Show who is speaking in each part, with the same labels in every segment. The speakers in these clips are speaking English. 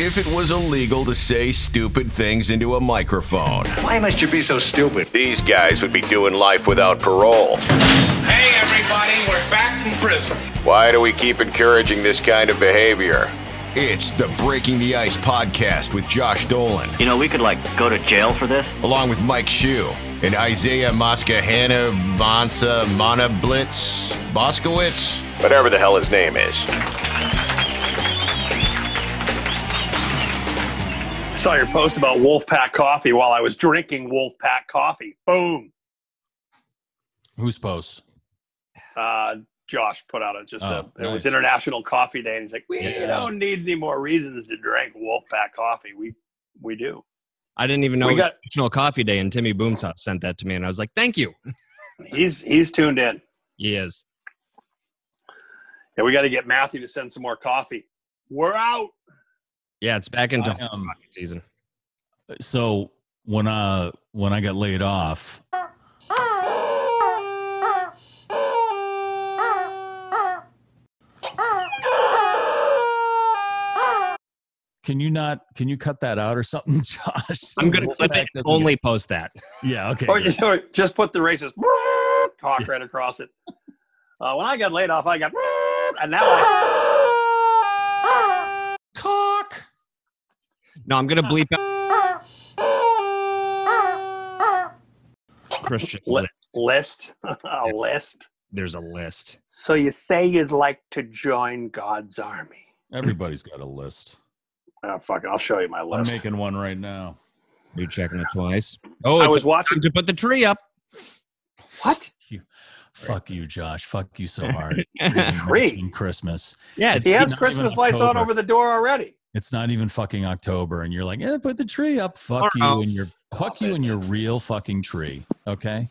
Speaker 1: if it was illegal to say stupid things into a microphone.
Speaker 2: Why must you be so stupid?
Speaker 1: These guys would be doing life without parole.
Speaker 3: Hey, everybody, we're back from prison.
Speaker 1: Why do we keep encouraging this kind of behavior? It's the Breaking the Ice podcast with Josh Dolan,
Speaker 4: You know, we could like go to jail for this.
Speaker 1: along with Mike Shue and Isaiah Moscahana Bonsa Monablitz Boskowitz, whatever the hell his name is.
Speaker 5: Saw your post about Wolfpack coffee while I was drinking Wolfpack coffee. Boom.
Speaker 6: Who's post?
Speaker 5: Uh, Josh put out a just
Speaker 6: Oh,
Speaker 5: a it was
Speaker 6: nice.
Speaker 5: International Coffee Day, and he's like, "We
Speaker 6: Yeah.
Speaker 5: don't need any more reasons to drink Wolfpack coffee. We we do."
Speaker 7: I didn't even know
Speaker 5: We
Speaker 7: we
Speaker 5: got-
Speaker 7: got National Coffee Day, and Timmy Boomsop sent that to me, and I was like, "Thank you."
Speaker 5: He's he's tuned in.
Speaker 7: He is.
Speaker 5: Yeah, we got to get Matthew to send some more coffee. We're out.
Speaker 7: Yeah, it's back into
Speaker 6: I, um,
Speaker 7: hockey season.
Speaker 6: so when uh when I got laid off, can you not can you cut that out or something, Josh?
Speaker 7: I'm gonna clip
Speaker 6: Wolfpack
Speaker 7: it.
Speaker 6: doesn't
Speaker 7: Only
Speaker 6: get-
Speaker 7: post that.
Speaker 6: yeah, okay.
Speaker 5: Or,
Speaker 6: good.
Speaker 5: or just put the racist talk right across it. Uh, when I got laid off, I got and now I,
Speaker 6: Cock.
Speaker 7: No, I'm gonna bleep out Christian.
Speaker 5: Li- list a list.
Speaker 7: There's a list.
Speaker 5: So you say you'd like to join God's army?
Speaker 6: Everybody's got a list.
Speaker 5: Oh, fuck it. I'll show you my
Speaker 6: I'm
Speaker 5: list.
Speaker 6: making one right now.
Speaker 7: You're checking it twice. Oh,
Speaker 5: I
Speaker 7: it's
Speaker 5: was watching.
Speaker 7: time to put the tree up.
Speaker 5: What?
Speaker 6: Fuck you, Josh. Fuck you so hard.
Speaker 7: yeah,
Speaker 5: Tree.
Speaker 6: Christmas.
Speaker 7: it's,
Speaker 5: He has
Speaker 6: not even
Speaker 5: Christmas lights on
Speaker 6: October.
Speaker 5: over the door already.
Speaker 6: It's not even fucking October, and you're like, yeah, put the tree up. Fuck
Speaker 7: Oh,
Speaker 6: you and your fuck you
Speaker 5: it.
Speaker 6: and your real fucking tree. Okay.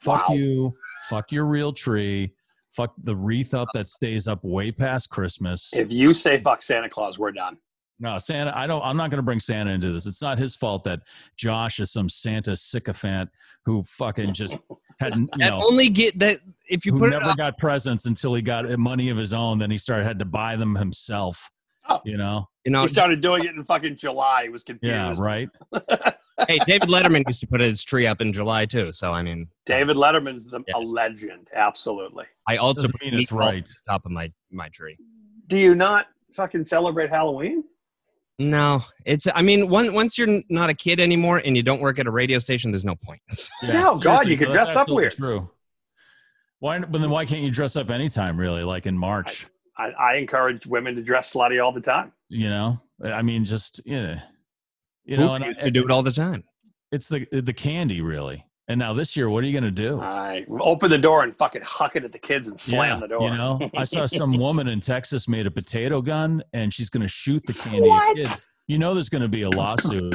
Speaker 6: Fuck
Speaker 5: Wow.
Speaker 6: you. Fuck your real tree. Fuck the wreath up that stays up way past Christmas.
Speaker 5: If you say fuck Santa Claus, we're done.
Speaker 6: no, Santa. I don't. I'm not going to bring Santa into this. It's not his fault that Josh is some Santa sycophant who fucking just had you
Speaker 7: that
Speaker 6: know
Speaker 7: only get that if you
Speaker 6: who
Speaker 7: put it
Speaker 6: never
Speaker 7: up.
Speaker 6: got presents until he got money of his own. Then he started had to buy them himself.
Speaker 5: Oh.
Speaker 6: You know.
Speaker 7: You know,
Speaker 5: He started doing it in fucking July. He was confused.
Speaker 6: Yeah. Right.
Speaker 7: hey, David Letterman used to put his tree up in July too. So I mean,
Speaker 5: David Letterman's the, a
Speaker 7: Yes.
Speaker 5: legend. Absolutely.
Speaker 7: I also
Speaker 6: Doesn't
Speaker 7: put
Speaker 6: mean it's
Speaker 7: meatballs
Speaker 6: right.
Speaker 7: on top of my my tree.
Speaker 5: Do you not fucking celebrate Halloween?
Speaker 7: No, it's. I mean, one, once you're n- not a kid anymore and you don't work at a radio station, there's no point.
Speaker 5: Yeah, oh, God, you
Speaker 6: seriously,
Speaker 5: could
Speaker 6: that's
Speaker 5: dress up
Speaker 6: absolutely
Speaker 5: weird.
Speaker 6: True. Why? But then why can't you dress up anytime? Really, like in March?
Speaker 5: I, I encourage women to dress slutty all the time.
Speaker 6: You know, I mean, just yeah, you
Speaker 7: Who
Speaker 6: know, and
Speaker 7: used to do it all the time.
Speaker 6: it's the the candy really. And now this year, what are you gonna do?
Speaker 5: I open the door and fucking huck it at the kids and slam
Speaker 6: Yeah,
Speaker 5: the door.
Speaker 6: You know, I saw some woman in Texas made a potato gun, and she's gonna shoot the candy. at
Speaker 5: What?
Speaker 6: kids. You know, there's gonna be a lawsuit.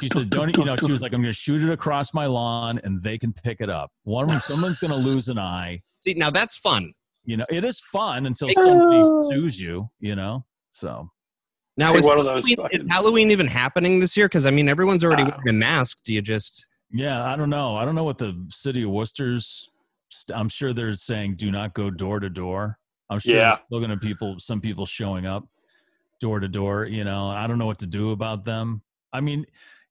Speaker 6: She says, "Don't you know?" She was like, "I'm gonna shoot it across my lawn, and they can pick it up. One, of them- someone's gonna lose an eye.
Speaker 7: See, now that's fun.
Speaker 6: You know, it is fun until somebody sues you. You know, so."
Speaker 7: Now
Speaker 5: Take
Speaker 7: is
Speaker 5: one of those
Speaker 7: Halloween,
Speaker 5: fucking-
Speaker 7: is Halloween even happening this year? Because I mean, everyone's already
Speaker 5: Uh,
Speaker 7: wearing a mask. Do you just?
Speaker 6: Yeah, I don't know. I don't know what the city of Worcester's. St- I'm sure they're saying do not go door to door. I'm sure
Speaker 5: Yeah.
Speaker 6: yeah. still going to people. Some people showing up door to door. You know, I don't know what to do about them. I mean,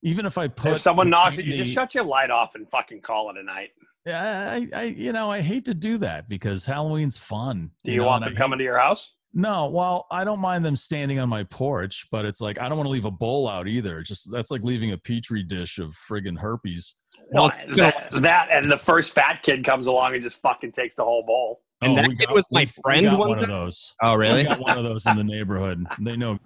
Speaker 6: even if I put
Speaker 5: if someone
Speaker 6: the
Speaker 5: knocks at you, just
Speaker 6: candy-
Speaker 5: shut your light off and fucking call it a night.
Speaker 6: I, I, I- you know, I hate to do that because Halloween's fun.
Speaker 5: Do you
Speaker 6: know,
Speaker 5: want
Speaker 6: and
Speaker 5: them
Speaker 6: I
Speaker 5: coming to your house?
Speaker 6: No, well, I don't mind them standing on my porch, but it's like I don't want to leave a bowl out either. It's Just that's like leaving a petri dish of friggin' herpes.
Speaker 5: Well, that,
Speaker 7: it's-
Speaker 5: that and the first fat kid comes along and just fucking takes the whole bowl.
Speaker 7: And that
Speaker 6: Oh, we
Speaker 7: kid was my
Speaker 6: we- we
Speaker 7: friend
Speaker 6: got
Speaker 7: one
Speaker 6: one of
Speaker 7: time?
Speaker 6: those.
Speaker 7: Oh,
Speaker 6: We
Speaker 7: really?
Speaker 6: got one of those in the neighborhood. They know.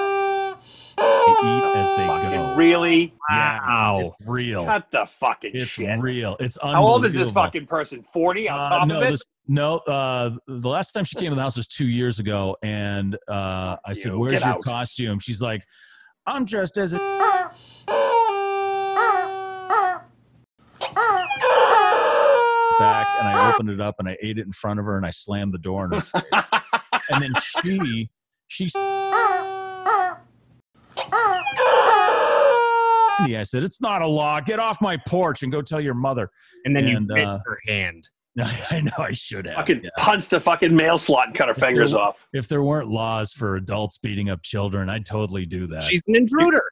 Speaker 6: They eat as they go.
Speaker 5: Fucking really?
Speaker 7: Wow.
Speaker 6: It's real.
Speaker 5: Cut the fucking
Speaker 6: It's
Speaker 5: shit.
Speaker 6: real. It's
Speaker 5: How old is this
Speaker 6: unbelievable.
Speaker 5: fucking person? 40 on
Speaker 6: Uh,
Speaker 5: top
Speaker 6: no,
Speaker 5: of it?
Speaker 6: this- no. Uh, the last time she came to the house was two years ago, and uh, I said,
Speaker 5: You,
Speaker 6: "Where's
Speaker 5: get
Speaker 6: your
Speaker 5: out."
Speaker 6: costume?" She's like, "I'm dressed as a." Back and I opened it up and I ate it in front of her and I slammed the door in her face. and then she she me. I said, It's not a law. Get off my porch and go tell your mother.
Speaker 7: And then
Speaker 6: And,
Speaker 7: you bit
Speaker 6: uh,
Speaker 7: her hand.
Speaker 6: I know I should have.
Speaker 5: Fucking
Speaker 6: Yeah.
Speaker 5: punch the fucking mail slot and cut her fingers off.
Speaker 6: If there weren't laws for adults beating up children, I'd totally do that.
Speaker 7: She's an intruder.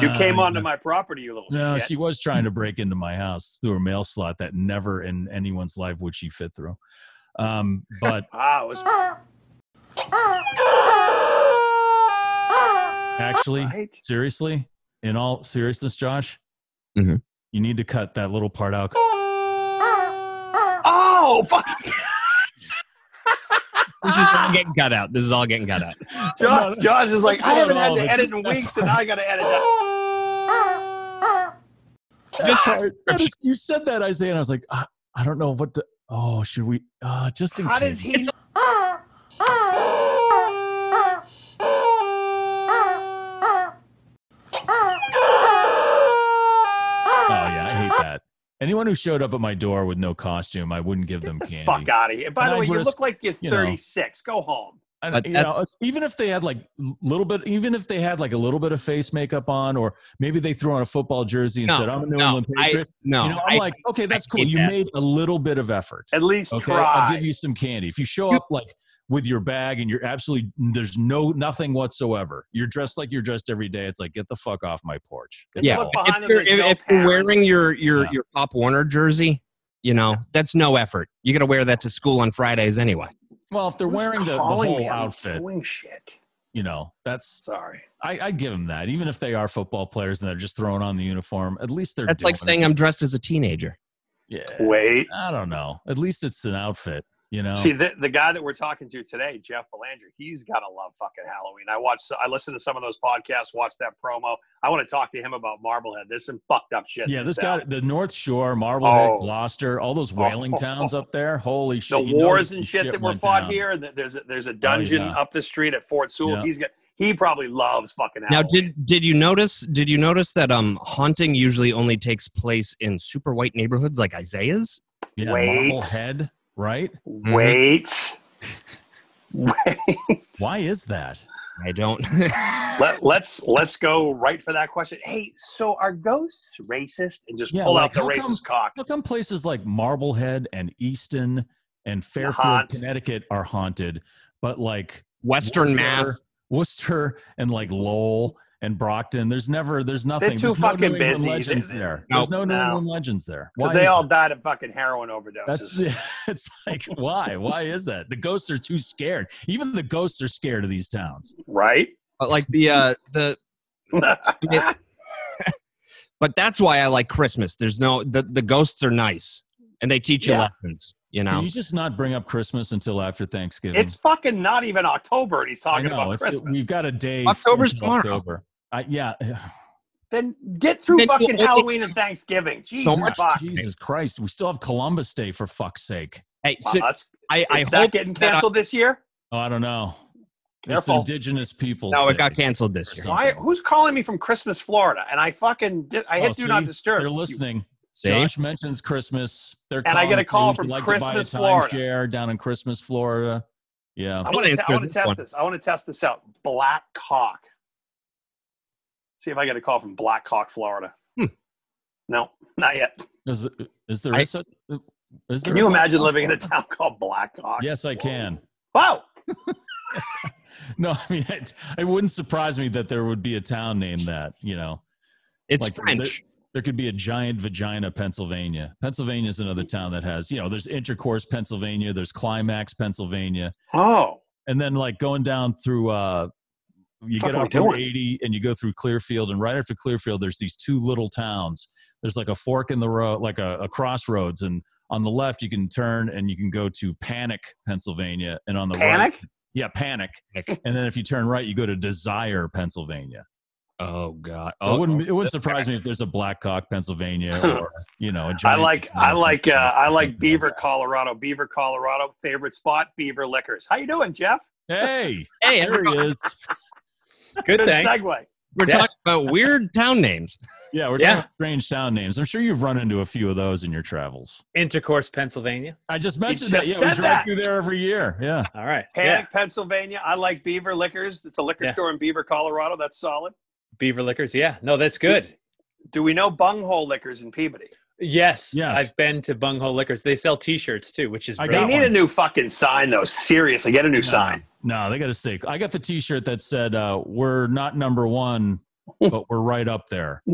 Speaker 5: You
Speaker 6: Uh,
Speaker 5: came onto my property, you little
Speaker 6: No,
Speaker 5: shit.
Speaker 6: she was trying to break into my house through a mail slot that never in anyone's life would she fit through. Um, but
Speaker 5: Ah, it was
Speaker 6: actually,
Speaker 5: right.
Speaker 6: seriously, in all seriousness, Josh,
Speaker 5: Mm-hmm.
Speaker 7: Mhm.
Speaker 6: you need to cut that little part out.
Speaker 5: Oh, fuck.
Speaker 7: This is all getting cut out. This is all getting cut out.
Speaker 5: Josh, Josh is like, I
Speaker 6: Not
Speaker 5: haven't
Speaker 6: all
Speaker 5: had
Speaker 6: of
Speaker 5: to
Speaker 6: it,
Speaker 5: edit
Speaker 6: just
Speaker 5: in
Speaker 6: that
Speaker 5: weeks,
Speaker 6: part.
Speaker 5: and I got to edit that.
Speaker 6: This part, that is- you said that, Isaiah, and I was like, I, I don't know what to. Oh, should we? Uh, just in
Speaker 5: How
Speaker 6: case.
Speaker 5: does he?
Speaker 6: oh yeah, I hate that. Anyone who showed up at my door with no costume, I wouldn't give them
Speaker 5: Get the
Speaker 6: candy.
Speaker 5: fuck out of here. By the
Speaker 6: And I
Speaker 5: way, you
Speaker 6: risk-
Speaker 5: look like you're
Speaker 6: you know.
Speaker 5: 36. Go home.
Speaker 6: I
Speaker 7: But
Speaker 6: don't- you
Speaker 7: that's-
Speaker 6: know, even if they had like l- little bit, even if they had like a little bit of face makeup on, or maybe they threw on a football jersey and
Speaker 7: No,
Speaker 6: said, "I'm a New
Speaker 7: no,
Speaker 6: England
Speaker 7: I-
Speaker 6: Patriot."
Speaker 7: No,
Speaker 6: you know, I'm
Speaker 7: I-
Speaker 6: like, okay, that's cool.
Speaker 7: hate
Speaker 6: You
Speaker 7: that.
Speaker 6: made a little bit of effort.
Speaker 5: At least
Speaker 6: Okay, I'll
Speaker 5: try.
Speaker 6: give you some candy. If you show up like with your bag and you're absolutely there's no nothing whatsoever. You're dressed like you're dressed every day. It's like get the fuck off my porch. It's
Speaker 7: yeah.
Speaker 6: all-
Speaker 5: Look behind him,
Speaker 7: If you're,
Speaker 5: there's no
Speaker 7: if, if you're
Speaker 5: parents.
Speaker 7: wearing your your
Speaker 6: Yeah.
Speaker 7: your Pop Warner jersey, you know that's no effort. You got to wear that to school on Fridays anyway.
Speaker 6: Well, if they're
Speaker 5: Who's
Speaker 6: wearing the, the
Speaker 5: calling me?
Speaker 6: whole
Speaker 5: I'm
Speaker 6: outfit,
Speaker 5: Doing shit.
Speaker 6: you know, that's
Speaker 5: Sorry.
Speaker 6: I, I give them that. Even if they are football players and they're just throwing on the uniform, at least they're
Speaker 7: That's like
Speaker 6: doing it.
Speaker 7: saying I'm dressed as a teenager.
Speaker 6: yeah.
Speaker 5: Wait.
Speaker 6: I don't know. At least it's an outfit, you know.
Speaker 5: See the, the guy that we're talking to today, Jeff Belanger. He's gotta love fucking Halloween. I watched, I listened to some of those podcasts, watched that promo. I want to talk to him about Marblehead. There's some fucked up shit. in
Speaker 6: yeah, this
Speaker 5: town.
Speaker 6: guy, the North Shore, Marblehead,
Speaker 5: Oh.
Speaker 6: Gloucester, all those whaling towns up there. Holy
Speaker 5: the
Speaker 6: shit! you know
Speaker 5: wars
Speaker 6: some
Speaker 5: and shit, that were
Speaker 6: went
Speaker 5: fought
Speaker 6: down. Oh,
Speaker 5: here. And th- there's a, there's a dungeon
Speaker 6: yeah.
Speaker 5: up the street at Fort Sewell.
Speaker 6: Yeah.
Speaker 5: He's got he probably loves fucking.
Speaker 7: Now,
Speaker 5: Halloween.
Speaker 7: did did you notice? Did you notice that um haunting usually only takes place in super white neighborhoods like Isaiah's?
Speaker 6: Yeah,
Speaker 5: Wait.
Speaker 6: Marblehead, right?
Speaker 5: wait?
Speaker 6: Why is that?
Speaker 7: I don't.
Speaker 5: Let, let's let's go right for that question. Hey, so are ghosts racist? And just
Speaker 6: Yeah,
Speaker 5: pull
Speaker 6: like,
Speaker 5: out the
Speaker 6: how
Speaker 5: racist
Speaker 6: come-
Speaker 5: cock.
Speaker 6: How come places like Marblehead and Easton and Fairfield,
Speaker 5: Haunt.
Speaker 6: Connecticut are haunted, but like
Speaker 7: Western
Speaker 6: Worcester-
Speaker 7: Mass.
Speaker 6: Worcester, and like Lowell and Brockton, there's never, there's nothing.
Speaker 5: too
Speaker 6: there's
Speaker 5: fucking
Speaker 6: no New England
Speaker 5: busy.
Speaker 6: Legends
Speaker 5: They-
Speaker 6: there.
Speaker 7: No.
Speaker 6: There's no New
Speaker 5: No.
Speaker 6: England legends there.
Speaker 5: Because
Speaker 6: is
Speaker 5: they all
Speaker 6: that?
Speaker 5: died of fucking heroin overdoses.
Speaker 6: That's it's like why? Why is that? The ghosts are too scared. Even the ghosts are scared of these towns.
Speaker 5: right?
Speaker 7: But like the uh the but that's why I like Christmas. There's no the, the ghosts are nice and they teach
Speaker 5: Yeah.
Speaker 7: you lessons, you
Speaker 6: Can
Speaker 7: know.
Speaker 6: you just not bring up Christmas until after Thanksgiving?
Speaker 5: It's fucking not even October, and he's talking about
Speaker 6: it's-
Speaker 5: Christmas.
Speaker 6: we've got a day.
Speaker 7: October's
Speaker 6: until
Speaker 7: tomorrow.
Speaker 6: October. I, yeah.
Speaker 5: then get through
Speaker 7: Then
Speaker 5: fucking
Speaker 7: we'll-
Speaker 5: Halloween and Thanksgiving. Jesus
Speaker 7: much-
Speaker 5: fuck!
Speaker 6: Jesus Christ, we still have Columbus Day for fuck's sake.
Speaker 7: Hey,
Speaker 5: Wow,
Speaker 7: so
Speaker 5: that's,
Speaker 7: I, I
Speaker 5: is that
Speaker 7: hope
Speaker 5: getting
Speaker 7: that I-
Speaker 5: canceled this year?
Speaker 6: Oh, I don't know.
Speaker 5: Careful.
Speaker 6: It's Indigenous People.
Speaker 7: no, it got canceled this year.
Speaker 5: Why?
Speaker 6: Something.
Speaker 5: Who's calling me from Christmas, Florida? And I fucking did, I hit
Speaker 6: Oh,
Speaker 5: do not
Speaker 6: see?
Speaker 5: disturb.
Speaker 6: They're listening.
Speaker 7: See?
Speaker 6: Josh mentions Christmas. They're
Speaker 5: And I
Speaker 6: calling
Speaker 5: get a
Speaker 6: to say,
Speaker 5: call
Speaker 6: "Would you
Speaker 5: from
Speaker 6: like
Speaker 5: Christmas,
Speaker 6: to buy a
Speaker 5: Florida."
Speaker 6: timeshare down in Christmas, Florida. Yeah.
Speaker 5: I want to. I
Speaker 7: I'll
Speaker 5: want to
Speaker 7: answer this
Speaker 5: test
Speaker 7: one.
Speaker 5: this. I want to test this out. Black Hawk. See if I get a call from Black Hawk, Florida.
Speaker 7: Hmm.
Speaker 5: No, not yet.
Speaker 6: Is, is there
Speaker 7: I-
Speaker 6: is such- is there
Speaker 5: Can you
Speaker 6: a-
Speaker 5: imagine living in a town called Black Hawk?
Speaker 6: Yes, I can.
Speaker 5: Wow.
Speaker 6: No, I mean, it, it wouldn't surprise me that there would be a town named that, you know.
Speaker 7: It's
Speaker 6: Like,
Speaker 7: French.
Speaker 6: there could be a giant vagina pennsylvania pennsylvania's another town that has you know there's intercourse pennsylvania there's climax pennsylvania
Speaker 5: Oh,
Speaker 6: and then like going down through uh you
Speaker 5: Fuck
Speaker 6: get
Speaker 5: are we
Speaker 6: off Route
Speaker 5: doing?
Speaker 6: 80 and you go through Clearfield, and right after Clearfield, there's these two little towns. There's like a fork in the road, like a, a crossroads, and on the left you can turn and you can go to Panic, Pennsylvania, and on the right,
Speaker 5: panic!
Speaker 6: yeah, Panic,
Speaker 7: Panic.
Speaker 6: and then if you turn right, you go to Desire, Pennsylvania.
Speaker 7: Oh god.
Speaker 6: Oh,
Speaker 7: Oh,
Speaker 6: it wouldn't it wouldn't surprise me if there's a Blackhawk, Pennsylvania, or you know. A
Speaker 5: I
Speaker 6: giant-
Speaker 5: like I like uh, I like Beaver, Colorado. Beaver, Colorado. Favorite spot: Beaver Liquors. How you doing, Jeff?
Speaker 6: Hey,
Speaker 7: hey,
Speaker 6: there
Speaker 7: everyone,
Speaker 6: he is.
Speaker 7: good
Speaker 5: Good
Speaker 7: thanks.
Speaker 5: segue.
Speaker 7: We're
Speaker 5: Yeah.
Speaker 7: talking about weird town names.
Speaker 6: Yeah, we're
Speaker 8: Yeah.
Speaker 6: talking about strange town names. I'm sure you've run into a few of those in your travels.
Speaker 8: Intercourse, Pennsylvania.
Speaker 6: I just mentioned
Speaker 5: just
Speaker 6: that. Yeah,
Speaker 5: said
Speaker 6: we drive
Speaker 5: that.
Speaker 6: through there every year. Yeah,
Speaker 8: All right.
Speaker 5: Panic, Pennsylvania. I like Beaver Liquors. It's a liquor
Speaker 8: Yeah.
Speaker 5: store in Beaver, Colorado. That's solid.
Speaker 8: Beaver Liquors. Yeah. No, that's good.
Speaker 5: Do we know bunghole liquors in Peabody?
Speaker 8: Yes,
Speaker 6: Yes.
Speaker 8: I've been to Bunghole Liquors. They sell T-shirts too, which is
Speaker 6: I
Speaker 8: great.
Speaker 5: They
Speaker 6: got
Speaker 5: need
Speaker 6: one.
Speaker 5: a new fucking sign though. Seriously, get a new sign.
Speaker 6: No, they got to stay. I got the T-shirt that said, uh, "We're not number one, but we're right up there."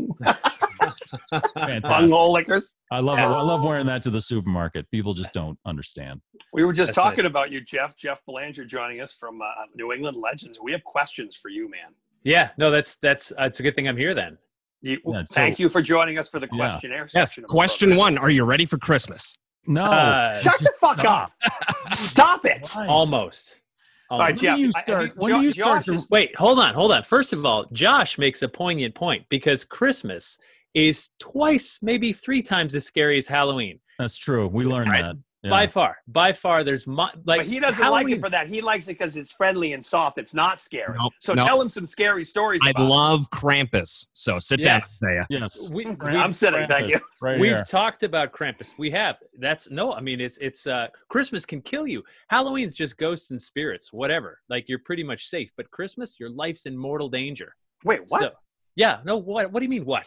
Speaker 6: Fantastic.
Speaker 5: Bunghole liquors.
Speaker 6: I love it. I love wearing that to the supermarket. People just don't understand.
Speaker 5: We were just
Speaker 8: That's
Speaker 5: talking about you, Jeff. Jeff Belanger joining us from uh, New England Legends. We have questions for you, man.
Speaker 8: Yeah, no, that's that's uh, it's a good thing I'm here then.
Speaker 5: You,
Speaker 6: Yeah, so-
Speaker 5: thank you for joining us for the
Speaker 6: Yeah.
Speaker 5: questionnaire
Speaker 7: Yes.
Speaker 5: section. of the
Speaker 7: Question
Speaker 5: program.
Speaker 7: one: Are you ready for Christmas?
Speaker 6: No,
Speaker 8: Uh,
Speaker 5: Shut the fuck up. Stop it.
Speaker 6: Christ.
Speaker 8: almost.
Speaker 5: All right,
Speaker 6: When
Speaker 5: Jeff.
Speaker 6: do you
Speaker 5: I- have
Speaker 6: start?
Speaker 5: you-
Speaker 6: When do you
Speaker 5: Jo-
Speaker 6: start?
Speaker 5: Josh
Speaker 6: To,
Speaker 5: is-
Speaker 8: Wait, hold on, hold on. First of all, Josh makes a poignant point because Christmas is twice, maybe three times as scary as Halloween.
Speaker 6: that's true. We learned
Speaker 8: Right?
Speaker 6: that. Yeah.
Speaker 8: By far, by far, there's mo- like
Speaker 5: but he doesn't like
Speaker 8: Halloween-
Speaker 5: it for that. He likes it because it's friendly and soft. It's not scary.
Speaker 7: Nope,
Speaker 5: so
Speaker 7: nope.
Speaker 5: tell him some scary stories.
Speaker 7: I
Speaker 5: about it.
Speaker 7: love Krampus. So sit down,
Speaker 8: Yes.
Speaker 7: Isaiah.
Speaker 6: yes,
Speaker 8: We,
Speaker 5: I'm
Speaker 8: we've-
Speaker 5: sitting. Thank you.
Speaker 6: right
Speaker 8: We've
Speaker 6: here.
Speaker 8: talked about Krampus. We have. That's no. I mean, it's it's uh, Christmas can kill you. Halloween's just ghosts and spirits, whatever. Like you're pretty much safe. But Christmas, your life's in mortal danger.
Speaker 5: Wait, what?
Speaker 8: So- yeah. No. What? What do you mean? What?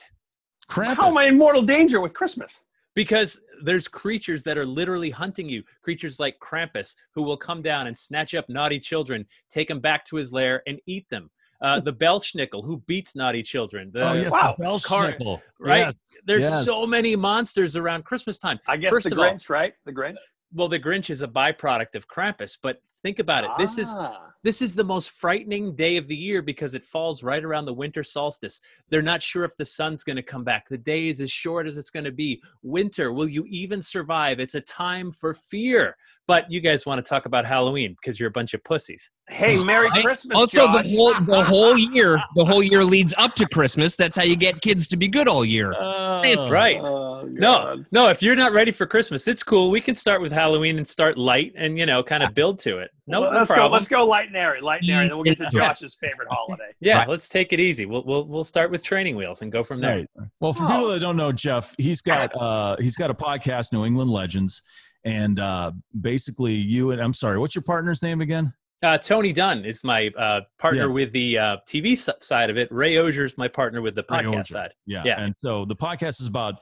Speaker 6: Krampus.
Speaker 5: How am I in mortal danger with Christmas?
Speaker 8: Because there's creatures that are literally hunting you. Creatures like Krampus, who will come down and snatch up naughty children, take them back to his lair, and eat them. Uh, the Belschnickel, who beats naughty children. The-
Speaker 6: Oh yes,
Speaker 5: Wow.
Speaker 6: the
Speaker 8: Uh, Car-
Speaker 6: Belschnickel.
Speaker 8: right?
Speaker 6: Yes,
Speaker 8: There's
Speaker 6: yes.
Speaker 8: so many monsters around Christmas time.
Speaker 5: I guess
Speaker 8: First
Speaker 5: the
Speaker 8: of all-
Speaker 5: Grinch, right? The Grinch.
Speaker 8: well the grinch is a byproduct of krampus but think about it this is
Speaker 5: Ah.
Speaker 8: this is the most frightening day of the year because it falls right around the winter solstice they're not sure if the sun's going to come back the day is as short as it's going to be winter will you even survive it's a time for fear but you guys want to talk about halloween because you're a bunch of pussies
Speaker 5: Hey, Merry
Speaker 7: I-
Speaker 5: Christmas,
Speaker 7: Also,
Speaker 5: Josh.
Speaker 7: the whole the whole year the whole year leads up to Christmas. That's how you get kids to be good all year.
Speaker 6: Oh.
Speaker 8: right
Speaker 5: Oh, God.
Speaker 8: no no if you're not ready for christmas it's cool we can start with halloween and start light and you know kind of build to it no
Speaker 5: Well,
Speaker 8: no
Speaker 5: let's go.
Speaker 8: problem
Speaker 5: Let's go light and airy, light and airy. Then we'll get to
Speaker 7: Yeah.
Speaker 5: Josh's favorite holiday.
Speaker 8: yeah
Speaker 7: Right.
Speaker 8: let's take it easy we'll, we'll we'll start with training wheels and go from there
Speaker 6: Right. Well, for
Speaker 5: Oh.
Speaker 6: people that don't know Jeff, he's got uh, he's got a podcast, New England Legends, and uh, basically you and I'm sorry, what's your partner's name again?
Speaker 8: Uh, Tony Dunn is my uh, partner
Speaker 6: Yeah.
Speaker 8: with the uh, TV s- side of it. Ray Ozier's my partner with the
Speaker 6: Ray
Speaker 8: podcast
Speaker 6: Ozier.
Speaker 8: side.
Speaker 6: Yeah.
Speaker 8: Yeah.
Speaker 6: And so the podcast is about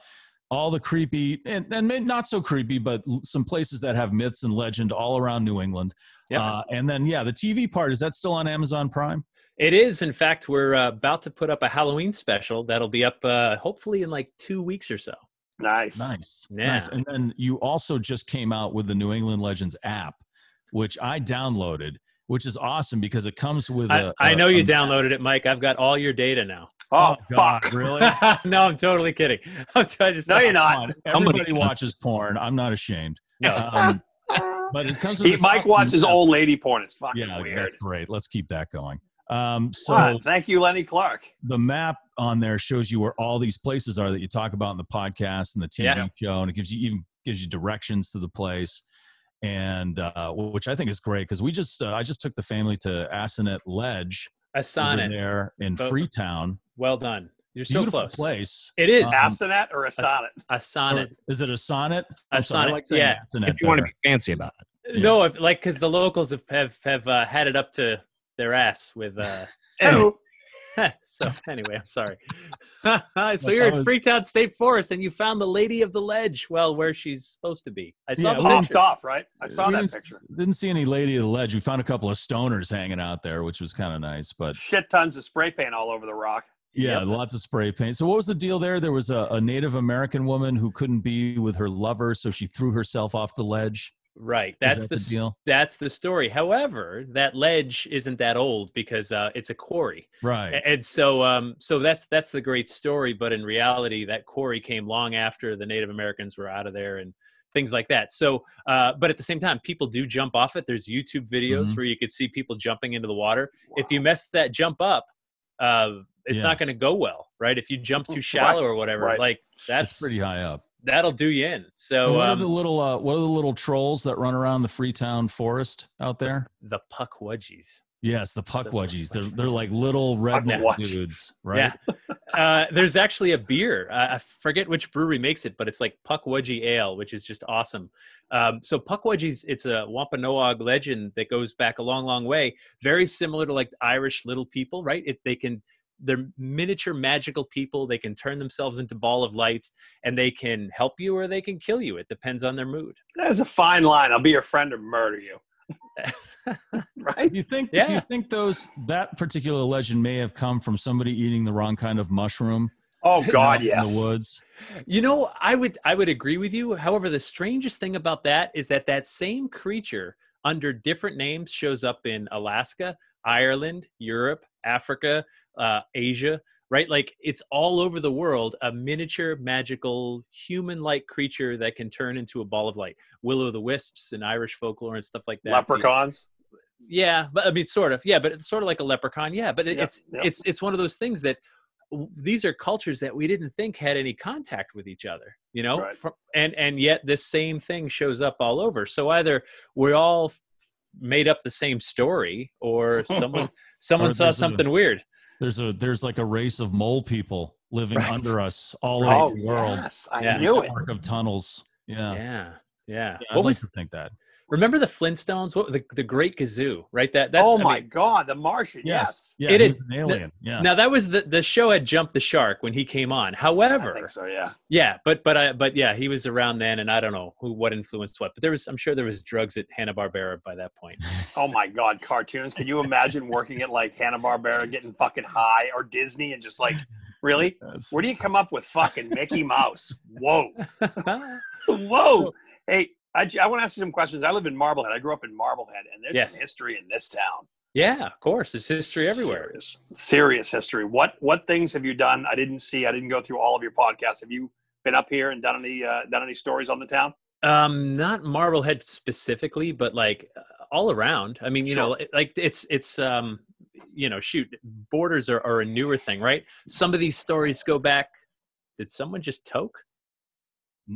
Speaker 6: all the creepy and, and may- not so creepy, but l- some places that have myths and legend all around New England.
Speaker 8: Yeah.
Speaker 6: Uh, and then yeah, the TV part is that still on Amazon Prime?
Speaker 8: it is, in fact, we're uh, about to put up a Halloween special that'll be up uh, hopefully in like two weeks or so.
Speaker 5: Nice.
Speaker 6: Nice,
Speaker 8: Yeah.
Speaker 6: nice. And then you also just came out with the New England Legends app, which I downloaded, which is awesome because it comes with.
Speaker 8: I
Speaker 6: a-
Speaker 8: I
Speaker 6: a-
Speaker 8: know you
Speaker 6: a-
Speaker 8: downloaded it, Mike. I've got all your data now.
Speaker 5: Oh,
Speaker 6: God,
Speaker 5: fuck.
Speaker 6: really?
Speaker 8: no, I'm totally kidding. I'm trying to.
Speaker 5: No, you're
Speaker 6: Come
Speaker 5: not.
Speaker 6: on,
Speaker 7: Somebody-
Speaker 6: Everybody watches porn. I'm not ashamed. Um, but it comes with
Speaker 5: He,
Speaker 6: a
Speaker 5: Mike
Speaker 6: soft-
Speaker 5: watches old lady porn. It's fucking
Speaker 6: Yeah,
Speaker 5: weird.
Speaker 6: that's great. Let's keep that going. Um, so
Speaker 5: Wow, Thank you, Lenny Clark.
Speaker 6: the map on there shows you where all these places are that you talk about in the podcast and the TV
Speaker 8: Yeah.
Speaker 6: show, and it gives you even gives you directions to the place, and uh, which I think is great because we just uh, I just took the family to Assinet Ledge
Speaker 8: a
Speaker 6: over
Speaker 8: sonnet.
Speaker 6: there in
Speaker 8: But-
Speaker 6: Freetown.
Speaker 8: Well done. You're so
Speaker 6: Beautiful
Speaker 8: close.
Speaker 6: place.
Speaker 8: It is
Speaker 6: Um,
Speaker 5: Assinet or a sonnet?
Speaker 8: a sonnet.
Speaker 6: Or Is it a sonnet?
Speaker 8: A
Speaker 6: I'm sorry, I
Speaker 8: sonnet,
Speaker 6: like saying
Speaker 8: yeah.
Speaker 6: Assinet
Speaker 7: If you want to
Speaker 6: better.
Speaker 7: be fancy about it,
Speaker 8: No, if, like because the locals have have, have uh, had it up to their ass with. Uh,
Speaker 5: Oh,
Speaker 8: so anyway, I'm sorry. so you're
Speaker 6: that
Speaker 8: in
Speaker 6: was-
Speaker 8: Freetown State Forest, and you found the Lady of the Ledge. Well, where she's supposed to be. I saw
Speaker 6: Yeah,
Speaker 8: the
Speaker 6: well,
Speaker 5: popped
Speaker 8: pictures.
Speaker 5: off, right? I saw
Speaker 6: We
Speaker 5: that
Speaker 6: didn't-
Speaker 5: picture.
Speaker 6: Didn't see any lady of the ledge. We found a couple of stoners hanging out there, which was kind of nice. But
Speaker 5: Shit tons of spray paint all over the rock.
Speaker 6: yeah,
Speaker 8: Yep.
Speaker 6: lots of spray paint. So what was the deal there? There was a, a Native American woman who couldn't be with her lover, so she threw herself off the ledge.
Speaker 8: Right. That's
Speaker 6: that
Speaker 8: the,
Speaker 6: the
Speaker 8: s-
Speaker 6: deal?
Speaker 8: that's the story. However, that ledge isn't that old because uh, it's a quarry,
Speaker 6: Right.
Speaker 8: A- and so um, so that's that's the great story. But in reality, that quarry came long after the Native Americans were out of there and things like that. So, uh, but at the same time, people do jump off it. There's YouTube videos
Speaker 6: Mhm.
Speaker 8: where you could see people jumping into the water. if you mess that jump up, uh, it's
Speaker 6: Yeah.
Speaker 8: not going to go well, right? If you jump too shallow or whatever,
Speaker 5: Right.
Speaker 8: like
Speaker 6: That's
Speaker 8: that's
Speaker 6: pretty high up.
Speaker 8: that'll do you in.
Speaker 6: And
Speaker 8: So
Speaker 6: what are
Speaker 8: um,
Speaker 6: the
Speaker 8: the,
Speaker 6: little uh, what are the little trolls that run around the Freetown forest out there?
Speaker 8: puck wudgies.
Speaker 6: Yes, the puckwudgies. They're they're like little redneck
Speaker 5: Puckwudgies.
Speaker 6: dudes, right?
Speaker 8: Yeah. Uh, there's actually a beer. Uh, I forget which brewery makes it, but it's like Puckwudgie Ale, which is just awesome. Um, so Puckwudgie's, it's a Wampanoag legend that goes back a long, long way. Very similar to like Irish little people, right? It, they can they're miniature magical people. They can turn themselves into ball of lights, and they can help you or they can kill you. It depends on their mood.
Speaker 5: That's a fine line. I'll be your friend or murder you. right?
Speaker 6: You think?
Speaker 8: Yeah.
Speaker 6: You think those that particular legend may have come from somebody eating the wrong kind of mushroom?
Speaker 5: Oh
Speaker 6: out
Speaker 5: God,
Speaker 6: in
Speaker 5: yes.
Speaker 6: The woods.
Speaker 8: You know, I would I would agree with you. However, the strangest thing about that is that that same creature under different names shows up in Alaska, Ireland, Europe, Africa, uh, Asia, right? Like it's all over the world, a miniature magical human-like creature that can turn into a ball of light. Will o' the wisps and Irish folklore and stuff like that.
Speaker 5: Leprechauns.
Speaker 8: Yeah, but I mean, sort of. Yeah, but it's sort of like a leprechaun. Yeah, but it,
Speaker 5: Yeah,
Speaker 8: it's
Speaker 5: yeah.
Speaker 8: it's it's one of those things that w- these are cultures that we didn't think had any contact with each other. You know,
Speaker 5: Right.
Speaker 8: Fro- and and yet this same thing shows up all over. So either we're all f- made up the same story, or someone someone
Speaker 6: Or
Speaker 8: saw
Speaker 6: there's a-
Speaker 8: something weird.
Speaker 6: There's a there's like a race of mole people living
Speaker 8: Right.
Speaker 6: under us all
Speaker 5: Oh
Speaker 6: over the world.
Speaker 5: yes, I
Speaker 8: Yeah.
Speaker 5: knew it.
Speaker 6: Network of tunnels. Yeah.
Speaker 8: Yeah,
Speaker 6: yeah.
Speaker 8: yeah.
Speaker 6: I'd
Speaker 8: what
Speaker 6: like
Speaker 8: was?
Speaker 6: to think that.
Speaker 8: Remember the Flintstones? What the the Great Gazoo? Right. That that's.
Speaker 5: Oh
Speaker 8: I
Speaker 5: my
Speaker 8: mean,
Speaker 5: God, the Martian. Yes.
Speaker 6: Yeah,
Speaker 8: It
Speaker 6: he
Speaker 8: had-
Speaker 6: was an alien. yeah.
Speaker 8: Now that was the the show had jumped the shark when he came on. However,
Speaker 5: I think so. Yeah.
Speaker 8: Yeah, but but I but yeah, he was around then, and I don't know who what influenced what, but there was I'm sure there was drugs at Hanna Barbera by that point.
Speaker 5: Oh my God, cartoons. Can you imagine working at like Hanna Barbera, getting fucking high, or Disney, and just like, really?
Speaker 6: That's-
Speaker 5: Where do you come up with fucking Mickey Mouse? Whoa, whoa. Hey, I, I want to ask you some questions. I live in Marblehead. I grew up in Marblehead, and there's
Speaker 8: Yes.
Speaker 5: some history in this town.
Speaker 8: yeah, of course, it's history everywhere.
Speaker 5: Serious, serious history. What what things have you done? I didn't see. I didn't go through all of your podcasts. Have you been up here and done any uh, done any stories on the town?
Speaker 8: Um, not Marblehead specifically, but like uh, all around. I mean, you know, li- like it's it's um, you know, shoot, borders are, are a newer thing, right? Some of these stories go back. Did someone just toke?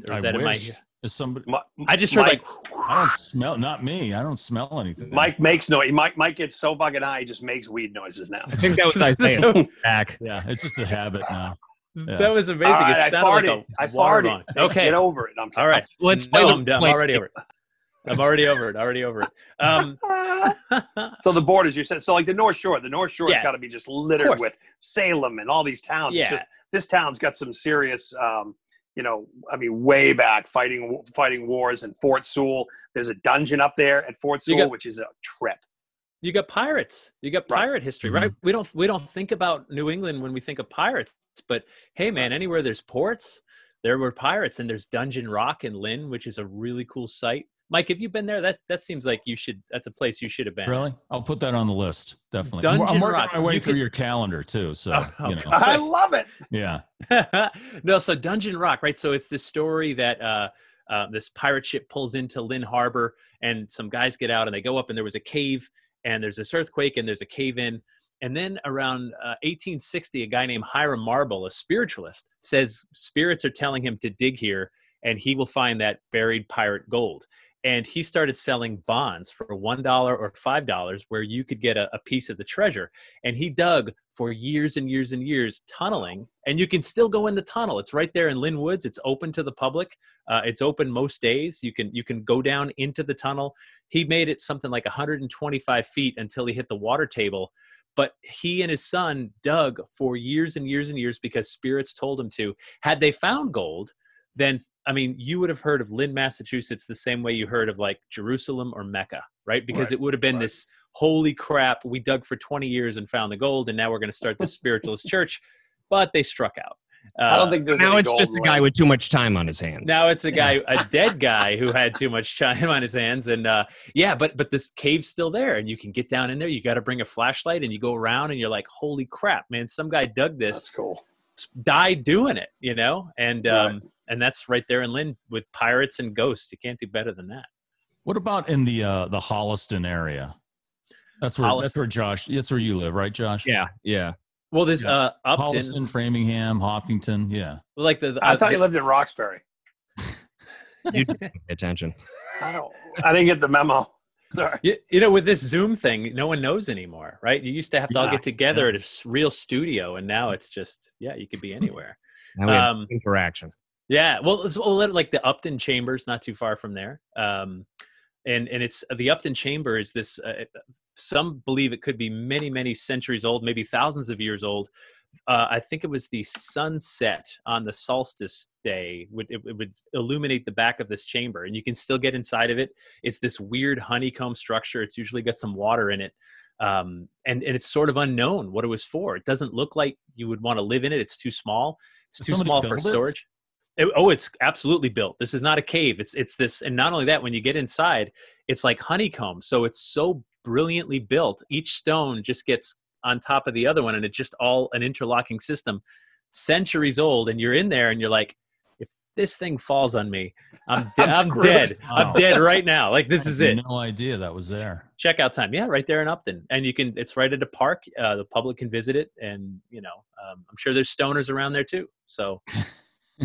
Speaker 8: Or is
Speaker 6: I
Speaker 8: that in my?
Speaker 6: wish. Is somebody?
Speaker 5: Mi-
Speaker 8: I just heard
Speaker 5: Mike,
Speaker 8: like.
Speaker 6: I don't smell. Not me. I don't smell anything.
Speaker 5: Mike makes noise. Mike Mike gets so fucking high, he just makes weed noises now.
Speaker 7: I think that was Isaiah back.
Speaker 6: Yeah, it's just a habit now. Yeah.
Speaker 8: That was amazing.
Speaker 5: All right,
Speaker 8: it
Speaker 5: I
Speaker 8: sounded
Speaker 5: farted.
Speaker 8: like a
Speaker 5: I
Speaker 8: water
Speaker 5: farted.
Speaker 8: lung.
Speaker 5: Get
Speaker 8: Okay.
Speaker 5: over it. I'm kidding.
Speaker 8: All right.
Speaker 7: Let's
Speaker 8: no,
Speaker 7: play the
Speaker 8: I'm, done. I'm
Speaker 7: play.
Speaker 8: already over it. I'm already over it. Already over it. Um,
Speaker 5: Ah. So the borders you said. So like the North Shore. The North Shore's
Speaker 8: Yeah.
Speaker 5: got to be just
Speaker 8: Of
Speaker 5: littered
Speaker 8: course.
Speaker 5: with Salem and all these towns. It's
Speaker 8: yeah,
Speaker 5: just this town's got some serious. Um, you know, I mean, way back fighting fighting wars in Fort Sewell. There's a dungeon up there at Fort
Speaker 8: You
Speaker 5: Sewell,
Speaker 8: got-
Speaker 5: which is a trip.
Speaker 8: you got pirates. You got
Speaker 5: Right.
Speaker 8: pirate history,
Speaker 7: Mm-hmm.
Speaker 8: right? We don't we don't think about New England when we think of pirates, but hey, man, anywhere there's ports, there were pirates, and there's Dungeon Rock in Lynn, which is a really cool site. Mike, have you been there? That that seems like you should. That's a place you should have been.
Speaker 6: Really? I'll put that on the list. Definitely. I'm, I'm
Speaker 8: Dungeon
Speaker 6: working
Speaker 8: Rock.
Speaker 6: my way
Speaker 8: You
Speaker 6: through
Speaker 8: could-
Speaker 6: your calendar too. So
Speaker 8: Oh,
Speaker 6: you know.
Speaker 8: God.
Speaker 5: I love it.
Speaker 6: yeah.
Speaker 8: no, so Dungeon Rock, right? So it's this story that uh, uh, this pirate ship pulls into Lynn Harbor, and some guys get out and they go up, and there was a cave, and there's this earthquake, and there's a cave in. And then around uh, 1860, a guy named Hiram Marble, a spiritualist, says spirits are telling him to dig here and he will find that buried pirate gold. And he started selling bonds for $1 or $5 where you could get a, a piece of the treasure. And he dug for years and years and years tunneling. And you can still go in the tunnel. It's right there in Lynn Woods. It's open to the public. Uh, it's open most days. You can you can go down into the tunnel. He made it something like 125 feet until he hit the water table. But he and his son dug for years and years and years because spirits told him to. Had they found gold, then I mean, you would have heard of Lynn, Massachusetts, the same way you heard of like Jerusalem or Mecca, right? Because
Speaker 5: Right,
Speaker 8: it would have been
Speaker 5: right.
Speaker 8: this holy crap, we dug for 20 years and found the gold, and now we're going to start this spiritualist church. But they struck out. Uh,
Speaker 5: I don't think there's
Speaker 7: Now
Speaker 5: any
Speaker 7: it's
Speaker 5: gold
Speaker 7: just a
Speaker 5: in
Speaker 7: guy
Speaker 5: Lynn.
Speaker 7: with too much time on his hands.
Speaker 8: now it's a guy, a dead guy who had too much time on his hands, and uh, yeah, but but this cave's still there, and you can get down in there. You got to bring a flashlight, and you go around, and you're like, holy crap, man! Some guy dug
Speaker 5: That's
Speaker 8: this,
Speaker 5: cool.
Speaker 8: died doing it, you know, and um,
Speaker 5: Right.
Speaker 8: and that's right there in Lynn with pirates and ghosts. You can't do better than that.
Speaker 6: What about in the uh the Holliston area? That's where that's
Speaker 8: Holliston.
Speaker 6: where Josh that's where you live, right, Josh?
Speaker 7: Yeah. Yeah.
Speaker 8: Well, there's
Speaker 6: Yeah.
Speaker 8: uh, Upton,
Speaker 6: Holliston, Framingham, Hopkinton. Yeah.
Speaker 8: like the, the
Speaker 5: I thought
Speaker 8: Uh, the-
Speaker 5: you lived in Roxbury.
Speaker 7: You pay attention.
Speaker 5: I don't. I didn't get the memo. Sorry.
Speaker 8: You, you know, with this Zoom thing, no one knows anymore, right? You used to have to all
Speaker 5: Yeah,
Speaker 8: get together at a s- real studio, and now it's just, yeah, you could be anywhere.
Speaker 7: Now we have
Speaker 8: Um,
Speaker 7: interaction.
Speaker 8: yeah, well, it's well, like the Upton Chambers, not too far from there, um, and and it's the Upton Chamber is this uh, Some believe it could be many, many centuries old, maybe thousands of years old. Uh, I think it was the sunset on the solstice day. Would it, it would illuminate the back of this chamber, and you can still get inside of it. It's this weird honeycomb structure. It's usually got some water in it, um, and and it's sort of unknown what it was for. It doesn't look like you would want to live in it. It's too small. It's
Speaker 6: Did
Speaker 8: too
Speaker 6: somebody
Speaker 8: small for
Speaker 6: build it?
Speaker 8: storage. It- oh, it's absolutely built. This is not a cave. It's it's this, and not only that, when you get inside, it's like honeycomb. So it's so brilliantly built. Each stone just gets on top of the other one, and it's just all an interlocking system, centuries old. And you're in there, and you're like, if this thing falls on me, I'm de-
Speaker 6: I'm
Speaker 8: I'm,
Speaker 6: screwed.
Speaker 8: dead. I'm
Speaker 6: Wow.
Speaker 8: dead right now. Like this is
Speaker 6: I
Speaker 8: it
Speaker 6: had No idea that was there.
Speaker 8: checkout time. Yeah, right there in Upton, and you can. It's right at a park. Uh, the public can visit it, and you know, um, I'm sure there's stoners around there too. So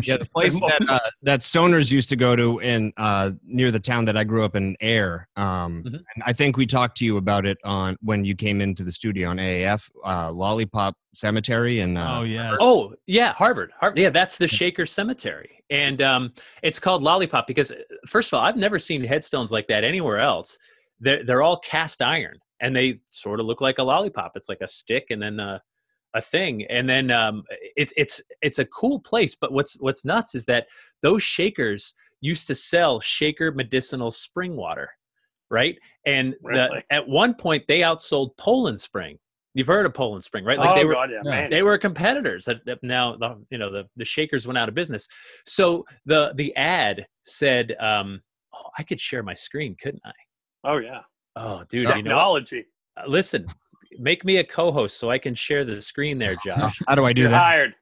Speaker 7: Yeah, the place that uh, that stoners used to go to in uh, near the town that I grew up in, Air. Um,
Speaker 8: Mhm.
Speaker 7: and I think we talked to you about it on when you came into the studio on AAF, uh, Lollipop Cemetery, and uh,
Speaker 6: oh yes.
Speaker 8: Oh yeah, Harvard. Harvard. Yeah, that's the Shaker Cemetery, and um, it's called Lollipop because uh, first of all, I've never seen headstones like that anywhere else. They're they're all cast iron, and they sort of look like a lollipop. It's like a stick, and then a, a thing, and then um, it's it's it's a cool place. But what's what's nuts is that those Shakers used to sell Shaker medicinal spring water, right? And the,
Speaker 5: Really?
Speaker 8: at one point, they outsold Poland Spring. You've heard of Poland Spring, right?
Speaker 5: oh,
Speaker 8: they were
Speaker 5: God, yeah,
Speaker 6: no.
Speaker 5: man.
Speaker 8: they were competitors that, that now the- you know the, the shakers went out of business so the the ad said um oh, i could share my screen couldn't i
Speaker 5: oh, yeah.
Speaker 8: oh dude you know
Speaker 5: Technology.
Speaker 8: uh, listen make me a co-host so i can share the screen there josh
Speaker 7: how do I do
Speaker 5: You're
Speaker 7: that?
Speaker 5: hired.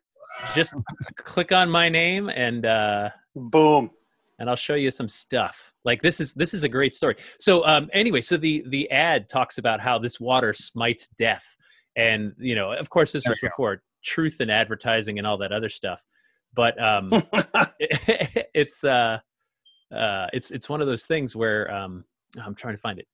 Speaker 8: just click on my name and uh
Speaker 5: Boom.
Speaker 8: and I'll show you some stuff. Like this is this is a great story. So um, anyway, so the the ad talks about how this water smites death, and you know, of course, this was before truth and advertising and all that other stuff. But um, it's uh, uh, it's it's one of those things where um, I'm trying to find it.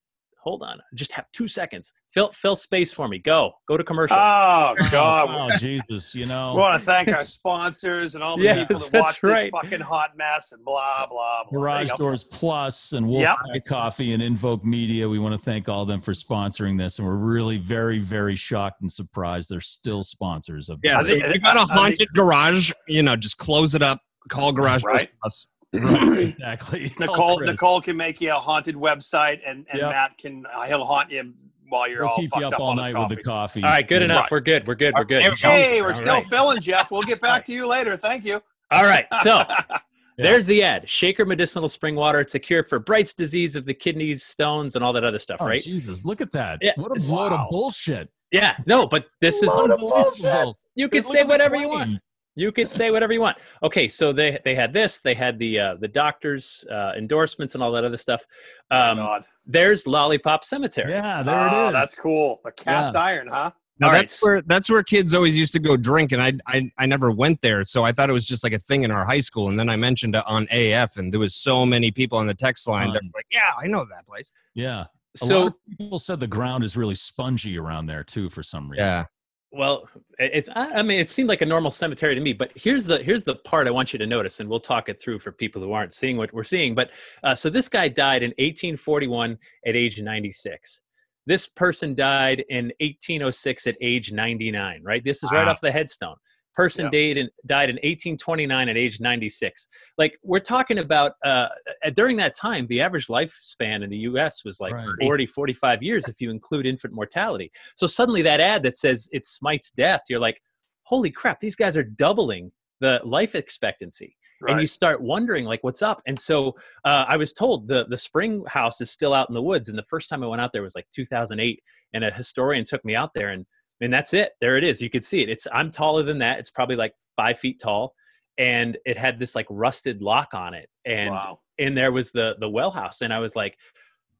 Speaker 8: Hold on, just have two seconds. Fill fill space for me. Go go to commercial.
Speaker 5: Oh, God.
Speaker 6: Oh, Jesus, you know.
Speaker 5: We want to thank our sponsors and all the
Speaker 8: Yes,
Speaker 5: people that watch
Speaker 8: that's right.
Speaker 5: this fucking hot mess and blah blah blah.
Speaker 6: Garage
Speaker 5: There you go.
Speaker 6: Doors Plus and Wolf
Speaker 5: Yep.
Speaker 6: Eye Coffee and Invoke Media. We want to thank all of them for sponsoring this, and we're really very, very shocked and surprised they're still sponsors of
Speaker 7: Yeah,
Speaker 5: I
Speaker 6: this.
Speaker 7: so
Speaker 5: think-
Speaker 7: if you got a
Speaker 5: I think-
Speaker 7: haunted garage, you know, just close it up, call Garage Doors
Speaker 5: Right.
Speaker 7: Plus.
Speaker 6: exactly.
Speaker 5: Nicole
Speaker 6: Chris.
Speaker 5: Nicole can make you a haunted website, and, and
Speaker 6: Yep.
Speaker 5: Matt can uh, he'll haunt you while you're
Speaker 6: we'll
Speaker 5: all
Speaker 6: keep
Speaker 5: fucked
Speaker 6: you up, all
Speaker 5: on his
Speaker 6: night
Speaker 5: coffee.
Speaker 6: with the coffee.
Speaker 8: all right, good enough.
Speaker 5: Right.
Speaker 8: We're good. We're good. We're good.
Speaker 5: Hey, we're
Speaker 8: All
Speaker 5: still
Speaker 8: right.
Speaker 5: filling, Jeff. We'll get back to you later. Thank you.
Speaker 8: All right, so
Speaker 6: Yeah.
Speaker 8: there's the ad. Shaker medicinal spring water. It's a cure for Bright's disease of the kidneys, stones, and all that other stuff,
Speaker 6: Oh,
Speaker 8: right?
Speaker 6: Jesus, look at that.
Speaker 8: Yeah.
Speaker 6: What a load
Speaker 5: Wow.
Speaker 6: of bullshit.
Speaker 8: Yeah. No, but this is
Speaker 6: Unbelievable.
Speaker 8: you could
Speaker 6: Look
Speaker 8: say
Speaker 6: at the
Speaker 8: whatever you want.
Speaker 6: claims.
Speaker 8: You could say whatever you want. Okay, so they they had this. They had the uh, the doctors uh, endorsements and all that other stuff. Um,
Speaker 5: God.
Speaker 8: there's Lollipop Cemetery.
Speaker 6: Yeah, uh, there
Speaker 5: Oh,
Speaker 6: it is.
Speaker 5: That's cool. The cast iron, huh?
Speaker 7: Now
Speaker 8: All right.
Speaker 7: that's where that's where kids always used to go drink, and I, I I never went there, so I thought it was just like a thing in our high school. And then I mentioned it on AF, and there was so many people on the text line that were like, "Yeah, I know that place."
Speaker 6: yeah. A lot
Speaker 8: So
Speaker 6: of people said the ground is really spongy around there too for some reason.
Speaker 7: Yeah,
Speaker 8: well, it, it, I I mean, it seemed like a normal cemetery to me. But here's the here's the part I want you to notice, and we'll talk it through for people who aren't seeing what we're seeing. But Uh, so this guy died in 1841 at age 96. This person died in 1806 at age 99. Right. This is right
Speaker 7: Wow.
Speaker 8: off the headstone. Person
Speaker 5: Yep.
Speaker 8: died in died in 1829 at age 96. Like we're talking about uh, uh, during that time, the average lifespan in the U.S. was like
Speaker 6: Right.
Speaker 8: 40, 45 years if you include infant mortality. So suddenly that ad that says it smites death, you're like, holy crap, these guys are doubling the life expectancy and you start wondering like what's up and so uh, i was told the, the spring house is still out in the woods and the first time i went out there was like 2008 and a historian took me out there and and that's it there it is you could see it it's i'm taller than that it's probably like five feet tall and it had this like rusted lock on it and
Speaker 5: wow.
Speaker 8: and there was the the well house and i was like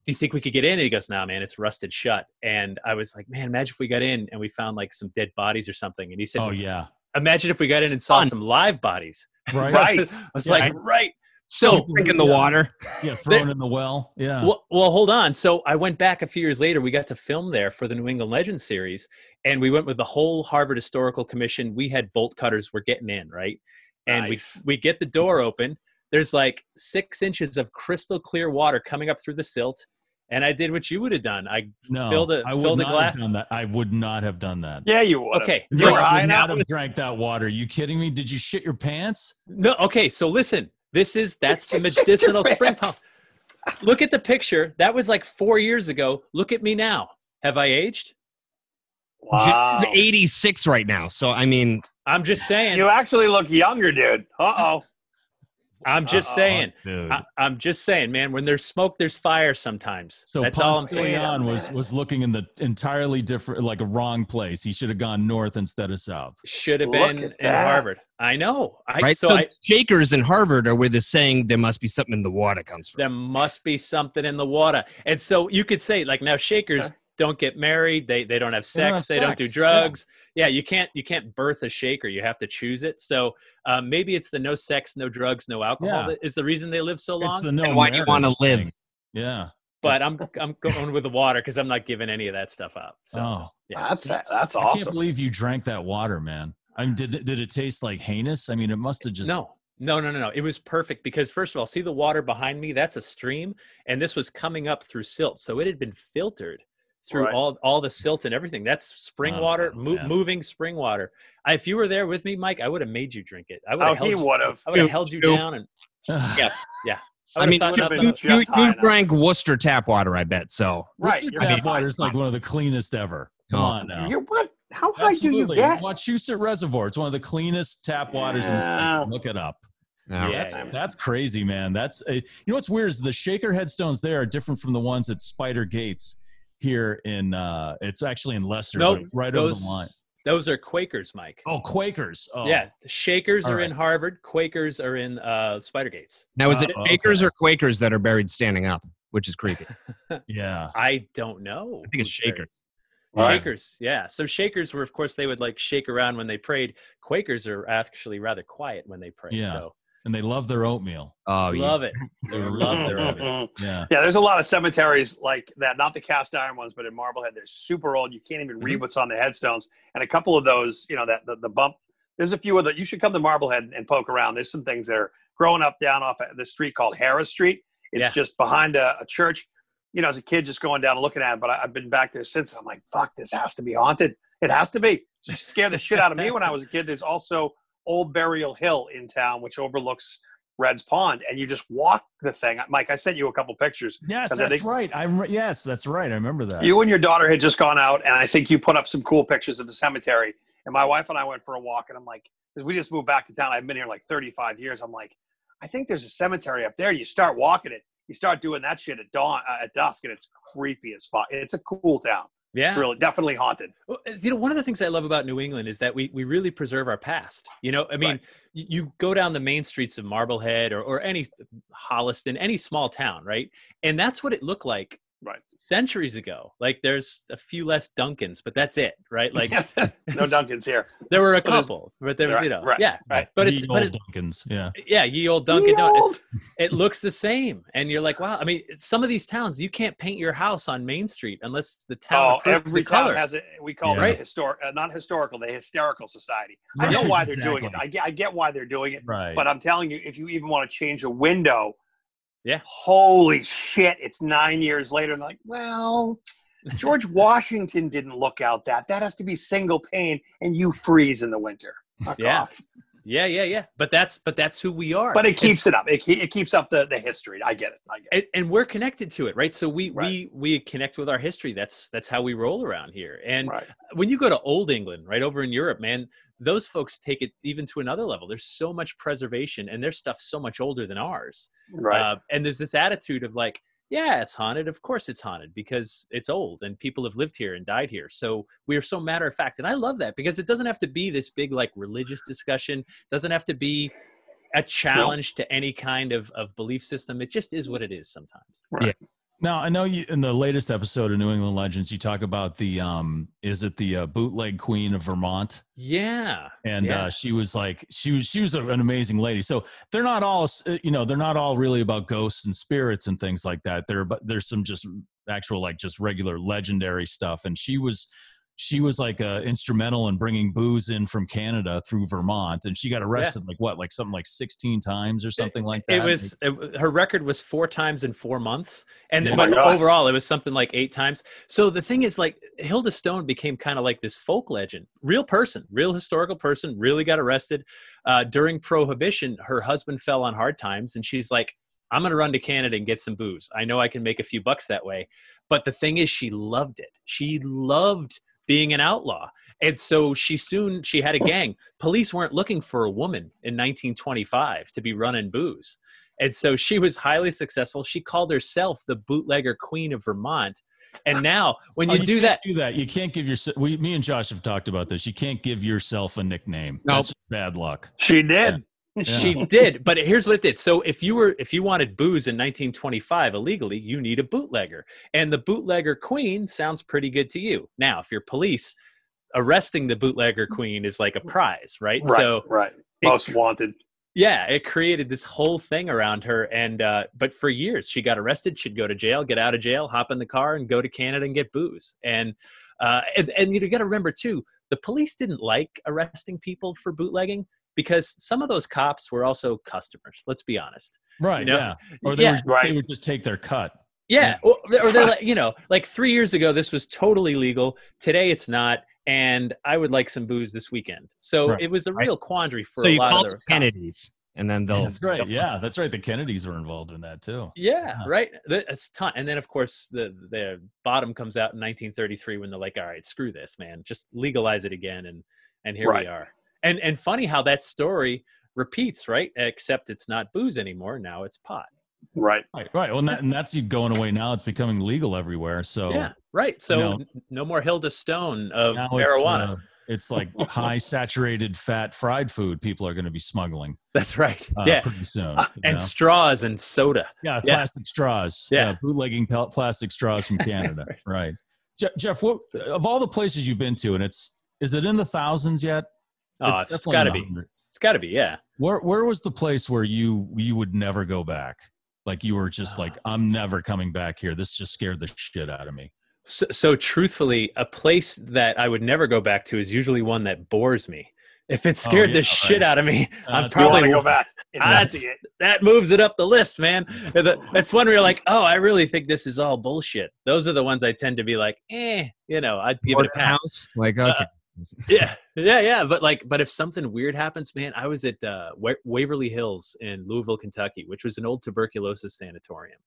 Speaker 8: do you think we could get in and he goes nah man it's rusted shut and i was like man imagine if we got in and we found like some dead bodies or something and he said
Speaker 6: Oh yeah.
Speaker 8: imagine if we got in and saw
Speaker 7: Fun.
Speaker 8: some live bodies
Speaker 6: Right.
Speaker 5: Right.
Speaker 8: I was
Speaker 6: Yeah.
Speaker 8: like, right.
Speaker 7: still
Speaker 8: So,
Speaker 7: drinking the water.
Speaker 6: Yeah, thrown in the well. Yeah.
Speaker 8: well, well, hold on. So I went back a few years later. We got to film there for the New England Legends series, and we went with the whole Harvard Historical Commission. We had bolt cutters. We're getting in, right? And
Speaker 5: Nice.
Speaker 8: we we get the door open. There's like six inches of crystal clear water coming up through the silt, and I did what you would have done. I
Speaker 6: No,
Speaker 8: Fill the-
Speaker 6: I
Speaker 8: fill
Speaker 6: would
Speaker 8: the
Speaker 6: not
Speaker 8: glass.
Speaker 6: Have done that. I would not have done that.
Speaker 5: Yeah, you would.
Speaker 8: okay.
Speaker 5: You
Speaker 6: I
Speaker 5: were
Speaker 6: would
Speaker 5: high
Speaker 6: not
Speaker 5: enough.
Speaker 6: have drank that water. you kidding me? Did you shit your pants?
Speaker 8: No, okay, so listen. This is that's the medicinal spring pump. Look at the picture. That was like four years ago. Look at me now. Have I aged?
Speaker 5: Wow.
Speaker 7: He's 86 right now. So, I mean,
Speaker 8: I'm just saying.
Speaker 5: You actually look younger, dude. Uh oh.
Speaker 8: I'm just
Speaker 5: Uh-oh.
Speaker 8: saying.
Speaker 6: Dude.
Speaker 8: I, I'm just saying, man. When there's smoke, there's fire. Sometimes.
Speaker 6: so
Speaker 8: that's all I'm
Speaker 6: Ponce de
Speaker 8: saying.
Speaker 6: Leon was was looking in the entirely different, like a wrong place. He should have gone north instead of south.
Speaker 8: Should have
Speaker 5: Look
Speaker 8: been in
Speaker 5: at that.
Speaker 8: Harvard. I know. I,
Speaker 7: right?
Speaker 8: So,
Speaker 7: So,
Speaker 8: I,
Speaker 7: Shakers and Harvard are where the saying there must be something in the water comes from.
Speaker 8: there must be something in the water. And so you could say, like, now Shakers don't get married. They they don't have
Speaker 6: They don't
Speaker 8: sex.
Speaker 6: have
Speaker 8: They don't,
Speaker 6: sex,
Speaker 8: do
Speaker 6: yeah.
Speaker 8: drugs. Yeah. you can't you can't birth a Shaker. You have to choose it. So uh, maybe it's the no sex, no drugs, no alcohol
Speaker 6: Yeah.
Speaker 8: that is the reason they live so long.
Speaker 6: It's the no
Speaker 7: And why do you
Speaker 6: marriage
Speaker 7: wanna live?
Speaker 6: thing. Yeah.
Speaker 8: but I'm I'm going with the water because I'm not giving any of that stuff up. So
Speaker 6: oh,
Speaker 8: yeah.
Speaker 5: That's that's
Speaker 6: I can't
Speaker 5: awesome.
Speaker 6: believe you drank that water, man. I mean, did it- did it taste like heinous? I mean, it must have just
Speaker 8: no. No, no, no, no. It was perfect because first of all, see the water behind me? That's a stream. And this was coming up through silt. So it had been filtered through
Speaker 5: Right.
Speaker 8: all all the silt and everything. That's spring
Speaker 6: Wow,
Speaker 8: water, mo-
Speaker 6: yeah.
Speaker 8: moving spring water. I, if you were there with me, Mike, I would have made you drink it. I would
Speaker 5: Oh,
Speaker 8: have
Speaker 5: he
Speaker 8: held you,
Speaker 5: would have.
Speaker 8: I would have
Speaker 7: Dude,
Speaker 8: held you
Speaker 7: you-
Speaker 8: down and
Speaker 6: yeah.
Speaker 8: I
Speaker 7: I
Speaker 8: would've
Speaker 7: mean,
Speaker 8: thought
Speaker 5: you've
Speaker 8: nothing
Speaker 5: been
Speaker 8: of it.
Speaker 7: You,
Speaker 5: Just high
Speaker 7: you
Speaker 5: enough.
Speaker 7: drank Worcester tap water, I bet. So,
Speaker 5: Right.
Speaker 6: Worcester
Speaker 5: you're
Speaker 6: tap
Speaker 5: fine.
Speaker 6: water is like one of the cleanest ever. Come
Speaker 7: Oh.
Speaker 6: on now.
Speaker 5: You what? How high do you
Speaker 6: Absolutely.
Speaker 5: get?
Speaker 6: Wachusett Reservoir. It's one of the cleanest tap waters in
Speaker 5: Yeah.
Speaker 6: the state. Look it up.
Speaker 7: all
Speaker 8: Yeah,
Speaker 7: right.
Speaker 8: yeah.
Speaker 6: That's crazy, man. That's a, you know what's weird is the shaker headstones there are different from the ones at Spider Gates here in uh it's actually in Leicester,
Speaker 8: Nope,
Speaker 6: but it's right over
Speaker 8: those,
Speaker 6: the line.
Speaker 8: those are Quakers, Mike.
Speaker 6: Oh, Quakers. Oh.
Speaker 8: Yeah. the Shakers
Speaker 6: All
Speaker 8: are
Speaker 6: right.
Speaker 8: in Harvard, Quakers are in uh Spider Gates.
Speaker 7: Now, is it
Speaker 6: Oh, okay.
Speaker 7: Shakers or Quakers that are buried standing up, which is creepy? I
Speaker 6: Yeah.
Speaker 8: I don't know.
Speaker 7: think it's
Speaker 8: who's buried.
Speaker 7: Shaker.
Speaker 5: Right.
Speaker 8: Shakers, yeah. So Shakers were, of course, they would like shake around when they prayed. Quakers are actually rather quiet when they pray.
Speaker 6: Yeah.
Speaker 8: So
Speaker 6: And they love their oatmeal.
Speaker 7: Oh, yeah.
Speaker 8: love it. They love their oven.
Speaker 5: yeah,
Speaker 6: Yeah.
Speaker 5: there's a lot of cemeteries like that, not the cast iron ones, but in Marblehead, they're super old. You can't even read what's on the headstones. And a couple of those, you know, that the, the bump. There's a few of the. You should come to Marblehead and poke around. There's some things that are growing up down off the street called Harris Street. It's
Speaker 8: Yeah.
Speaker 5: just behind a, a church. You know, as a kid, just going down and looking at it. But I, I've been back there since. I'm like, fuck, this has to be haunted. It has to be. So it scared the shit out of me when I was a kid. There's also Old Burial Hill in town, which overlooks Red's Pond, and you just walk the thing. Mike, I sent you a couple pictures.
Speaker 6: Yes,
Speaker 5: And then
Speaker 6: that's
Speaker 5: they-
Speaker 6: right. I'm re- yes, that's right. I remember that.
Speaker 5: You and your daughter had just gone out, and I think you put up some cool pictures of the cemetery. And my wife and I went for a walk, and I'm like, because we just moved back to town. I've been here like 35 years. I'm like, I think there's a cemetery up there. You start walking it, you start doing that shit at dawn, uh, at dusk, and it's creepy as fuck. It's a cool town.
Speaker 8: Yeah.
Speaker 5: It's really definitely haunted.
Speaker 8: Well, eh, You know, one of the things I love about New England is that we, we really preserve our past. You know, I mean,
Speaker 5: Right.
Speaker 8: y- you go down the main streets of Marblehead or, or any Holliston, any small town, right? And that's what it looked like
Speaker 5: Right.
Speaker 8: centuries ago. Like there's a few less Dunkins, but that's it, right? Like
Speaker 5: no Dunkins here.
Speaker 8: there were a
Speaker 5: So there's-
Speaker 8: couple, but there was,
Speaker 5: Right,
Speaker 8: you know,
Speaker 5: right.
Speaker 8: yeah.
Speaker 5: Right.
Speaker 8: But
Speaker 6: Ye
Speaker 8: it's- but
Speaker 6: old
Speaker 8: it-
Speaker 6: Duncans. Yeah.
Speaker 8: Yeah, ye old Dunkin' Donut.
Speaker 5: Old.
Speaker 8: it looks the same and you're like wow i mean some of these towns you can't paint your house on main street unless the town
Speaker 5: Oh,
Speaker 8: approves
Speaker 5: every
Speaker 8: the
Speaker 5: town
Speaker 8: color
Speaker 5: has it. We call
Speaker 6: Yeah.
Speaker 5: it historic, uh, not historical, the hysterical society. I know
Speaker 6: Right,
Speaker 5: why they're doing it.
Speaker 6: exactly.
Speaker 5: I get, I get why they're doing it.
Speaker 6: Right.
Speaker 5: But I'm telling you, if you even want to change a window,
Speaker 8: Yeah.
Speaker 5: holy shit, it's nine years later. And they're like, well, George Washington didn't look out that. That has to be single pane, and you freeze in the winter. Fuck
Speaker 8: Yeah.
Speaker 5: off.
Speaker 8: yeah yeah yeah but that's but that's who we are
Speaker 5: But it
Speaker 8: It's-
Speaker 5: keeps it up. It, ke- it keeps up the, the history. I get it. I get it.
Speaker 8: and, and we're connected to it right so we
Speaker 5: Right.
Speaker 8: we we connect with our history that's that's how we roll around here and
Speaker 5: right.
Speaker 8: when you go to old england right over in europe man those folks take it even to another level there's so much preservation and their stuff's so much older than ours
Speaker 5: Right.
Speaker 8: Uh, and there's this attitude of like, yeah, it's haunted. Of course it's haunted because it's old and people have lived here and died here. So we are so matter of fact. And I love that because it doesn't have to be this big like religious discussion, doesn't have to be a challenge to any kind of, of belief system. It just is what it is sometimes.
Speaker 6: Now I know you in the latest episode of New England Legends, you talk about the um, is it the uh, bootleg queen of Vermont?
Speaker 8: Yeah.
Speaker 6: And
Speaker 8: Yeah.
Speaker 6: uh, she was like, she was she was a- an amazing lady. So they're not all, s- uh, you know, they're not all really about ghosts and spirits and things like that. There, but there's some just actual like just regular legendary stuff. And she was she was like uh, instrumental in bringing booze in from Canada through Vermont, and she got arrested like what, like something like sixteen times or something like that.
Speaker 8: It was it, her record was four times in four months, and
Speaker 6: Oh
Speaker 5: my
Speaker 8: but
Speaker 5: gosh.
Speaker 8: overall it was something like eight times. So the thing is, like Hilda Stone became kind of like this folk legend, real person, real historical person. Really got arrested uh, during Prohibition. Her husband fell on hard times, and she's like, "I'm going to run to Canada and get some booze. I know I can make a few bucks that way." But the thing is, she loved it. She loved being an outlaw. And so she soon she had a gang. Police weren't looking for a woman in 1925 to be running booze. And so she was highly successful. She called herself the bootlegger queen of Vermont. And now when
Speaker 6: Oh,
Speaker 8: you do
Speaker 6: can't
Speaker 8: that,
Speaker 6: do that. You can't give yourself. We, me and Josh have talked about this. You can't give yourself a nickname.
Speaker 7: Nope.
Speaker 6: That's bad luck.
Speaker 5: She
Speaker 8: Uh,
Speaker 5: did.
Speaker 6: Yeah.
Speaker 8: she did. But here's what it did. So if you were if you wanted booze in 1925 illegally, you need a bootlegger. And the bootlegger queen sounds pretty good to you. Now, if you're police, arresting the bootlegger queen is like a prize, right?
Speaker 5: Right.
Speaker 8: So
Speaker 5: right. Most wanted.
Speaker 8: yeah it created this whole thing around her and uh, but for years she got arrested she'd go to jail get out of jail hop in the car and go to canada and get booze and uh, and, and you got to remember too the police didn't like arresting people for bootlegging because some of those cops were also customers let's be honest
Speaker 6: Right.
Speaker 8: You know?
Speaker 6: Yeah. Or they,
Speaker 8: Yeah.
Speaker 6: would, they
Speaker 5: Right.
Speaker 6: would just take their cut.
Speaker 8: yeah or, or they're like you know like three years ago this was totally legal today it's not and i would like some booze this weekend so
Speaker 6: Right.
Speaker 8: it was a real quandary for
Speaker 7: so
Speaker 8: a
Speaker 7: you
Speaker 8: lot
Speaker 7: call
Speaker 8: of the
Speaker 7: it Kennedy's, and then they'll.
Speaker 6: That's right. Yeah, that's right. The Kennedys were involved in that too.
Speaker 8: Yeah,
Speaker 6: Yeah.
Speaker 8: right. That's ton. And then of course the the bottom comes out in 1933 when they're like, "All right, screw this, man. Just legalize it again." And and here
Speaker 5: Right.
Speaker 8: we are. And and funny how that story repeats, right? Except it's not booze anymore. Now it's pot.
Speaker 5: Right.
Speaker 6: Right. Right. Well, and, that, and that's going away now. It's becoming legal everywhere. So
Speaker 8: yeah, right. So
Speaker 6: Oh, know.
Speaker 8: n- no more Hilda Stone of
Speaker 6: now it's,
Speaker 8: marijuana.
Speaker 6: uh, it's like high saturated fat fried food. People are going to be smuggling
Speaker 8: That's right.
Speaker 6: uh,
Speaker 8: yeah,
Speaker 6: pretty soon. you
Speaker 8: and
Speaker 6: know?
Speaker 8: straws and soda.
Speaker 6: yeah,
Speaker 8: yeah.
Speaker 6: plastic straws.
Speaker 8: Yeah.
Speaker 6: bootlegging pel- plastic straws from Canada. right. Je- Jeff, what of all the places you've been to, and it's is it in the thousands yet?
Speaker 8: Oh, it's
Speaker 6: definitely
Speaker 8: got to
Speaker 6: in the
Speaker 8: be.
Speaker 6: hundreds.
Speaker 8: It's got to be. Yeah.
Speaker 6: Where where was the place where you you would never go back? Like you were just like, I'm never coming back here. This just scared the shit out of me.
Speaker 8: So, so truthfully, a place that I would never go back to is usually one that bores me. If it scared
Speaker 6: yeah,
Speaker 8: the
Speaker 6: right.
Speaker 8: shit out of me,
Speaker 6: Uh,
Speaker 8: I'm
Speaker 6: it's
Speaker 5: Probably
Speaker 8: probably
Speaker 5: want to go back. and
Speaker 8: Ah,
Speaker 5: empty
Speaker 8: it's-
Speaker 5: it.
Speaker 8: That moves it up the list, man. The- That's one where you're like, oh, I really think this is all bullshit. Those are the ones I tend to be like, eh, you know, I'd give it a pass.
Speaker 7: House, like okay.
Speaker 8: Yeah, yeah, yeah. But like, but if something weird happens, man, I was at uh, Wa- Waverly Hills in Louisville, Kentucky, which was an old tuberculosis sanatorium.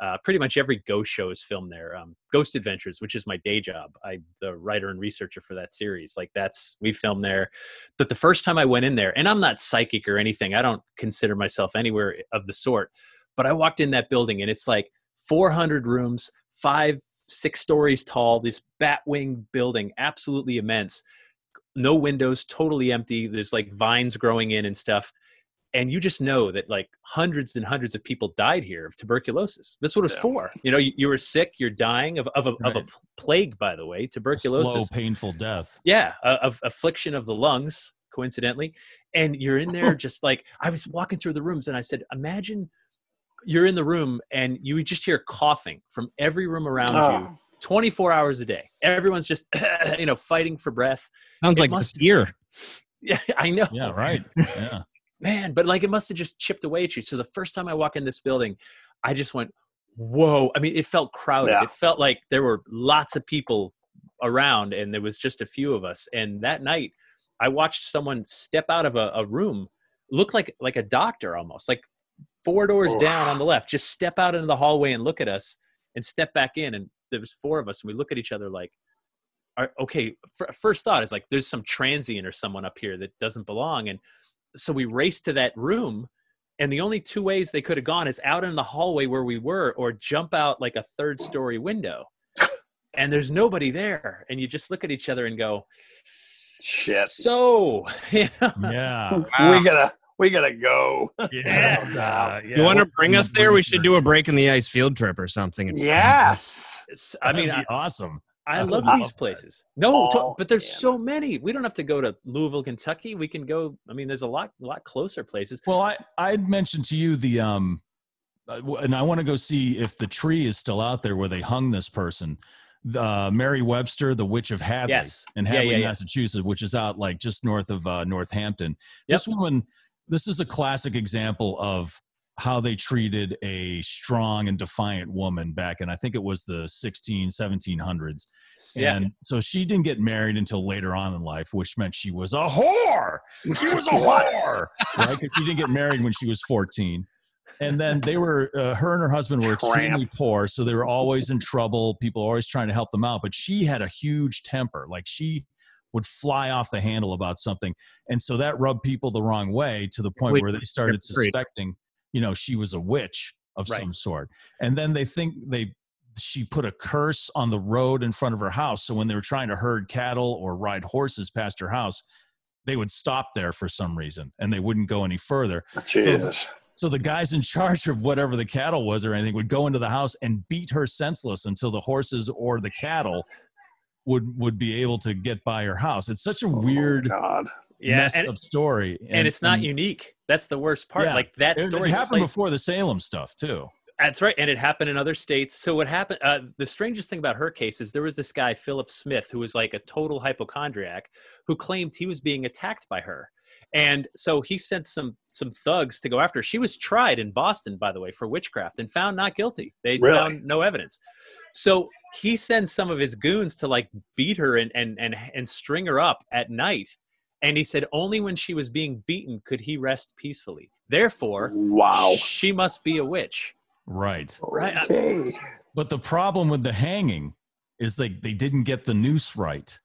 Speaker 8: Uh, pretty much every ghost show is filmed there. Um, ghost Adventures, which is my day job, I the writer and researcher for that series. Like that's we filmed there. But the first time I went in there, and I'm not psychic or anything. I don't consider myself anywhere of the sort. But I walked in that building, and it's like 400 rooms, five, six stories tall. This bat wing building, absolutely immense no windows, totally empty. There's like vines growing in and stuff. And you just know that like hundreds and hundreds of people died here of tuberculosis. That's what it's
Speaker 5: Yeah.
Speaker 8: for. You know, you, you were sick, you're dying of, of, a, of a
Speaker 6: Right.
Speaker 8: plague, by the way,
Speaker 6: A Slow,
Speaker 8: tuberculosis.
Speaker 6: painful death.
Speaker 8: Yeah, uh, of affliction of the lungs, coincidentally. And you're in there just like, I was walking through the rooms and I said, imagine you're in the room and you just hear coughing from every room around you
Speaker 5: Oh.
Speaker 8: 24 hours a day. Everyone's just, you know, fighting for breath.
Speaker 7: Sounds
Speaker 8: It
Speaker 7: like
Speaker 8: must-
Speaker 7: this year.
Speaker 8: Yeah, I know.
Speaker 6: Yeah, right. Yeah.
Speaker 8: Man, but like it must have just chipped away at you. So the first time I walked in this building, I just went, whoa. I mean, it felt crowded.
Speaker 5: Yeah.
Speaker 8: It felt like there were lots of people around and there was just a few of us. And that night, I watched someone step out of a, a room, look like like a doctor almost, like four doors
Speaker 5: Oof.
Speaker 8: down on the left, just step out into the hallway and look at us and step back in. And there was four of us and we look at each other like, are, okay, fir- first thought is like, there's some transient or someone up here that doesn't belong. And so we raced to that room and the only two ways they could have gone is out in the hallway where we were or jump out like a third story window and there's nobody there and you just look at each other and go
Speaker 5: Shit.
Speaker 8: so you know?
Speaker 6: Yeah.
Speaker 5: We gotta. We gotta go.
Speaker 6: Yeah.
Speaker 7: you want to bring
Speaker 6: Yeah,
Speaker 7: us there? We
Speaker 6: bring
Speaker 7: should
Speaker 6: her.
Speaker 7: do a break in the ice field trip or something.
Speaker 5: Yes.
Speaker 8: It's- i mean I,
Speaker 6: awesome.
Speaker 8: I
Speaker 6: I
Speaker 8: love
Speaker 6: love
Speaker 8: these
Speaker 6: that.
Speaker 8: places no to-
Speaker 5: Oh,
Speaker 8: but there's
Speaker 5: yeah.
Speaker 8: so many we don't have to go to louisville kentucky we can go i mean there's a lot lot closer places
Speaker 6: Well, I I'd mentioned to you the um, uh, w- and I want to go see if the tree is still out there where they hung this person. uh, Mary Webster, The Witch of Hadley,
Speaker 8: Yes.
Speaker 6: in
Speaker 8: Yeah,
Speaker 6: Hadley,
Speaker 8: yeah, yeah.
Speaker 6: Massachusetts, which is out like just north of uh, Northampton.
Speaker 8: Yep.
Speaker 6: This woman, this is a classic example of how they treated a strong and defiant woman back in, I think it was the 16, 1700s.
Speaker 8: Yeah.
Speaker 6: And so she didn't get married until later on in life, which meant she was a whore. She was a whore, right? 'Cause she didn't get married when she was 14. And then they were, uh, her and her husband were extremely poor. So they were always in trouble. People always trying to help them out. But she had a huge temper. Like she would fly off the handle about something. And so that rubbed people the wrong way to the point
Speaker 7: Wait,
Speaker 6: where they started
Speaker 7: you're right.
Speaker 6: suspecting, you know, she was a witch of
Speaker 8: Right.
Speaker 6: some sort. And then they think they she put a curse on the road in front of her house. So when they were trying to herd cattle or ride horses past her house, they would stop there for some reason and they wouldn't go any further.
Speaker 5: Jesus.
Speaker 6: So the guys in charge of whatever the cattle was or anything would go into the house and beat her senseless until the horses or the cattle would would be able to get by her house. It's such a weird
Speaker 5: God.
Speaker 8: yeah,
Speaker 6: messed
Speaker 8: and,
Speaker 6: up story.
Speaker 8: and it's not unique. That's the worst part.
Speaker 6: Yeah.
Speaker 8: Like that
Speaker 6: It,
Speaker 8: story
Speaker 6: it happened
Speaker 8: plays-
Speaker 6: before the Salem stuff too.
Speaker 8: That's right, and it happened in other states. So what happened? Uh, the strangest thing about her case is there was this guy Philip Smith who was like a total hypochondriac who claimed he was being attacked by her, and so he sent some some thugs to go after her. She was tried in Boston, by the way, for witchcraft and found not guilty. They
Speaker 5: Really?
Speaker 8: found no evidence. So he sends some of his goons to like beat her and and and and string her up at night. And he said only when she was being beaten could he rest peacefully. Therefore,
Speaker 5: Wow.
Speaker 8: she must be a witch.
Speaker 6: Right.
Speaker 8: Right. I-
Speaker 5: Okay.
Speaker 6: But the problem with the hanging is they they didn't get the noose right.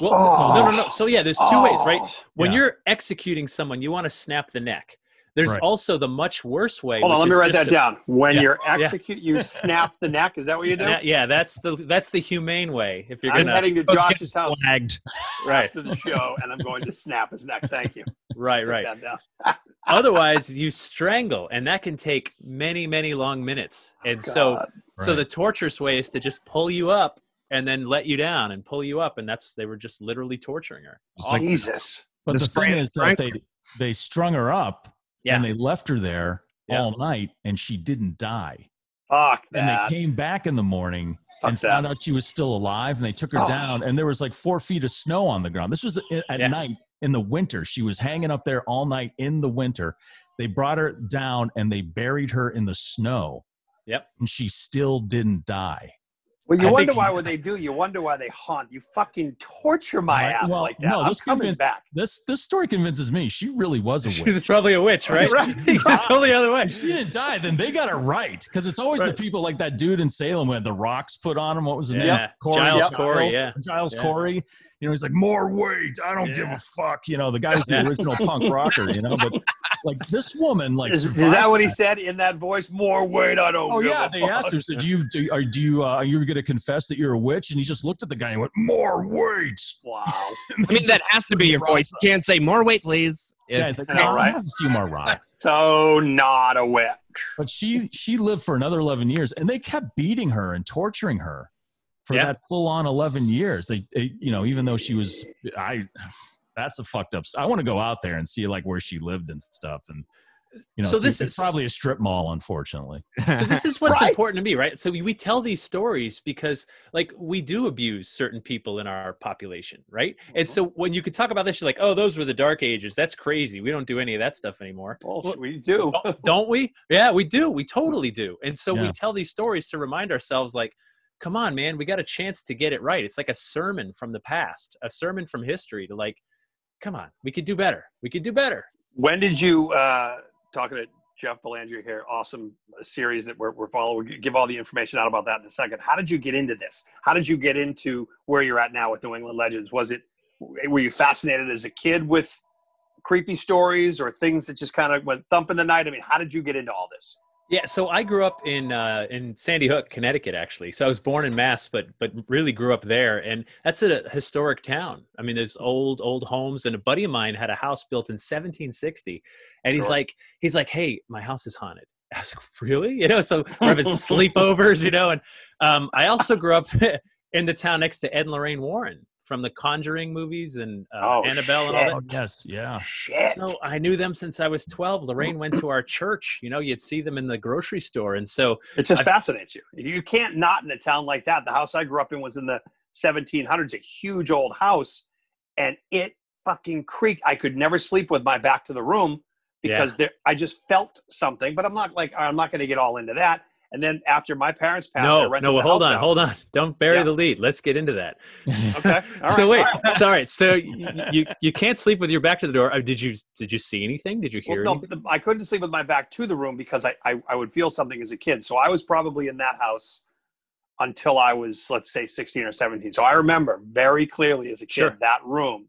Speaker 8: Well,
Speaker 5: Oh.
Speaker 8: no, no, no. So yeah, there's two ways, right?
Speaker 5: Oh.
Speaker 8: When
Speaker 6: Yeah.
Speaker 8: you're executing someone, you want to snap the neck. There's
Speaker 6: Right.
Speaker 8: also the much worse way.
Speaker 5: Hold on,
Speaker 8: which
Speaker 5: let me
Speaker 8: is
Speaker 5: write
Speaker 8: just
Speaker 5: that
Speaker 8: to-
Speaker 5: down. When
Speaker 6: Yeah.
Speaker 5: you're execute, you snap the neck. Is that what you do?
Speaker 8: That- yeah, that's the that's the humane way. If you're
Speaker 5: I'm
Speaker 8: gonna
Speaker 5: heading to
Speaker 7: Let's get
Speaker 5: Josh's house
Speaker 7: Flagged.
Speaker 8: right,
Speaker 5: after the show, and I'm going to snap his neck. Thank you.
Speaker 8: right,
Speaker 5: Put
Speaker 8: right.
Speaker 5: that down.
Speaker 8: Otherwise, you strangle, and that can take many, many long minutes. And so,
Speaker 5: Oh, God.
Speaker 8: so
Speaker 6: Right.
Speaker 8: the torturous way is to just pull you up and then let you down and pull you up, and that's they were just literally torturing her.
Speaker 6: It's like-
Speaker 5: Jesus.
Speaker 6: But
Speaker 7: The
Speaker 6: the,
Speaker 7: Fran-
Speaker 6: thing is that
Speaker 7: Frank-
Speaker 6: they they strung her up
Speaker 8: Yeah.
Speaker 6: and they left her there
Speaker 8: Yeah.
Speaker 6: all night and she didn't die.
Speaker 5: Fuck
Speaker 6: And
Speaker 5: that.
Speaker 6: they came back in the morning
Speaker 5: Fuck
Speaker 6: and
Speaker 5: that.
Speaker 6: found out she was still alive and they took her
Speaker 5: Oh.
Speaker 6: down and there was like four feet of snow on the ground. This was i- at
Speaker 8: Yeah.
Speaker 6: night in the winter. She was hanging up there all night in the winter. They brought her down and they buried her in the snow.
Speaker 8: Yep.
Speaker 6: And she still didn't die.
Speaker 5: Well, you
Speaker 8: I
Speaker 5: wonder
Speaker 8: think-
Speaker 5: why would they do? You wonder why they haunt. You fucking torture my
Speaker 6: Right.
Speaker 5: ass
Speaker 6: Well,
Speaker 5: like that.
Speaker 6: no,
Speaker 5: I'm
Speaker 6: this
Speaker 5: coming
Speaker 6: convinced-
Speaker 5: back.
Speaker 6: This this story convinces me she really was a witch.
Speaker 8: She's probably a witch, right?
Speaker 5: Right.
Speaker 8: That's the only other way.
Speaker 6: If she didn't die, then they got it right. Because it's always
Speaker 8: Right.
Speaker 6: the people like that dude in Salem who had the rocks put on him. What was his
Speaker 8: Yeah.
Speaker 6: name?
Speaker 8: Yep. Giles Corey, yeah.
Speaker 6: Giles
Speaker 8: Yeah.
Speaker 6: Corey. You know, he's like, more weight. I don't give
Speaker 8: Yeah.
Speaker 6: a fuck. You know, the guy was the
Speaker 8: Yeah.
Speaker 6: original punk rocker, you know. But like this woman, like
Speaker 5: Is, is
Speaker 6: survived
Speaker 5: that what he said in that voice? More weight, I don't.
Speaker 6: Oh
Speaker 5: give
Speaker 6: yeah,
Speaker 5: a
Speaker 6: they
Speaker 5: fuck.
Speaker 6: asked him. Said, "Do you do? Are do you? Uh, are you going to confess that you're a witch?" And he just looked at the guy and went, "More weight."
Speaker 5: Wow.
Speaker 7: I mean, that has to be your voice. You can't say more weight, please.
Speaker 6: Yeah, he's like,
Speaker 5: I
Speaker 6: "No,
Speaker 5: know,
Speaker 6: I'll
Speaker 5: right?
Speaker 6: have a few more rocks."
Speaker 5: So not a witch.
Speaker 6: But she she lived for another eleven years, and they kept beating her and torturing her for
Speaker 8: Yeah.
Speaker 6: that full on eleven years. They, they- you know, even though she was, I, that's a fucked up. s- I want to go out there and see like where she lived and stuff, and you know,
Speaker 8: So
Speaker 6: see-
Speaker 8: this
Speaker 6: it's
Speaker 8: is-
Speaker 6: probably a strip mall, unfortunately.
Speaker 8: so this is what's
Speaker 5: Right.
Speaker 8: important to me right so we, we tell these stories because like we do abuse certain people in our population right and
Speaker 5: Mm-hmm.
Speaker 8: so when you could talk about this you're like oh those were the dark ages that's crazy we don't do any of that stuff anymore
Speaker 5: Bullshit. We do. Mm.
Speaker 8: don't, don't we yeah we do we totally do and so we
Speaker 6: Yeah.
Speaker 8: tell these stories to remind ourselves like come on man we got a chance to get it right it's like a sermon from the past a sermon from history to like come on we could do better we could do better
Speaker 5: When did you uh, talking to Jeff Belanger here? Awesome series that we're, we're following. We'll give all the information out about that in a second. How did you get into this? How did you get into where you're at now with New England Legends? Was it were you fascinated as a kid with creepy stories or things that just kind of went thump in the night? I mean, how did you get into all this?
Speaker 8: Yeah, so I grew up in uh, in Sandy Hook, Connecticut, actually. So I was born in Mass, but but really grew up there, and that's a historic town. I mean, there's old old homes, and a buddy of mine had a house built in 1760, and he's
Speaker 5: Sure.
Speaker 8: like he's like, hey, my house is haunted. I was like, really? You know, so we're having sleepovers, you know, and um, I also grew up in the town next to Ed and Lorraine Warren from the Conjuring movies and uh,
Speaker 5: Oh,
Speaker 8: Annabelle and all that.
Speaker 6: Oh, yes, yeah.
Speaker 5: Shit.
Speaker 8: So I knew them since I was 12. Lorraine went to our church. You know, you'd see them in the grocery store. And so,
Speaker 5: It just
Speaker 8: I-
Speaker 5: fascinates you. You can't not in a town like that. The house I grew up in was in the 1700s, a huge old house, and it fucking creaked. I could never sleep with my back to the room because there, I just felt something. But I'm not like I'm not going to get all into that. And then after my parents passed, I
Speaker 8: no,
Speaker 5: rented
Speaker 8: no,
Speaker 5: the
Speaker 8: hold
Speaker 5: house
Speaker 8: on,
Speaker 5: out.
Speaker 8: hold on. Don't bury
Speaker 5: Yeah.
Speaker 8: the lead. Let's get into that.
Speaker 5: Okay, all right.
Speaker 8: so wait,
Speaker 5: all right.
Speaker 8: sorry. So you, you you can't sleep with your back to the door. Uh, Did you did you see anything? Did you
Speaker 5: Well,
Speaker 8: hear
Speaker 5: no,
Speaker 8: anything?
Speaker 5: the, I couldn't sleep with my back to the room because I, I I would feel something as a kid. So I was probably in that house until I was let's say 16 or 17. So I remember very clearly as a kid
Speaker 8: Sure.
Speaker 5: that room.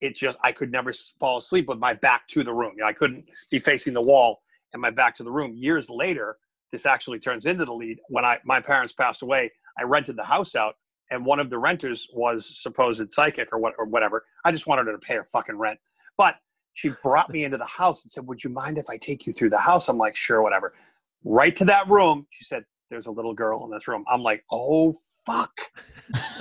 Speaker 5: It just I could never s- fall asleep with my back to the room. You know, I couldn't be facing the wall and my back to the room. Years later, this actually turns into the lead when I my parents passed away. I rented the house out, and one of the renters was supposed psychic or what or whatever. I just wanted her to pay her fucking rent, but she brought me into the house and said, "Would you mind if I take you through the house?" I'm like, "Sure, whatever." Right to that room, she said, "There's a little girl in this room." I'm like, "Oh fuck,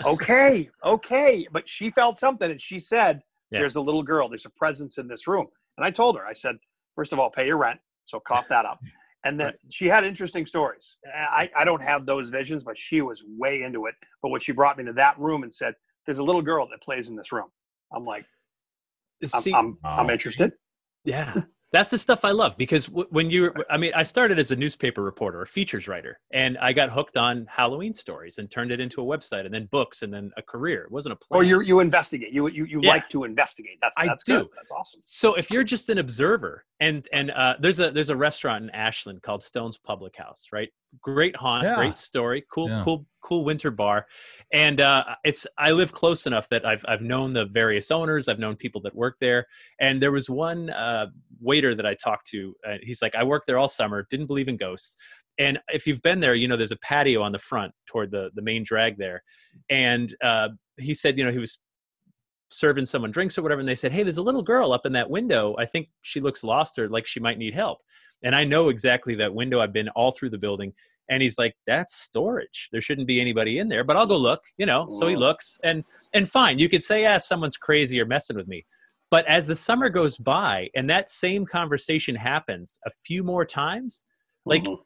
Speaker 5: okay, okay," but she felt something and she said,
Speaker 8: Yeah.
Speaker 5: "There's a little girl. There's a presence in this room." And I told her, I said, first of all, pay your rent." So cough that up. And then she had interesting stories. I, I don't have those visions, but she was way into it. But when she brought me to that room and said, There's a little girl that plays in this room. I'm like, I'm,
Speaker 8: See,
Speaker 5: I'm, I'm interested.
Speaker 8: yeah, that's the stuff I love because w- when you, I mean, I started as a newspaper reporter, a features writer, and I got hooked on Halloween stories and turned it into a website and then books and then a career. It wasn't a plan.
Speaker 5: Or you you investigate. You you, you
Speaker 8: Yeah.
Speaker 5: like to investigate. That's
Speaker 8: I
Speaker 5: that's
Speaker 8: do.
Speaker 5: good. That's awesome.
Speaker 8: so if you're just an observer and and uh, there's a there's a restaurant in ashland called stone's public house right great haunt
Speaker 6: Yeah.
Speaker 8: great story cool
Speaker 6: Yeah.
Speaker 8: cool cool winter bar and uh, it's i live close enough that I've, I've known the various owners i've known people that work there and there was one uh, waiter that i talked to uh, he's like i worked there all summer didn't believe in ghosts and if you've been there you know there's a patio on the front toward the the main drag there and uh, he said you know he was serving someone drinks or whatever and they said hey there's a little girl up in that window i think she looks lost or like she might need help and i know exactly that window i've been all through the building and he's like that's storage there shouldn't be anybody in there but i'll go look you know so he
Speaker 5: Mm.
Speaker 8: looks and and fine you could say yeah someone's crazy or messing with me but as the summer goes by and that same conversation happens a few more times like
Speaker 5: Mhm.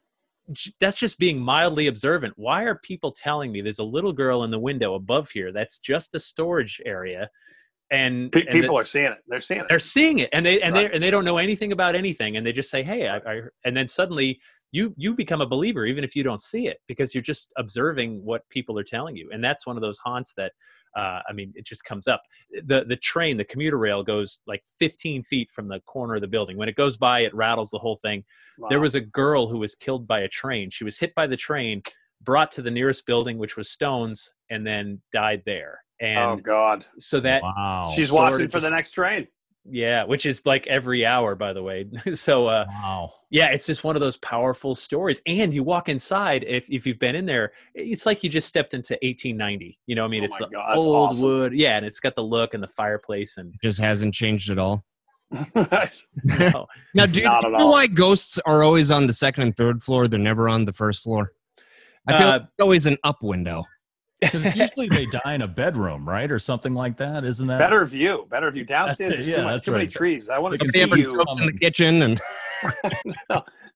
Speaker 8: j- that's just being mildly observant. Why are people telling me there's a little girl in the window above here that's just a storage area, and,
Speaker 5: Pe-
Speaker 8: and
Speaker 5: people are
Speaker 8: that's-
Speaker 5: seeing it. They're seeing it.
Speaker 8: they're seeing it, and they and
Speaker 5: Right.
Speaker 8: they and they don't know anything about anything, and they just say, "Hey," I, I, and then suddenly you you become a believer even if you don't see it because you're just observing what people are telling you, and that's one of those haunts that. Uh, I mean, it just comes up. the The train, the commuter rail, goes like 15 feet from the corner of the building. When it goes by, it rattles the whole thing.
Speaker 5: Wow.
Speaker 8: There was a girl who was killed by a train. She was hit by the train, brought to the nearest building, which was Stones, and then died there.
Speaker 5: oh
Speaker 8: And
Speaker 5: God,
Speaker 8: so that,
Speaker 6: wow.
Speaker 5: she's
Speaker 8: sorta
Speaker 5: watching for the
Speaker 8: just-
Speaker 5: next train.
Speaker 8: yeah, which is like every hour, by the way. so, uh,
Speaker 6: wow.
Speaker 8: yeah, it's just one of those powerful stories. And you walk inside, if, if you've been in there, it's like you just stepped into 1890. You know, what I mean,
Speaker 5: Oh
Speaker 8: it's
Speaker 5: my
Speaker 8: the
Speaker 5: God, that's
Speaker 8: old
Speaker 5: awesome.
Speaker 8: wood. Yeah, and it's got the look and the fireplace. And
Speaker 7: Just hasn't changed at all.
Speaker 8: oh,
Speaker 7: Now, do you
Speaker 5: Not at
Speaker 7: do you know
Speaker 5: all.
Speaker 7: why ghosts are always on the second and third floor? They're never on the first floor. I feel
Speaker 8: Uh,
Speaker 7: like it's always an up window.
Speaker 6: 'Cause usually they die in a bedroom, right, or something like that. Isn't that
Speaker 5: better view, better view. Downstairs,
Speaker 6: it,
Speaker 5: there's
Speaker 6: yeah,
Speaker 5: too, much,
Speaker 6: that's
Speaker 5: too many
Speaker 6: right.
Speaker 5: trees. I want
Speaker 6: They
Speaker 5: to
Speaker 6: can
Speaker 5: see
Speaker 6: never
Speaker 5: you.
Speaker 6: choke.
Speaker 7: in the kitchen and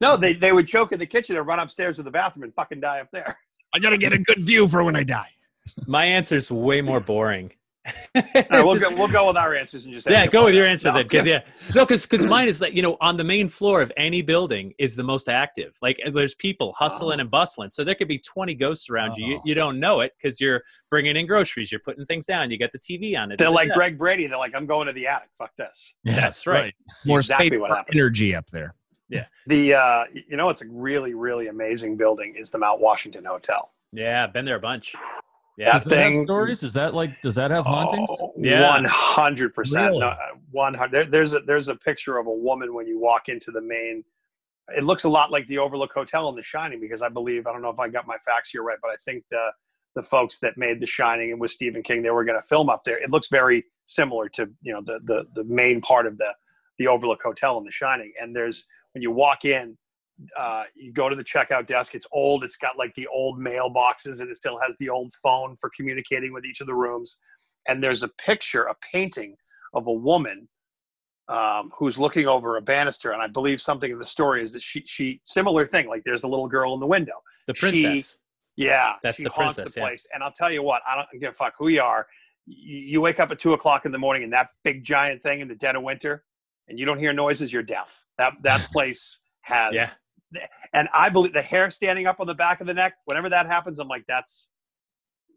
Speaker 5: No, they, they would choke in the kitchen and run upstairs to the bathroom and fucking die up there.
Speaker 7: I gotta get a good view for when I die.
Speaker 8: my answer's way more boring.
Speaker 5: All right,
Speaker 8: It's
Speaker 5: we'll,
Speaker 8: just-
Speaker 5: go, we'll go with our answers and just
Speaker 8: yeah, go with your answer
Speaker 5: No,
Speaker 8: then, because yeah, no, because mine is like you know on the main floor of any building is the most active. Like eh, there's people hustling and bustling, so there could be 20 ghosts around you. you.
Speaker 6: Oh.
Speaker 8: You don't know it because you're bringing in groceries, you're putting things down, you got the TV on it.
Speaker 5: They're
Speaker 8: da, da,
Speaker 5: like
Speaker 8: da.
Speaker 5: Greg Brady. They're like, I'm going to the attic. Fuck this.
Speaker 6: Yeah,
Speaker 8: That's right.
Speaker 7: More
Speaker 5: Exactly
Speaker 7: space
Speaker 5: what
Speaker 7: for
Speaker 5: happened.
Speaker 7: energy up there.
Speaker 5: The uh, you know, it's a really really amazing building. Is the Mount Washington Hotel?
Speaker 8: yeah, been there a bunch. Yeah,
Speaker 5: That's That
Speaker 6: Does that have
Speaker 5: thing-
Speaker 6: stories? Is that like? Does that have hauntings?
Speaker 8: Yeah.
Speaker 5: Oh, One hundred percent.
Speaker 6: Really?
Speaker 5: One hundred. There's a there's a picture of a woman when you walk into the main. It looks a lot like the Overlook Hotel in The Shining because I believe I don't know if I got my facts here right, but I think the the folks that made The Shining and with Stephen King they were going to film up there. It looks very similar to you know the the the main part of the the Overlook Hotel in The Shining. And there's when you walk in, uh, you go to the checkout desk. It's old. It's got like the old mailboxes, and it still has the old phone for communicating with each of the rooms. And there's a picture, a painting of a woman um, who's looking over a banister. And I believe something in the story is that she she similar thing. Like there's a little girl in the window.
Speaker 8: The
Speaker 5: She-
Speaker 8: princess.
Speaker 5: Yeah,
Speaker 8: That's
Speaker 5: she
Speaker 8: the
Speaker 5: haunts
Speaker 8: princess,
Speaker 5: the
Speaker 8: yeah.
Speaker 5: place. And I'll tell you what, I don't give a fuck who you are. You, you wake up at two o'clock in the morning and that big giant thing in the dead of winter, and you don't hear noises. You're deaf. That that place has.
Speaker 8: Yeah.
Speaker 5: And I believe the hair standing up on the back of the neck. Whenever that happens, I'm like, that's.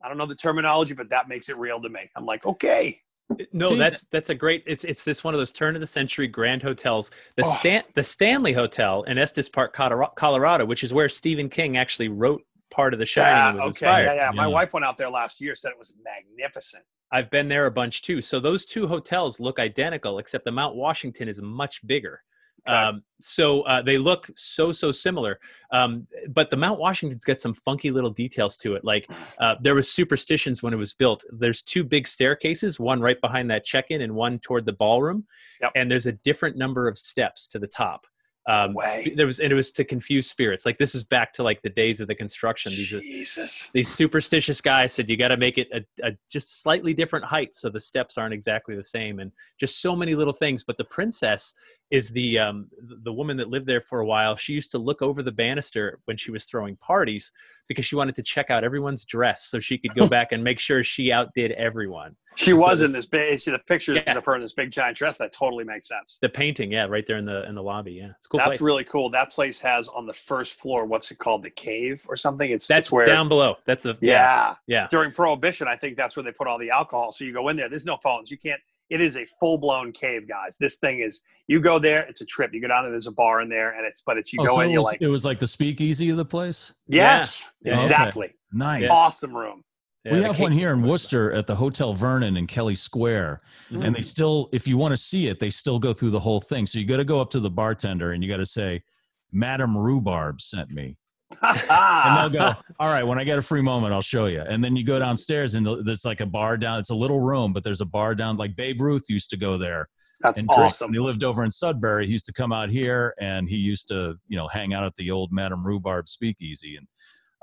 Speaker 5: I don't know the terminology, but that makes it real to me. I'm like, okay,
Speaker 8: Eh, No,
Speaker 6: See,
Speaker 8: that's that's a great. It's it's this one of those turn of the century grand hotels. The
Speaker 5: Oh.
Speaker 8: Stan the Stanley Hotel in Estes Park, Colorado, Colorado, which is where Stephen King actually wrote part of The Shining
Speaker 5: yeah,
Speaker 8: and was
Speaker 5: Ah, okay,
Speaker 8: inspired.
Speaker 5: yeah, yeah. My
Speaker 6: Yeah.
Speaker 5: wife went out there last year, said it was magnificent.
Speaker 8: I've been there a bunch too. So those two hotels look identical, except the Mount Washington is much bigger.
Speaker 5: Okay.
Speaker 8: Um, so uh, they look so so similar, um, but the Mount Washington's got some funky little details to it. Like uh, there was superstitions when it was built. There's two big staircases, one right behind that check-in and one toward the ballroom,
Speaker 5: Yep.
Speaker 8: and there's a different number of steps to the top. Um,
Speaker 5: Way,
Speaker 8: there was and it was to confuse spirits. Like this is back to like the days of the construction. These are,
Speaker 5: Jesus.
Speaker 8: these superstitious guys said you got to make it a, a just slightly different height so the steps aren't exactly the same and just so many little things but the princess is the um, th- the woman that lived there for a while she used to look over the banister when she was throwing parties because she wanted to check out everyone's dress so she could go back and make sure she outdid everyone
Speaker 5: She was
Speaker 8: this-
Speaker 5: in this big. She the pictures
Speaker 8: Yeah.
Speaker 5: of her in this big giant dress. That totally makes sense.
Speaker 8: the painting yeah right there in the in the lobby yeah it's a cool
Speaker 5: That's
Speaker 8: place.
Speaker 5: really cool. That place has on the first floor, what's it called, the cave or something? It's
Speaker 8: that's
Speaker 5: it's where
Speaker 8: down below that's the
Speaker 5: yeah.
Speaker 8: yeah yeah
Speaker 5: During Prohibition, I think that's where they put all the alcohol. So you go in there. There's no phones. You can't. It is a full blown cave, guys. This thing is. You go there. It's a trip. You go down there. There's a bar in there, and it's. But it's you
Speaker 6: Oh,
Speaker 5: go
Speaker 6: so
Speaker 5: in.
Speaker 6: it
Speaker 5: You're
Speaker 6: was,
Speaker 5: like
Speaker 6: it was like the speakeasy of the place.
Speaker 5: yes,
Speaker 8: Yeah.
Speaker 6: Okay.
Speaker 5: exactly.
Speaker 6: Nice.
Speaker 8: Yeah.
Speaker 5: Awesome room.
Speaker 8: yeah,
Speaker 6: we
Speaker 8: the
Speaker 6: have
Speaker 8: cake-
Speaker 6: one here in Worcester at the Hotel Vernon in Kelly Square, and they
Speaker 5: Mm.
Speaker 6: still, if you want to see it, they still go through the whole thing. So you got to go up to the bartender and you got to say, "Madam Rhubarb sent me," and they'll go, "All right, when I get a free moment, I'll show you." And then you go downstairs and the- there's like a bar down. It's a little room, but there's a bar down. Like Babe Ruth used to go there
Speaker 5: that's
Speaker 6: and drink.
Speaker 5: awesome.
Speaker 6: When he lived over in Sudbury, he used to come out here and he used to, you know, hang out at the old Madame Rhubarb speakeasy. And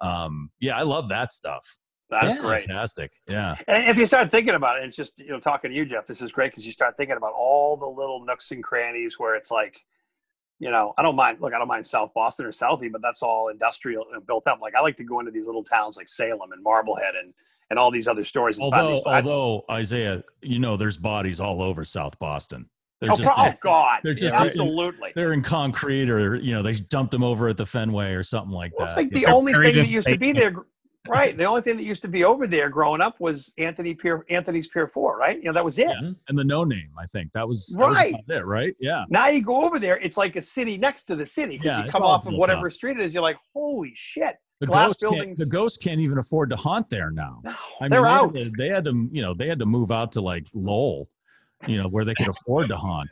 Speaker 6: um, yeah, I love that stuff.
Speaker 5: That's
Speaker 8: Yeah.
Speaker 5: great.
Speaker 6: Fantastic. Yeah.
Speaker 5: And if you start thinking about it, it's just you know talking to you, Jeff. This is great because you start thinking about all the little nooks and crannies where it's like, you know, I don't mind. Look, I don't mind South Boston or Southie, but that's all industrial and built up. Like I like to go into these little towns like Salem and Marblehead and and all these other stories. And find
Speaker 6: Although,
Speaker 5: these- I-
Speaker 6: although Isaiah, you know, there's bodies all over South Boston. They're
Speaker 5: oh,
Speaker 6: just
Speaker 5: pro- oh God,
Speaker 6: they're just-
Speaker 5: absolutely.
Speaker 6: they're in concrete, or you know, they dumped them over at the Fenway or something like
Speaker 5: Well,
Speaker 6: that.
Speaker 5: it's like the
Speaker 6: Yeah.
Speaker 5: only
Speaker 7: buried
Speaker 5: thing that
Speaker 7: in
Speaker 5: used to be there, right? The only thing that used to be over there growing up was Anthony Pier, Anthony's Pier Four, right? You know, that was it.
Speaker 6: and the no name, I think that was that was
Speaker 5: Right.
Speaker 6: about it, right? Yeah.
Speaker 5: Now you go over there, it's like a city next to the city because
Speaker 6: Yeah,
Speaker 5: you
Speaker 6: it's
Speaker 5: come
Speaker 6: all
Speaker 5: off of
Speaker 6: built
Speaker 5: whatever street it is. You're like, holy shit!
Speaker 6: The
Speaker 5: Glass
Speaker 6: ghost can't-
Speaker 5: buildings.
Speaker 6: The ghosts can't even afford to haunt there now.
Speaker 5: No,
Speaker 6: I mean,
Speaker 5: they're
Speaker 6: they had
Speaker 5: out.
Speaker 6: to- they had to, you know, they had to move out to like Lowell, you know, where they could afford to haunt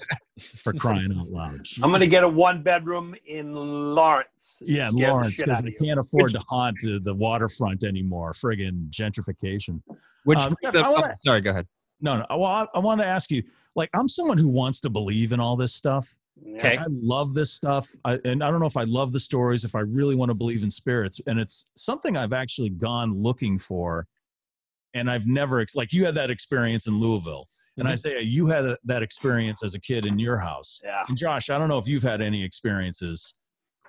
Speaker 6: for crying out loud.
Speaker 5: I'm gonna get a one bedroom in Lawrence. and
Speaker 6: yeah, in
Speaker 5: scare the
Speaker 6: Lawrence,
Speaker 5: shit
Speaker 6: because
Speaker 5: out
Speaker 6: they
Speaker 5: of you.
Speaker 6: can't afford to haunt the, the waterfront anymore. Friggin' gentrification.
Speaker 7: Which
Speaker 6: Um,
Speaker 7: brings up-
Speaker 6: Jeff, I wanna-
Speaker 7: oh, sorry, go ahead.
Speaker 6: No, no. Well, I, I want to ask you, like, I'm someone who wants to believe in all this stuff.
Speaker 5: Yeah.
Speaker 8: Okay.
Speaker 6: I love this stuff. I, and I don't know if I love the stories, if I really want to believe in spirits. And it's something I've actually gone looking for. And I've never, ex- like, you had that experience in Louisville. And
Speaker 8: Mhm.
Speaker 6: Isaiah, you had a, that experience as a kid in your house.
Speaker 5: Yeah.
Speaker 6: And Josh, I don't know if you've had any experiences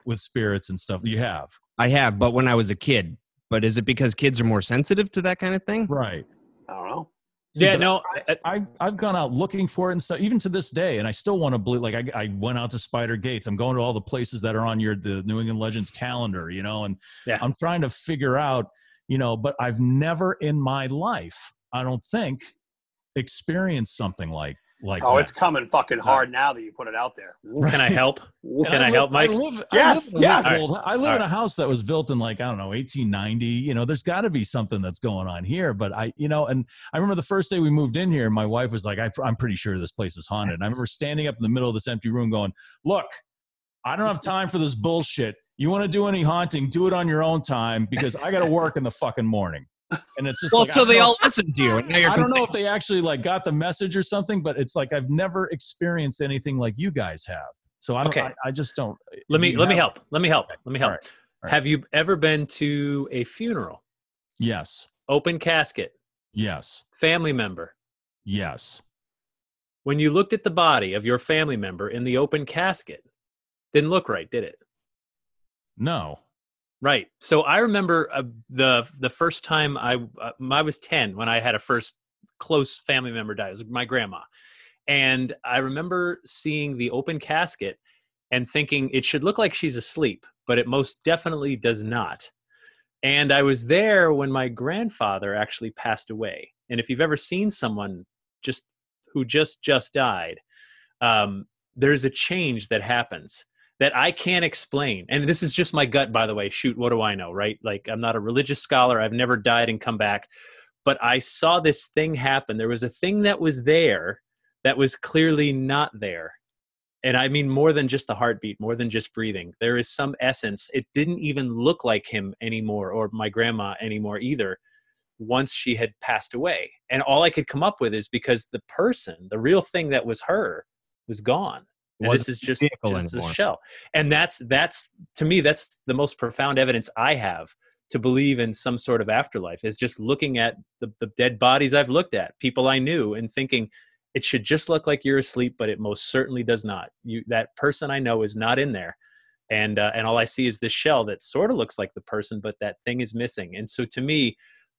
Speaker 6: with spirits and stuff. You have.
Speaker 7: I have, but when I was a kid. But is it because kids are more sensitive to that kind of thing?
Speaker 6: Right.
Speaker 5: I don't know.
Speaker 8: yeah
Speaker 6: but
Speaker 8: no uh,
Speaker 6: I, I've gone out looking for it and stuff, even to this day. And I still want to believe, like, I, I went out to Spider Gates. I'm going to all the places that are on your, the New England Legends calendar, you know, and
Speaker 8: Yeah.
Speaker 6: I'm trying to figure out, you know, but I've never in my life, I don't think, experienced something like, like,
Speaker 5: Oh,
Speaker 6: that.
Speaker 5: it's coming fucking hard now that you put it out there.
Speaker 8: can i help
Speaker 6: And
Speaker 8: Can I
Speaker 6: live-
Speaker 8: help, Mike?
Speaker 6: I live,
Speaker 5: Yes,
Speaker 6: I live in a
Speaker 5: yes.
Speaker 6: little old- I live
Speaker 8: All
Speaker 6: in a house that was built in like I don't know 1890. You know, there's got to be something that's going on here. But I, you know, and I remember the first day we moved in here, my wife was like, I, "I'm pretty sure this place is haunted." And I remember standing up in the middle of this empty room, going, "Look, I don't have time for this bullshit. You want to do any haunting? Do it on your own time because I got to work in the fucking morning." And it's just
Speaker 7: Well,
Speaker 6: like, I
Speaker 7: so they
Speaker 6: don't-
Speaker 7: all listen to you, and now you're
Speaker 6: I don't know if they actually like got the message or something, but it's like I've never experienced anything like you guys have. So I don't,
Speaker 8: Okay.
Speaker 6: I, I just don't.
Speaker 8: Let
Speaker 6: do
Speaker 8: me
Speaker 6: you
Speaker 8: let me
Speaker 6: have-
Speaker 8: help. Let me help. Let me help.
Speaker 6: All right. All right.
Speaker 8: Have you ever been to a funeral?
Speaker 6: Yes,
Speaker 8: Open casket,
Speaker 6: yes,
Speaker 8: family member.
Speaker 6: yes.
Speaker 8: When you looked at the body of your family member in the open casket, didn't look right, did it?
Speaker 6: No.
Speaker 8: Right. So I remember uh, the the first time I uh, I was 10 when I had a first close family member die. It was my grandma. And I remember seeing the open casket and thinking it should look like she's asleep, but it most definitely does not. And I was there when my grandfather actually passed away. And if you've ever seen someone just who just just died, um, there's a change that happens that I can't explain. And this is just my gut, by the way. Shoot, what do I know, right? Like, I'm not a religious scholar. I've never died and come back. But I saw this thing happen. There was a thing that was there that was clearly not there. And I mean, more than just the heartbeat, more than just breathing. There is some essence. It didn't even look like him anymore or my grandma anymore either once she had passed away. And all I could come up with is because the person, the real thing that was her, was gone. And this
Speaker 7: Wasn't
Speaker 8: is just,
Speaker 7: vehicle
Speaker 8: just a
Speaker 7: anymore.
Speaker 8: shell. And that's that's to me, that's the most profound evidence I have to believe in some sort of afterlife is just looking at the, the dead bodies I've looked at, people I knew, and thinking it should just look like you're asleep, but it most certainly does not. You that person I know is not in there. And, uh, and all I see is this shell that sort of looks like the person, but that thing is missing. And so to me,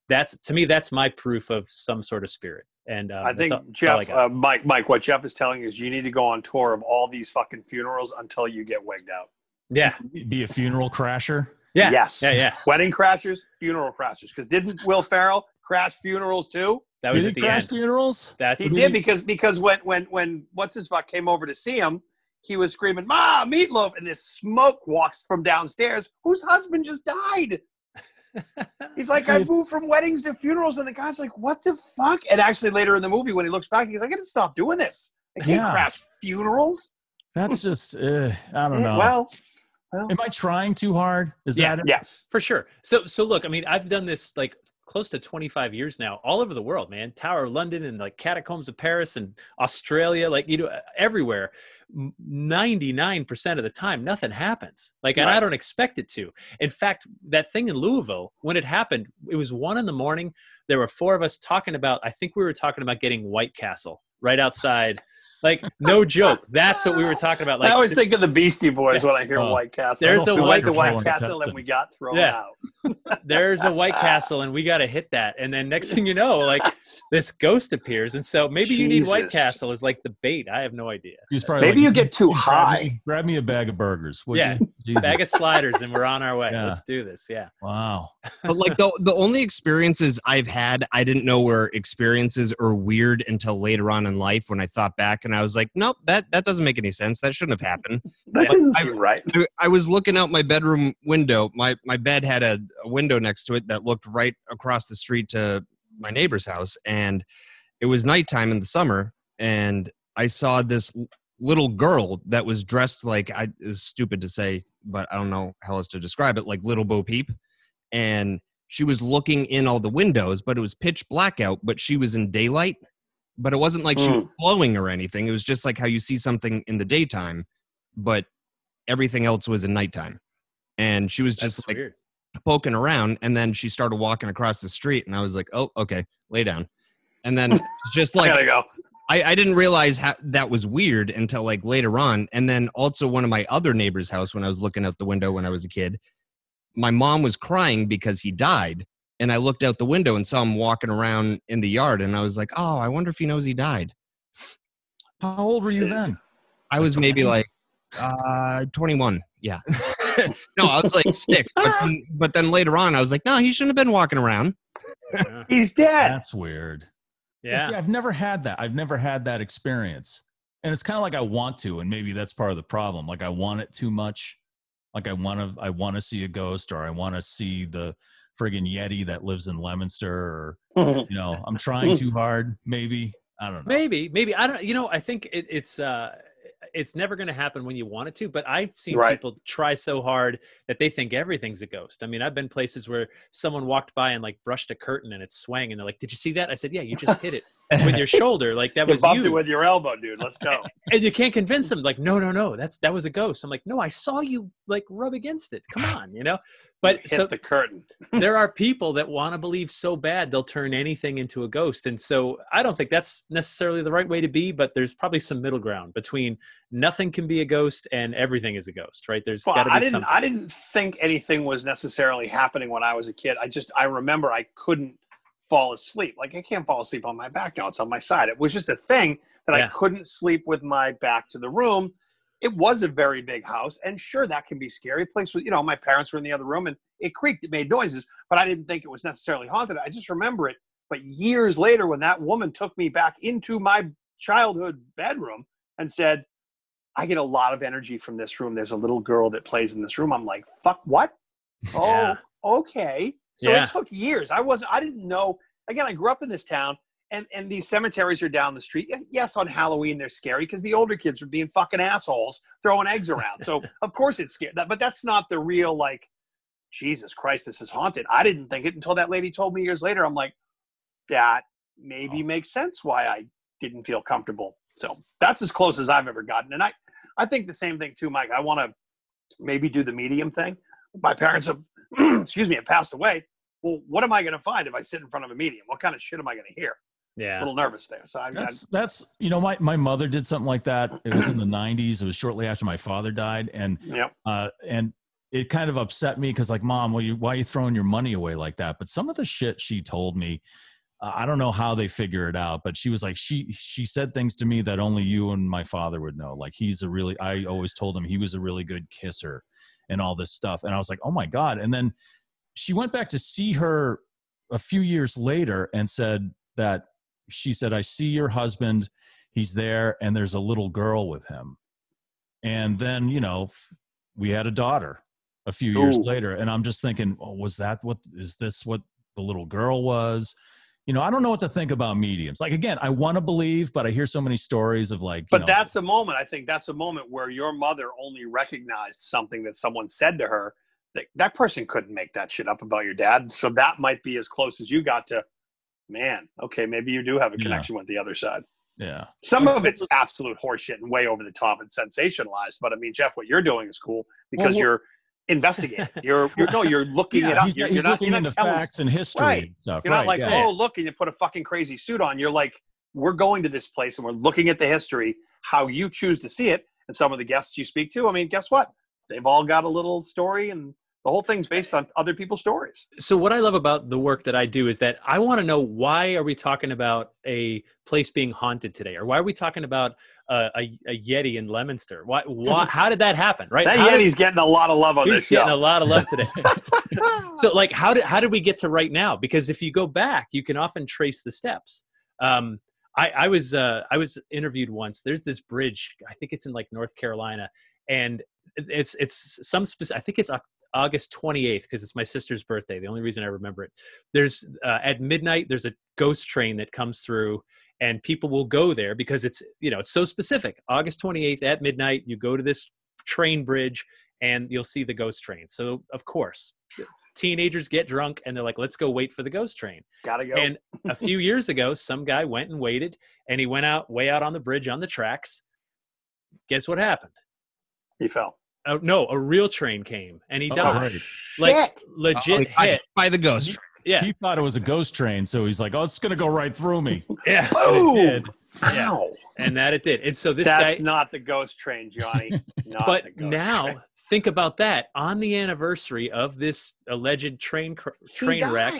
Speaker 8: that's to me that's my proof of some sort of spirit and um,
Speaker 5: I
Speaker 8: that's
Speaker 5: think
Speaker 8: all- that's all I
Speaker 5: Jeff,
Speaker 8: got.
Speaker 5: uh, Mike, Mike, what Jeff is telling you is you need to go on tour of all these fucking funerals until you get wigged out.
Speaker 8: yeah
Speaker 6: Be a funeral crasher.
Speaker 8: yeah
Speaker 5: Yes.
Speaker 8: yeah yeah
Speaker 5: Wedding crashers, funeral crashers. Because didn't Will Farrell crash funerals too?
Speaker 8: that was
Speaker 6: Did
Speaker 8: at
Speaker 6: he
Speaker 8: the
Speaker 6: crash
Speaker 8: end
Speaker 6: funerals?
Speaker 8: that's
Speaker 5: He did because because when when when what's his fuck came over to see him, he was screaming, "Ma, meatloaf!" And this smoke walks from downstairs. Whose husband just died? He's like, I moved from weddings to funerals, and the guy's like, "What the fuck?" And actually, later in the movie, when he looks back, he's like, "I gotta stop doing this. I can't
Speaker 6: Yeah.
Speaker 5: crash funerals."
Speaker 6: That's just. Uh, I don't
Speaker 5: Eh,
Speaker 6: know.
Speaker 5: Well,
Speaker 6: Am I trying too hard? Is
Speaker 8: Yeah.
Speaker 6: that it?
Speaker 5: yes,
Speaker 8: for sure so so look i mean i've done this like close to 25 years now all over the world man tower of london and like catacombs of paris and australia like you know e, everywhere M- 99% of the time nothing happens like and i
Speaker 5: Right.
Speaker 8: don't expect it to in fact that thing in louisville when it happened it was one in the morning there were four of us talking about i think we were talking about getting white castle right outside like no joke that's what we were talking about like
Speaker 5: I always think of the Beastie Boys when I hear
Speaker 6: Oh.
Speaker 5: White Castle.
Speaker 8: There's a
Speaker 5: we
Speaker 8: White
Speaker 5: went to White
Speaker 6: Castle.
Speaker 5: Castle and we got thrown
Speaker 8: Yeah.
Speaker 5: out.
Speaker 8: there's a White Castle and we got to hit that. And then next thing you know, like this ghost appears. And so maybe you need White
Speaker 5: Jesus.
Speaker 8: Castle as like the bait. I have no idea.
Speaker 6: He's probably
Speaker 5: Maybe
Speaker 6: like,
Speaker 5: you get too
Speaker 6: "Grab me-
Speaker 5: high.
Speaker 6: Grab me a bag of burgers. would
Speaker 8: Yeah.
Speaker 6: you?" Jesus.
Speaker 8: Bag of sliders and we're on our way.
Speaker 6: Yeah.
Speaker 8: Let's do this. Yeah.
Speaker 6: wow.
Speaker 7: but like the the only experiences I've had, I didn't know were experiences or weird until later on in life when I thought back and I was like, nope, that that doesn't make any sense. That shouldn't have happened.
Speaker 5: That didn't seem right.
Speaker 7: I- I was looking out my bedroom window. My my bed had a, a window next to it that looked right across the street to my neighbor's house, and it was nighttime in the summer, and I saw this l- little girl that was dressed like I is stupid to say, but I don't know how else to describe it, like little Bo Peep, and she was looking in all the windows, but it was pitch black out, but she was in daylight. But it wasn't like she was glowing or anything. It was just like how you see something in the daytime, but everything else was in nighttime. And she was
Speaker 8: That's
Speaker 7: just like
Speaker 8: weird.
Speaker 7: poking around, and then she started walking across the street, and I was like, "Oh, okay, lay down." And then it's just
Speaker 5: I
Speaker 7: like
Speaker 5: gotta go.
Speaker 7: I, I didn't realize how that was weird until like later on. And then also one of my other neighbor's house when I was looking out the window when I was a kid, my mom was crying because he died. And I looked out the window and saw him walking around in the yard. And I was like, oh, I wonder if he knows he died.
Speaker 6: How old were you
Speaker 5: Jeez.
Speaker 6: then?
Speaker 7: I was maybe like uh, 21. Yeah. no, I was like six. But then, but then later on, I was like, no, he shouldn't have been walking around.
Speaker 8: Yeah.
Speaker 5: He's dead.
Speaker 6: That's weird.
Speaker 8: Yeah.
Speaker 6: I've never had that. I've never had that experience. And it's kind of like I want to, and maybe that's part of the problem. Like I want it too much. Like I want to, I want to see a ghost, or I want to see the friggin' yeti that lives in Leominster, or you know, I'm trying too hard. Maybe I don't know.
Speaker 8: Maybe, maybe. I don't, you know, I think it, it's, uh, it's never going to happen when you want it to. But I've seen
Speaker 5: Right.
Speaker 8: people try so hard that they think everything's a ghost. I mean, I've been places where someone walked by and like brushed a curtain and it swang, and they're like, "Did you see that?" I said, "Yeah, you just hit it with your shoulder. Like that
Speaker 5: You
Speaker 8: was
Speaker 5: bumped
Speaker 8: you."
Speaker 5: it with your elbow, dude. Let's go.
Speaker 8: and you can't convince them like no no no that's that was a ghost i'm like no i saw you like rub against it come on you know but
Speaker 5: hit
Speaker 8: so
Speaker 5: the curtain.
Speaker 8: there are people that want to believe so bad they'll turn anything into a ghost and so i don't think that's necessarily the right way to be but there's probably some middle ground between nothing can be a ghost and everything is a ghost right There's
Speaker 5: Well,
Speaker 8: got to be
Speaker 5: I didn't.
Speaker 8: something
Speaker 5: I didn't think anything was necessarily happening when I was a kid. I just. I remember I couldn't fall asleep. Like I can't fall asleep on my back now. It's on my side. It was just a thing that I
Speaker 8: Yeah.
Speaker 5: couldn't sleep with my back to the room. It was a very big house, and sure, that can be scary. Place with you know, my parents were in the other room, and it creaked. It made noises, but I didn't think it was necessarily haunted. I just remember it. But years later, when that woman took me back into my childhood bedroom and said, I get a lot of energy from this room. There's a little girl that plays in this room. I'm like, fuck, what? Oh,
Speaker 8: Yeah.
Speaker 5: okay. So
Speaker 8: Yeah.
Speaker 5: it took years. I wasn't, I didn't know. Again, I grew up in this town and, and these cemeteries are down the street. Y- Yes, on Halloween, they're scary because the older kids are being fucking assholes throwing eggs around. So of course it's scary. That- But that's not the real, like, Jesus Christ, this is haunted. I didn't think it until that lady told me years later. I'm like, that maybe makes sense why I didn't feel comfortable. So that's as close as I've ever gotten. And I, I think the same thing too, Mike. I want to maybe do the medium thing. My parents have, excuse me, have passed away. Well, what am I going to find if I sit in front of a medium? What kind of shit am I going to hear? A
Speaker 8: yeah
Speaker 5: little nervous there. So I, I,
Speaker 6: That's that's you know my my mother did something like that. It was in the '90s. It was shortly after my father died, and
Speaker 5: yeah,
Speaker 6: uh, and it kind of upset me because like, mom, why you why are you throwing your money away like that? But some of the shit she told me, uh, I don't know how they figure it out, but she was like, she she said things to me that only you and my father would know. Like he's a really, I always told him he was a really good kisser, and all this stuff. And I was like, oh my god. And then she went back to see her a few years later and said that she said, I see your husband. He's there, and there's a little girl with him. And then, you know, f- we had a daughter a few years
Speaker 5: Ooh.
Speaker 6: later. And I'm just thinking, oh, was that what is this what the little girl was? You know, I don't know what to think about mediums. Like, again, I want to believe, but I hear so many stories of like, you
Speaker 5: but
Speaker 6: know,
Speaker 5: that's a moment. I think that's a moment where your mother only recognized something that someone said to her. That that person couldn't make that shit up about your dad. So that might be as close as you got to. Man, okay, maybe you do have a
Speaker 6: Yeah.
Speaker 5: connection with the other side.
Speaker 6: yeah.
Speaker 5: Some of it's absolute horseshit and way over the top and sensationalized. But I mean, Jeff, what you're doing is cool because
Speaker 6: Well, well-
Speaker 5: you're investigating. You're, you're no, you're looking it
Speaker 6: Yeah,
Speaker 5: up.
Speaker 6: he's,
Speaker 5: you're,
Speaker 6: he's
Speaker 5: you're not,
Speaker 6: looking
Speaker 5: you're not
Speaker 6: into
Speaker 5: telling.
Speaker 6: facts and history
Speaker 5: Right.
Speaker 6: and stuff.
Speaker 5: You're
Speaker 6: right.
Speaker 5: not like,
Speaker 6: yeah.
Speaker 5: oh, look, and you put a fucking crazy suit on. You're like, we're going to this place and we're looking at the history, how you choose to see it, and some of the guests you speak to. I mean, guess what? They've all got a little story, and the whole thing's based on other people's stories.
Speaker 8: so what i love about the work that i do is that i want to know why are we talking about a place being haunted today or why are we talking about uh, a, a yeti in leominster why, why how did that happen right
Speaker 5: That
Speaker 8: How did-
Speaker 5: Yeti's getting a lot of love on
Speaker 8: He's
Speaker 5: this
Speaker 8: getting a
Speaker 5: show.
Speaker 8: lot of love today. so, like, how did how did we get to right now? Because if you go back, you can often trace the steps. Um, I, I was uh, I was interviewed once. There's this bridge. I think it's in like North Carolina, and it's it's some specific. I think it's Oc- August 28th because it's my sister's birthday. The only reason I remember it. There's uh, at midnight. There's a ghost train that comes through. And people will go there because it's you know it's so specific. August 28th at midnight, you go to this train bridge and you'll see the ghost train. So of course, teenagers get drunk and they're like, "Let's go wait for the ghost train."
Speaker 5: Gotta go.
Speaker 8: And a few years ago, some guy went and waited, and he went out way out on the bridge on the tracks. Guess what happened?
Speaker 5: he fell.
Speaker 8: Oh no, a real train came and he
Speaker 6: Oh,
Speaker 8: died.
Speaker 6: right.
Speaker 8: Like
Speaker 7: Uh,
Speaker 5: Oh,
Speaker 8: legit
Speaker 7: I-
Speaker 8: hit.
Speaker 7: by the ghost.
Speaker 8: Yeah,
Speaker 6: He thought it was a ghost train, so he's like, "Oh, it's gonna go right through me."
Speaker 8: yeah,
Speaker 5: Boom!
Speaker 8: Yeah.
Speaker 5: Wow.
Speaker 8: and that it did. And so this guy,
Speaker 5: That's not the ghost train, Johnny. Not
Speaker 8: but
Speaker 5: the ghost
Speaker 8: now
Speaker 5: train.
Speaker 8: think about that. On the anniversary of this alleged train cr- train wreck,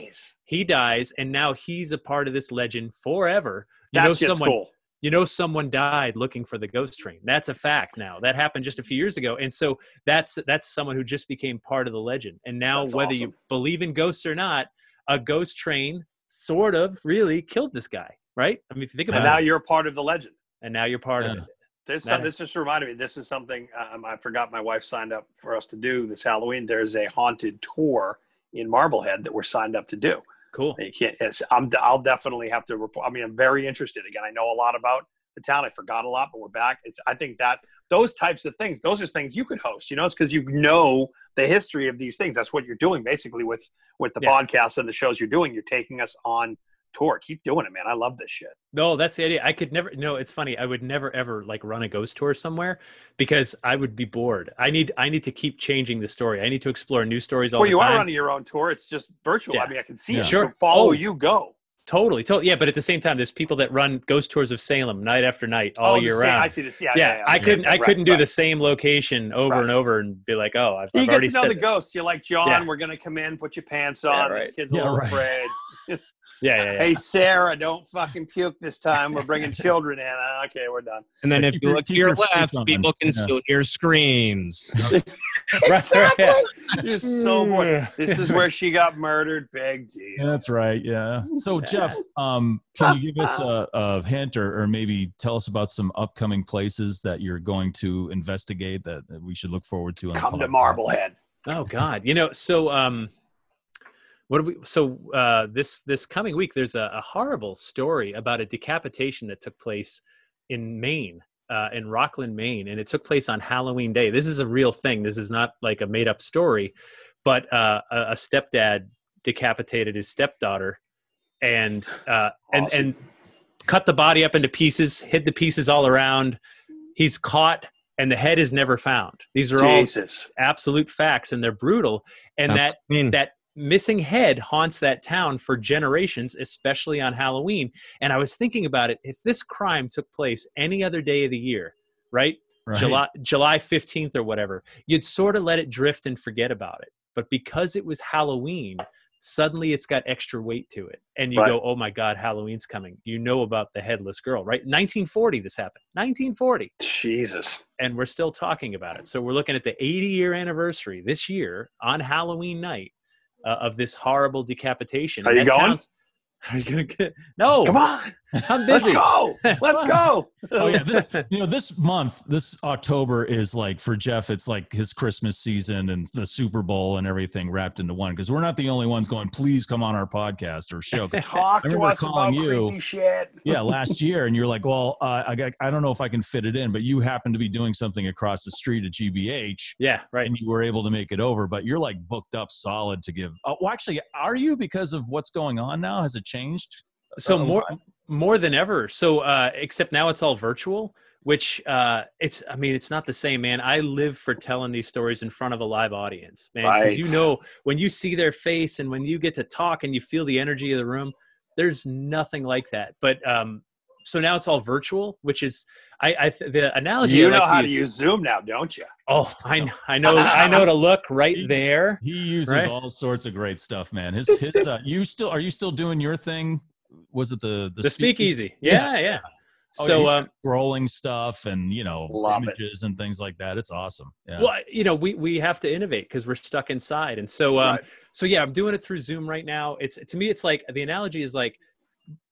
Speaker 8: he dies, and now he's a part of this legend forever. You
Speaker 5: That
Speaker 8: know,
Speaker 5: shit's
Speaker 8: someone
Speaker 5: cool.
Speaker 8: you know someone died looking for the ghost train that's a fact now that happened just a few years ago and so that's that's someone who just became part of the legend and now
Speaker 5: That's
Speaker 8: whether you
Speaker 5: awesome.
Speaker 8: believe in ghosts or not a ghost train sort of really killed this guy right i mean if you think about
Speaker 5: And now
Speaker 8: it
Speaker 5: you're a part of the legend.
Speaker 8: and now you're part of
Speaker 6: Yeah.
Speaker 8: it
Speaker 5: This
Speaker 8: That-
Speaker 5: this just reminded me. This is something um, I forgot. My wife signed up for us to do this Halloween. There's a haunted tour in Marblehead that we're signed up to do.
Speaker 8: cool
Speaker 5: You can't. It's, I'm. I'll definitely have to report. I mean, I'm very interested. Again, I know a lot about the town. I forgot a lot, but we're back. It's. I think that those types of things those are things you could host you know it's because you know the history of these things that's what you're doing basically with with the
Speaker 8: Yeah.
Speaker 5: podcasts and the shows you're doing you're taking us on tour keep doing it man i love this shit
Speaker 8: No, that's the idea. I could never. No, it's funny. I would never ever like run a ghost tour somewhere because I would be bored. I need. I need to keep changing the story. I need to explore new stories all
Speaker 5: well
Speaker 8: the
Speaker 5: you
Speaker 8: time.
Speaker 5: are running your own tour it's just virtual i
Speaker 8: Yeah.
Speaker 5: mean i can see
Speaker 6: Yeah.
Speaker 5: it
Speaker 8: Sure.
Speaker 5: So follow
Speaker 8: Oh.
Speaker 5: you go
Speaker 8: totally, totally. Yeah, but at the same time, there's people that run ghost tours of Salem night after night all
Speaker 5: Oh, the
Speaker 8: year
Speaker 5: same-
Speaker 8: round.
Speaker 5: i see this yeah
Speaker 8: yeah, I
Speaker 5: see.
Speaker 8: couldn't. I
Speaker 5: Right,
Speaker 8: couldn't do
Speaker 5: right.
Speaker 8: the same location over
Speaker 5: Right.
Speaker 8: and over and be like, oh, I've,
Speaker 5: you
Speaker 8: I've
Speaker 5: get to
Speaker 8: already
Speaker 5: know
Speaker 8: said.
Speaker 5: the
Speaker 8: it.
Speaker 5: ghosts. You're like, John,
Speaker 8: Yeah.
Speaker 5: we're going to come in, put your pants on.
Speaker 8: Yeah,
Speaker 5: This
Speaker 8: right.
Speaker 5: kid's a
Speaker 6: Yeah,
Speaker 5: little
Speaker 6: right.
Speaker 5: afraid.
Speaker 8: Yeah, yeah, yeah.
Speaker 5: Hey, Sarah, don't fucking puke this time. We're bringing children in. Uh, Okay, we're done.
Speaker 7: And then
Speaker 6: Yeah,
Speaker 7: if
Speaker 6: keep
Speaker 7: you
Speaker 6: your-
Speaker 7: look to
Speaker 6: keep
Speaker 7: your
Speaker 6: your shirts
Speaker 7: left,
Speaker 6: on.
Speaker 7: people can
Speaker 6: Yeah.
Speaker 7: still hear screams.
Speaker 8: Right, right, yeah.
Speaker 5: You're so bored. This is where she got murdered. Big deal.
Speaker 6: Yeah, that's right. Yeah. So Jeff, um, can you give us a, a hint or, or maybe tell us about some upcoming places that you're going to investigate that, that we should look forward to? on the
Speaker 5: Come to
Speaker 6: podcast?
Speaker 5: Marblehead.
Speaker 8: Oh God, you know, so um, what do we? So uh, this this coming week, there's a, a horrible story about a decapitation that took place in Maine, uh, in Rockland, Maine, and it took place on Halloween Day. This is a real thing. This is not like a made up story, but uh, a, a stepdad decapitated his stepdaughter, and uh, and
Speaker 5: Awesome.
Speaker 8: and cut the body up into pieces, hid the pieces all around. He's caught, and the head is never found. These are all
Speaker 5: Jesus.
Speaker 8: absolute facts and they're brutal and
Speaker 7: That's
Speaker 8: that
Speaker 7: I mean,
Speaker 8: that missing head haunts that town for generations especially on halloween and i was thinking about it if this crime took place any other day of the year right,
Speaker 6: Right.
Speaker 8: july july 15th or whatever you'd sort of let it drift and forget about it but because it was halloween suddenly it's got extra weight to it and you
Speaker 5: Right.
Speaker 8: go oh my god halloween's coming you know about the headless girl right 1940 this happened 1940
Speaker 5: Jesus.
Speaker 8: and we're still talking about it. So we're looking at the 80 year anniversary this year on Halloween night uh, of this horrible decapitation.
Speaker 5: Are
Speaker 8: And
Speaker 5: you
Speaker 8: that
Speaker 5: going?
Speaker 8: sounds- Are you going to get? No,
Speaker 5: Come on.
Speaker 8: I'm
Speaker 5: Let's
Speaker 8: busy.
Speaker 5: go. Let's go.
Speaker 6: Oh yeah, this, you know this month, this October is like for Jeff. It's like his Christmas season and the Super Bowl and everything wrapped into one. Because we're not the only ones going. Please come on our podcast or show. 'Cause
Speaker 5: Talk
Speaker 6: I
Speaker 5: to
Speaker 6: remember
Speaker 5: us about
Speaker 6: calling you.
Speaker 5: creepy shit.
Speaker 6: yeah, last year, and you're like, well, uh, I got, I don't know if I can fit it in, but you happen to be doing something across the street at GBH,
Speaker 8: Yeah, right.
Speaker 6: and you were able to make it over. But you're like booked up solid to give. Uh, well, actually, are you because of what's going on now? Has it changed?
Speaker 8: so
Speaker 6: Oh,
Speaker 8: more more than ever so uh except now it's all virtual which uh it's i mean it's not the same man i live for telling these stories in front of a live audience man 'cause you
Speaker 5: Right.
Speaker 8: know when you see their face and when you get to talk and you feel the energy of the room there's nothing like that but um so now it's all virtual which is i i th- the analogy
Speaker 5: You
Speaker 8: I like
Speaker 5: know
Speaker 8: to
Speaker 5: how to
Speaker 8: use-
Speaker 5: use Zoom now, don't you?
Speaker 8: oh i know i know i know to look right there
Speaker 6: He uses
Speaker 8: Right?
Speaker 6: all sorts of great stuff, man. His, his uh, you still are you still doing your thing? Was it the the,
Speaker 8: the speakeasy yeah yeah,
Speaker 6: Oh,
Speaker 8: so
Speaker 6: yeah,
Speaker 8: um
Speaker 6: scrolling stuff and you know
Speaker 5: Love it.
Speaker 6: images and things like that? It's awesome. Yeah.
Speaker 8: Well, you know, we we have to innovate because we're stuck inside, and so um, so yeah, I'm doing it through Zoom right now. It's to me, it's like the analogy is like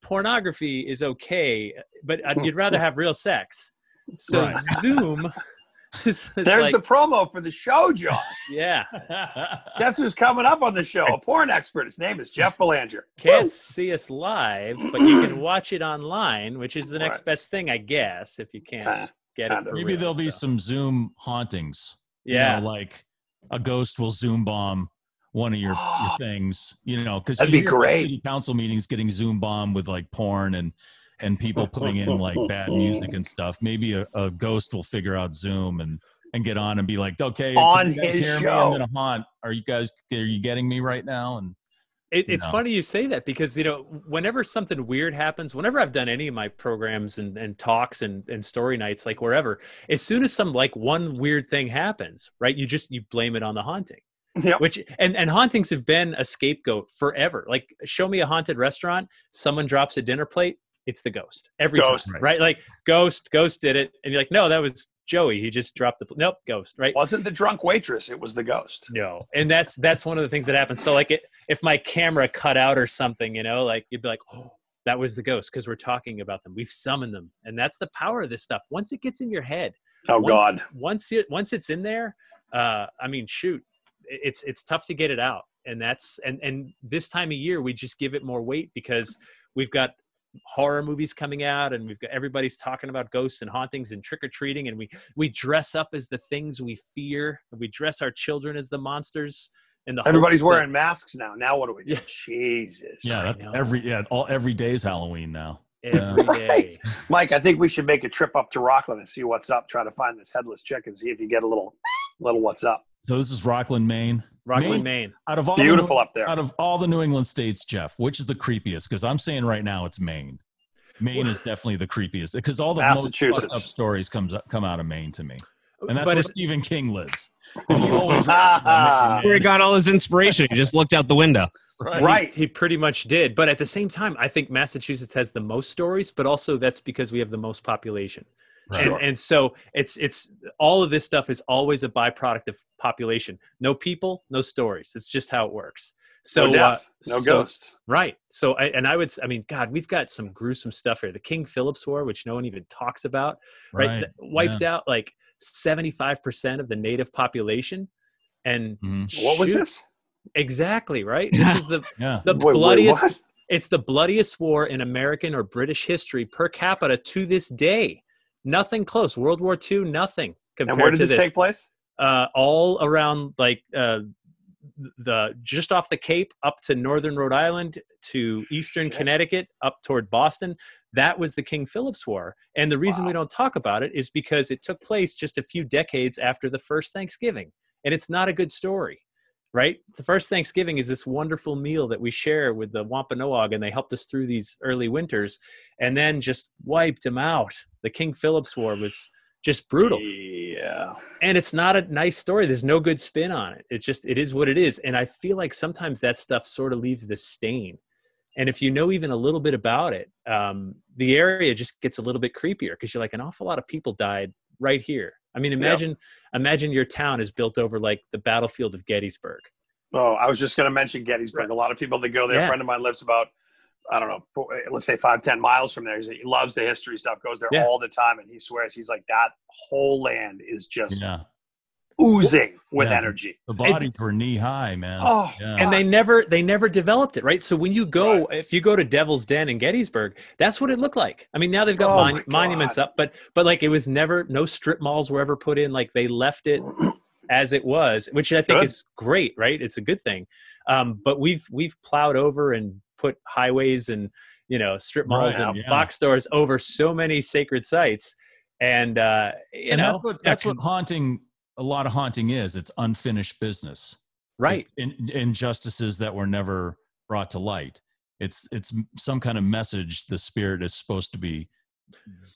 Speaker 8: pornography is okay, but uh, you'd rather have real sex. So
Speaker 6: Right.
Speaker 8: Zoom, is, is
Speaker 5: There's
Speaker 8: like,
Speaker 5: the promo for the show, Josh.
Speaker 8: yeah,
Speaker 5: Guess who's coming up on the show? A porn expert. His name is Jeff Belanger.
Speaker 8: can't see us live, but you can watch it online, which is the next
Speaker 5: Right.
Speaker 8: best thing, I guess, if you can't
Speaker 5: Kinda.
Speaker 8: get it.
Speaker 5: kinda.
Speaker 8: for
Speaker 6: Maybe
Speaker 8: real,
Speaker 6: there'll be
Speaker 8: so.
Speaker 6: some Zoom hauntings. you know,
Speaker 8: yeah.
Speaker 6: like a ghost will zoom bomb one of your, your things you know because
Speaker 5: That'd be great.
Speaker 6: city council meetings getting zoom bomb with like porn and and people putting in like bad music and stuff maybe a, a ghost will figure out zoom and and get on and be like okay can
Speaker 5: On
Speaker 6: you guys
Speaker 5: his
Speaker 6: hear me?
Speaker 5: show.
Speaker 6: i'm in a haunt are you guys are you getting me right now and
Speaker 8: It,
Speaker 6: you
Speaker 8: it's
Speaker 6: know.
Speaker 8: funny you say that because you know whenever something weird happens, whenever I've done any of my programs and, and talks and, and story nights, like wherever, as soon as some like one weird thing happens, right, you just you blame it on the haunting,
Speaker 5: Yep.
Speaker 8: which and and hauntings have been a scapegoat forever. Like show me a haunted restaurant, someone drops a dinner plate, it's the ghost every
Speaker 5: Ghost.
Speaker 8: time, right? Like ghost, ghost did it, and you're like, no, that was Joey. He just dropped the pl- nope, ghost, right?
Speaker 5: Wasn't the drunk waitress, it was the ghost.
Speaker 8: No, and that's that's one of the things that happens. So like, it, if my camera cut out or something, you know, like you'd be like, oh, that was the ghost because we're talking about them. We've summoned them, and that's the power of this stuff. Once it gets in your head,
Speaker 5: Oh,
Speaker 8: once,
Speaker 5: God.
Speaker 8: once it once it's in there, uh, I mean, shoot, it- it's it's tough to get it out, and that's and and this time of year we just give it more weight because we've got horror movies coming out and we've got everybody's talking about ghosts and hauntings and trick-or-treating and we we dress up as the things we fear we dress our children as the monsters and the
Speaker 5: Everybody's
Speaker 8: hopes that-
Speaker 5: wearing masks now. Now what do we do?
Speaker 8: Yeah.
Speaker 5: Jesus.
Speaker 8: I
Speaker 6: Yeah,
Speaker 8: know.
Speaker 6: that, every yeah, all every day's Halloween now.
Speaker 8: every
Speaker 5: Right.
Speaker 8: day.
Speaker 5: Mike, I think we should make a trip up to Rockland and see what's up. Try to find this headless chick and see if you get a little, little what's up.
Speaker 6: So this is Rockland, Maine.
Speaker 8: Rockland, Maine.
Speaker 6: Out of all the
Speaker 5: Beautiful up
Speaker 6: New,
Speaker 5: there.
Speaker 6: out of all the New England states, Jeff, which is the creepiest? Because I'm saying right now it's Maine. Maine is definitely the creepiest because all the most
Speaker 5: Massachusetts.
Speaker 6: fucked up stories comes up, come out of Maine to me, and that's
Speaker 8: But
Speaker 6: where
Speaker 8: if,
Speaker 6: Stephen King lives.
Speaker 5: right.
Speaker 7: Where he got all his inspiration. He just looked out the window.
Speaker 8: he pretty much did. But at the same time, I think Massachusetts has the most stories, but also that's because we have the most population.
Speaker 6: Right.
Speaker 8: And, and so it's it's all of this stuff is always a byproduct of population. No people, no stories. It's just how it works. So
Speaker 5: no death,
Speaker 8: uh,
Speaker 5: no
Speaker 8: so-
Speaker 5: ghost.
Speaker 8: Right. So, I, and I would, s- I mean, God, we've got some gruesome stuff here. The King Philip's War, which no one even talks about, right?
Speaker 6: Right,
Speaker 8: That wiped out like 75% of the native population. And
Speaker 6: Mhm.
Speaker 5: What was
Speaker 8: shoot-
Speaker 5: this?
Speaker 8: Exactly, right? This is the,
Speaker 6: Yeah,
Speaker 8: the
Speaker 5: Wait, wait,
Speaker 8: bloodiest,
Speaker 5: what?
Speaker 8: it's the bloodiest war in American or British history per capita to this day. Nothing close. World War II, nothing compared
Speaker 5: And where did
Speaker 8: to
Speaker 5: this, take place?
Speaker 8: uh, all around like uh, the just off the Cape up to northern Rhode Island to eastern
Speaker 5: Shit.
Speaker 8: Connecticut up toward Boston. That was the King Philip's War, and the reason we don't talk about it is because it took place just a few decades after the first Thanksgiving, and it's not a good story. Right, the first Thanksgiving is this wonderful meal that we share with the Wampanoag, and they helped us through these early winters, and then just wiped them out. The King Philip's War was just brutal
Speaker 5: Yeah.
Speaker 8: and it's not a nice story there's no good spin on it it's just it is what it is and i feel like sometimes that stuff sort of leaves this stain and if you know even a little bit about it um, the area just gets a little bit creepier because you're like an awful lot of people died right here i mean imagine imagine your town is built over like the battlefield of gettysburg
Speaker 5: Oh, I was just going to mention Gettysburg. A lot of people that go there.
Speaker 8: Yeah.
Speaker 5: A friend of mine lives about, I don't know, four, eh, let's say five, ten miles from there. He's, he loves the history stuff. Goes there
Speaker 8: Yeah.
Speaker 5: all the time, and he swears he's like that whole land is just
Speaker 6: yeah.
Speaker 5: oozing with
Speaker 6: Yeah.
Speaker 5: energy.
Speaker 6: The bodies were knee high, man.
Speaker 5: Oh,
Speaker 6: Yeah.
Speaker 8: and they never they never developed it right so when you go if you go to devil's den in gettysburg that's what it looked like i mean now they've got
Speaker 5: Oh
Speaker 8: mon-
Speaker 5: my
Speaker 8: monuments up but but like it was never no strip malls were ever put in like they left it as it was which i think
Speaker 5: Good.
Speaker 8: is great right it's a good thing um, but we've we've plowed over and put highways and you know strip malls
Speaker 6: Right,
Speaker 8: and
Speaker 6: yeah.
Speaker 8: box stores over so many sacred sites and uh you
Speaker 6: and
Speaker 8: know
Speaker 6: that's what that's what haunting a lot of haunting is. It's unfinished business.
Speaker 8: right
Speaker 6: It's in, injustices that were never brought to light it's it's m- some kind of message the spirit is supposed to be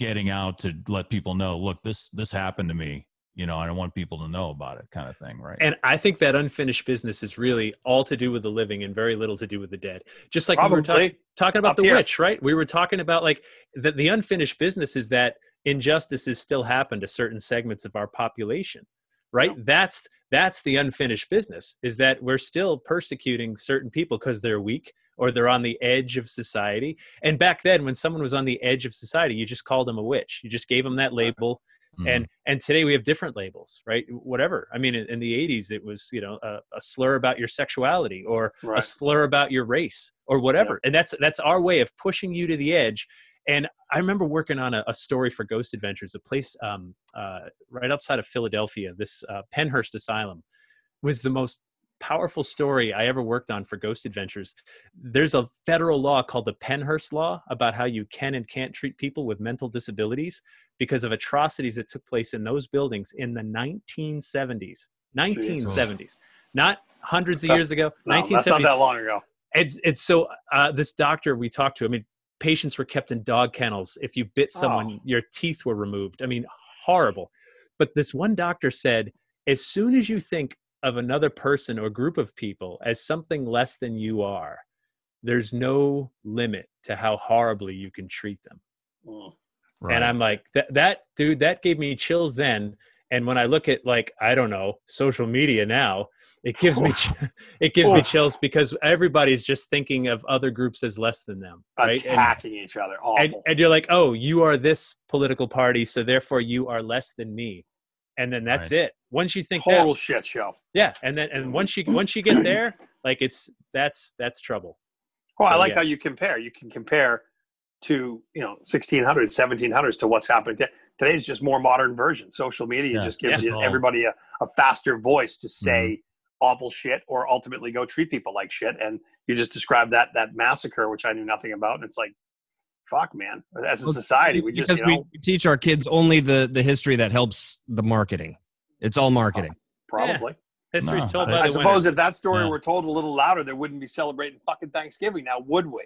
Speaker 6: getting out to let people know look this this happened to me you know and i want people to know about it kind of thing right
Speaker 8: And I think that unfinished business is really all to do with the living and very little to do with the dead. Just like we were
Speaker 5: Probably.
Speaker 8: talk- talking about
Speaker 5: Up
Speaker 8: the
Speaker 5: here.
Speaker 8: witch, right? We were talking about like the, the unfinished business is that injustices still happen to certain segments of our population, right? That's that's the unfinished business is that we're still persecuting certain people because they're weak or they're on the edge of society. And back then, when someone was on the edge of society, you just called them a witch. You just gave them that label
Speaker 5: Mm-hmm.
Speaker 6: Mhm.
Speaker 8: and and today we have different labels right whatever i mean in, in the 80s it was you know a, a slur about your sexuality or a
Speaker 5: Right.
Speaker 8: slur about your race or whatever and that's that's our way of pushing you to the edge and i remember working on a, a story for ghost adventures a place um, uh, right outside of philadelphia this uh, penhurst asylum was the most powerful story I ever worked on for Ghost Adventures. There's a federal law called the Pennhurst Law about how you can and can't treat people with mental disabilities because of atrocities that took place in those buildings in the 1970s. 1970s, not hundreds of
Speaker 5: That's-
Speaker 8: years ago.
Speaker 5: No, that's not
Speaker 8: 1970s.
Speaker 5: that long ago.
Speaker 8: It's it's so uh, this doctor we talked to. I mean, patients were kept in dog kennels. If you
Speaker 5: Oh.
Speaker 8: bit someone, your teeth were removed. I mean, horrible. But this one doctor said, as soon as you think of another person or group of people as something less than you are, there's no limit to how horribly you can treat them.
Speaker 6: Right.
Speaker 8: And I'm like, that that dude, that gave me chills then. And when I look at like, I don't know, social media now, it gives me ch- it gives me
Speaker 5: Oof.
Speaker 8: chills because everybody's just thinking of other groups as less than them. Right. And-
Speaker 5: Attacking each other. Awful.
Speaker 8: and, and you're like, oh, you are this political party, so therefore you are less than me. And then that's it. Once you think
Speaker 5: Total
Speaker 8: that,
Speaker 5: shit show.
Speaker 8: yeah, and then and once you once you get there, like it's that's that's trouble.
Speaker 5: Oh, I
Speaker 8: So,
Speaker 5: like
Speaker 8: yeah.
Speaker 5: how you compare. You can compare to you know 1600s 1700s to what's happening today today is just more modern version social media
Speaker 6: Yeah.
Speaker 5: just gives
Speaker 6: Yeah.
Speaker 5: you, everybody a, a faster voice to say awful shit or ultimately go treat people like shit and you just described that that massacre which i knew nothing about and it's like fuck man as a
Speaker 7: Well,
Speaker 5: society we just
Speaker 7: because
Speaker 5: you know
Speaker 7: we teach our kids only the the history that helps the marketing. It's all marketing.
Speaker 5: Oh, probably
Speaker 8: History's
Speaker 6: No,
Speaker 8: told
Speaker 6: I-
Speaker 8: by
Speaker 5: i
Speaker 8: the
Speaker 5: suppose if that story
Speaker 6: Yeah.
Speaker 5: were told a little louder they wouldn't be celebrating fucking thanksgiving now would we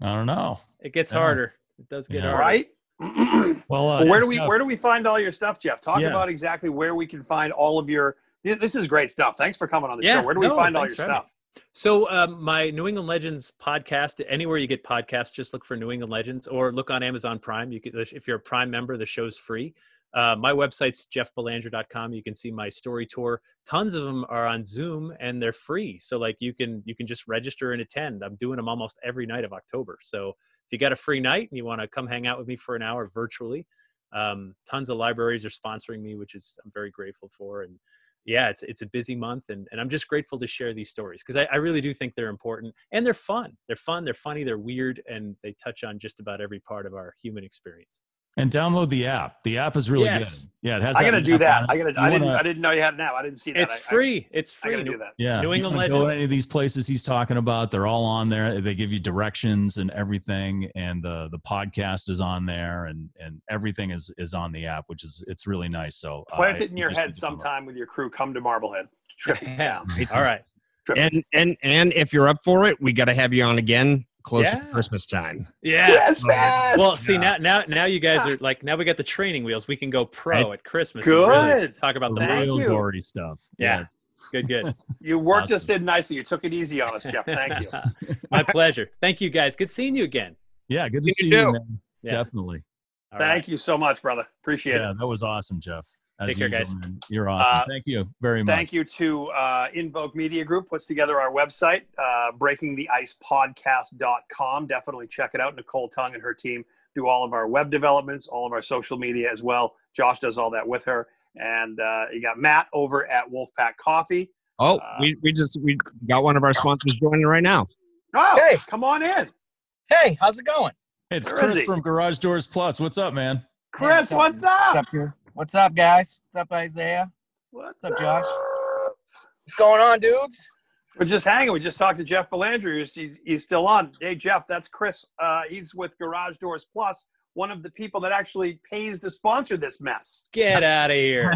Speaker 6: I don't know.
Speaker 8: winner. It gets
Speaker 6: Yeah.
Speaker 8: harder. It does get
Speaker 6: Yeah.
Speaker 8: harder.
Speaker 5: right
Speaker 6: Well, uh,
Speaker 8: Oh,
Speaker 5: Well, where do we
Speaker 6: yeah,
Speaker 5: where do we find all your stuff, Jeff? Talk
Speaker 6: Yeah.
Speaker 5: about exactly where we can find all of your. thi- This is great stuff. Thanks for coming on the
Speaker 8: Yeah,
Speaker 5: show. Where do we
Speaker 8: no,
Speaker 5: find all your
Speaker 8: thanks for having
Speaker 5: stuff?
Speaker 8: So, um, my New England Legends podcast, anywhere you get podcasts, just look for New England Legends or look on Amazon Prime. You can, if you're a Prime member, the show's free. Uh, my website's jeffbelanger.com. You can see my story tour. Tons of them are on Zoom and they're free. So, like, you can you can just register and attend. I'm doing them almost every night of October. So, if you got a free night and you want to come hang out with me for an hour virtually, um, tons of libraries are sponsoring me, which is I'm very grateful for. And yeah, it's it's a busy month, and, and I'm just grateful to share these stories because I, I really do think they're important and they're fun. They're fun. They're funny. They're weird, and they touch on just about every part of our human experience.
Speaker 6: And download the app. The app is really
Speaker 8: Yes.
Speaker 6: good. Yeah, it has.
Speaker 5: I gotta
Speaker 6: app
Speaker 5: do that.
Speaker 6: on it.
Speaker 5: I gotta.
Speaker 6: You
Speaker 5: I didn't.
Speaker 6: wanna-
Speaker 5: I didn't know you had an app. I didn't see that.
Speaker 8: It's
Speaker 5: I- I-
Speaker 8: free. It's
Speaker 5: I,
Speaker 8: free.
Speaker 5: gotta do that.
Speaker 6: Yeah,
Speaker 8: New
Speaker 6: if you
Speaker 8: England
Speaker 6: wanna Go
Speaker 8: Legends.
Speaker 6: to any of these places he's talking about. They're all on there. They give you directions and everything, and the the podcast is on there, and and everything is is on the app, which is it's really nice. So uh,
Speaker 5: Plant
Speaker 6: I-
Speaker 5: it in your
Speaker 6: you just need
Speaker 5: head
Speaker 6: to come up.
Speaker 5: sometime with your crew. Come to Marblehead. Trip it
Speaker 8: Yeah.
Speaker 5: down.
Speaker 8: All right.
Speaker 7: And and and if you're up for it, we got to have you on again close to
Speaker 8: Yeah.
Speaker 7: Christmas time.
Speaker 8: Yeah.
Speaker 5: Yes, man.
Speaker 8: Well, see now, now, now you guys are like now we got the training wheels. We can go pro at Christmas. and
Speaker 5: Good.
Speaker 8: talk about the
Speaker 6: the
Speaker 5: Thank
Speaker 8: real.
Speaker 6: real
Speaker 5: you.
Speaker 6: gory stuff.
Speaker 8: Yeah. Good. Good.
Speaker 5: you worked us
Speaker 6: Awesome.
Speaker 5: in nicely. You took it easy on us, Jeff. Thank you.
Speaker 8: My pleasure. Thank you guys. Good seeing you again.
Speaker 6: yeah, good to
Speaker 7: You
Speaker 6: see
Speaker 7: do.
Speaker 6: you, man.
Speaker 8: Yeah.
Speaker 6: Definitely.
Speaker 8: All
Speaker 5: Thank
Speaker 8: right.
Speaker 5: you so much, brother. Appreciate it.
Speaker 6: Yeah, that was awesome, Jeff. As
Speaker 8: Take care,
Speaker 6: usual,
Speaker 8: guys.
Speaker 6: man. You're awesome.
Speaker 5: Uh,
Speaker 6: Thank you very much.
Speaker 5: Thank you to uh, Invoke Media Group, puts together our website, uh, breakingtheicepodcast.com. Definitely check it out. Nicole Tung and her team do all of our web developments, all of our social media as well. Josh does all that with her. And uh, you got Matt over at Wolfpack Coffee.
Speaker 7: Oh,
Speaker 5: Uh,
Speaker 7: we, we just we got one of our sponsors joining right now.
Speaker 5: Oh,
Speaker 9: Hey.
Speaker 5: come on in.
Speaker 9: Hey, how's it going?
Speaker 6: It's
Speaker 5: Where is
Speaker 6: Chris
Speaker 5: he?
Speaker 6: from Garage Doors Plus. What's up, man?
Speaker 5: Chris,
Speaker 9: Hey,
Speaker 5: what's
Speaker 9: What's
Speaker 5: up?
Speaker 9: up, here? What's up, guys? What's up, Isaiah?
Speaker 5: What's
Speaker 9: up, Josh?
Speaker 5: up?
Speaker 9: What's going on, dudes?
Speaker 5: We're just hanging. We just talked to Jeff Belanger. He's, he's- he's still on. Hey, Jeff, that's Chris. Uh, he's with Garage Doors Plus, one of the people that actually pays to sponsor this mess.
Speaker 8: Get out of here.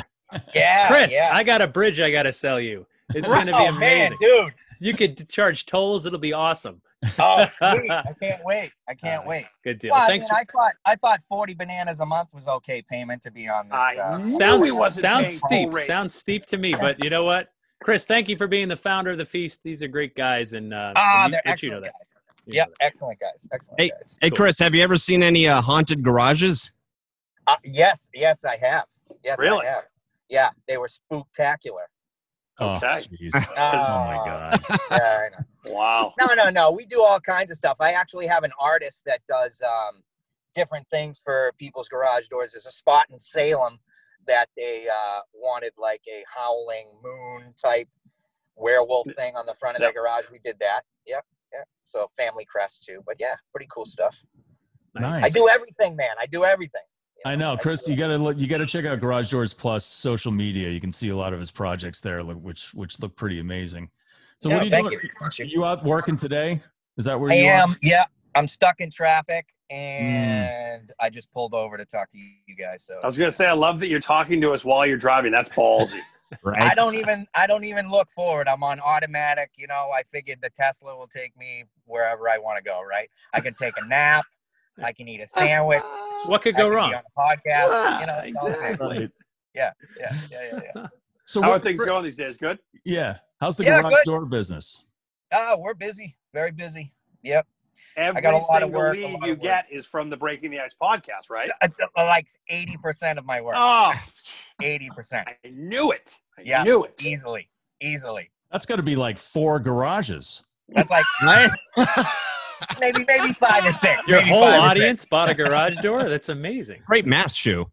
Speaker 9: Yeah,
Speaker 8: Chris,
Speaker 9: yeah.
Speaker 8: I got a bridge I got to sell you. It's going to be
Speaker 9: oh man,
Speaker 8: amazing.
Speaker 9: dude!
Speaker 8: you could t- charge tolls. It'll be awesome.
Speaker 9: Oh, sweet. I can't wait! I can't
Speaker 8: Uh,
Speaker 9: wait.
Speaker 8: Good deal.
Speaker 9: Well, I, mean,
Speaker 8: Thanks. for-
Speaker 9: I thought I thought forty bananas a month was okay payment to be on this.
Speaker 5: I
Speaker 9: uh,
Speaker 5: knew he
Speaker 8: sounds
Speaker 5: wasn't
Speaker 8: sounds
Speaker 5: paying full
Speaker 8: steep.
Speaker 5: rate.
Speaker 8: Sounds steep to me, but you know what? Chris, thank you for being the founder of the feast. These are great guys, and uh,
Speaker 9: ah,
Speaker 8: and you,
Speaker 9: they're
Speaker 8: but you know
Speaker 9: excellent.
Speaker 8: that.
Speaker 9: guys.
Speaker 8: You know
Speaker 9: Yep, excellent guys. Excellent
Speaker 7: Hey.
Speaker 9: guys.
Speaker 7: Hey,
Speaker 8: Cool.
Speaker 7: Chris, have you ever seen any uh, haunted garages?
Speaker 9: Uh, yes, yes, I have. Yes,
Speaker 5: Really?
Speaker 9: I have. Yeah, they were spooktacular.
Speaker 5: Okay.
Speaker 6: Oh, jeez. oh
Speaker 5: Uh,
Speaker 6: my
Speaker 9: Oh.
Speaker 6: god.
Speaker 9: Yeah, I know.
Speaker 5: Wow.
Speaker 9: No, no, no. We do all kinds of stuff. I actually have an artist that does um, different things for people's garage doors. There's a spot in Salem that they uh, wanted like a howling moon type werewolf thing on the front of their garage. We did that. Yep. Yeah. So family crest too. But yeah, pretty cool stuff.
Speaker 8: that.
Speaker 6: Nice.
Speaker 9: I do everything, man. I do everything. you
Speaker 6: I know,
Speaker 9: do
Speaker 6: Chris. You
Speaker 9: everything.
Speaker 6: gotta look, you gotta check out Garage Doors Plus social media. You can see a lot of his projects there, look- which which look pretty amazing. So
Speaker 9: Yeah,
Speaker 6: what are you
Speaker 9: thank
Speaker 6: doing?
Speaker 9: you.
Speaker 6: Are you out working today? Is that where
Speaker 9: I
Speaker 6: you
Speaker 9: am.
Speaker 6: are? Mm,
Speaker 9: Yeah, I'm stuck in traffic, and I just pulled over to talk to you guys. So
Speaker 5: I was gonna say I love that you're talking to us while you're driving. That's ballsy.
Speaker 9: I don't even I don't even look forward. I'm on automatic. You know, I figured the Tesla will take me wherever I want to go. Right? I can take a nap. I can eat a sandwich.
Speaker 8: What could
Speaker 9: I
Speaker 8: go
Speaker 9: can be
Speaker 8: wrong?
Speaker 9: on a podcast. You know, it's all good.
Speaker 6: Right.
Speaker 9: yeah, yeah, yeah. yeah.
Speaker 6: So
Speaker 5: How are
Speaker 6: what-
Speaker 5: things going these days? Good.
Speaker 6: Yeah. How's the
Speaker 9: Yeah,
Speaker 6: garage
Speaker 9: good.
Speaker 6: door business?
Speaker 9: Ah, we're busy. Very busy. Yep.
Speaker 5: Every
Speaker 9: got a lot of
Speaker 5: single
Speaker 9: work, a lot
Speaker 5: lead
Speaker 9: of
Speaker 5: you
Speaker 9: work.
Speaker 5: get is from the Breaking the Ice podcast, right?
Speaker 9: It's, uh, Like eighty percent of my work.
Speaker 5: Oh,
Speaker 9: Eighty percent,
Speaker 5: I knew it. I
Speaker 9: Yeah.
Speaker 5: knew it.
Speaker 9: easily, easily.
Speaker 6: That's got to be like four garages.
Speaker 9: That's like maybe maybe five or six.
Speaker 8: Your
Speaker 9: maybe
Speaker 8: whole
Speaker 9: five or six.
Speaker 8: audience bought a garage door. That's amazing.
Speaker 7: Great math shoe.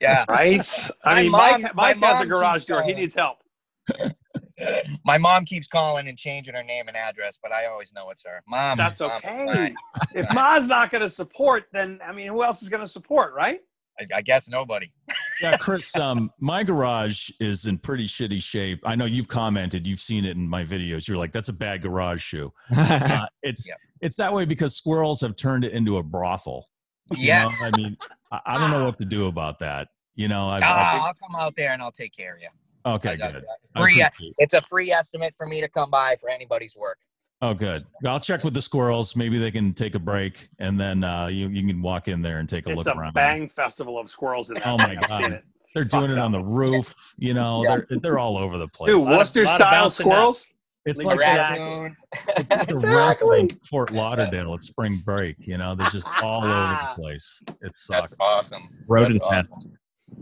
Speaker 9: Yeah.
Speaker 5: Right. I
Speaker 9: My
Speaker 5: mean,
Speaker 9: mom-
Speaker 5: Mike,
Speaker 9: my
Speaker 5: Mike has a
Speaker 9: mom
Speaker 5: garage
Speaker 9: keeps
Speaker 5: door. He
Speaker 9: going.
Speaker 5: needs help.
Speaker 9: My mom keeps calling and changing her name and address, but I always know it's her. Mom.
Speaker 5: That's
Speaker 9: Mom,
Speaker 5: okay. if Ma's not going to support, then I mean, who else is going to support, right?
Speaker 9: I, I guess nobody.
Speaker 6: yeah, Chris, um, my garage is in pretty shitty shape. I know you've commented, you've seen it in my videos. You're like, that's a bad garage shoe. Uh, it's
Speaker 9: Yeah.
Speaker 6: it's that way because squirrels have turned it into a brothel. you
Speaker 9: Yeah.
Speaker 6: know? I mean, I, I don't know what to do about that. You know, I've,
Speaker 9: Ah, I'll come out there and I'll take care of you.
Speaker 6: I've- okay,
Speaker 9: I got
Speaker 6: good.
Speaker 9: that.
Speaker 6: I
Speaker 9: Free,
Speaker 6: appreciate-
Speaker 9: it's a free estimate for me to come by for anybody's work.
Speaker 6: oh, good. I'll check with the squirrels. Maybe they can take a break, and then uh, you you can walk in there and take a
Speaker 5: it's
Speaker 6: look
Speaker 5: a
Speaker 6: around.
Speaker 5: bang festival of squirrels. In that
Speaker 6: Oh my
Speaker 5: thing. I've
Speaker 6: God.
Speaker 5: seen it. It's
Speaker 6: They're doing
Speaker 5: fucked
Speaker 6: it on
Speaker 5: up.
Speaker 6: the roof. You know,
Speaker 9: Yeah.
Speaker 6: they're they're all over the place.
Speaker 5: dude
Speaker 8: of-
Speaker 5: Worcester
Speaker 8: lot of
Speaker 5: style
Speaker 8: bouncing up.
Speaker 5: squirrels.
Speaker 6: it's
Speaker 5: like
Speaker 6: like
Speaker 5: that.
Speaker 6: the
Speaker 9: Raccoons.
Speaker 6: the rock like Fort Lauderdale at spring break. You know, they're just all over the place. It
Speaker 9: That's
Speaker 6: sucks.
Speaker 9: awesome.
Speaker 7: Rodent
Speaker 9: That's awesome.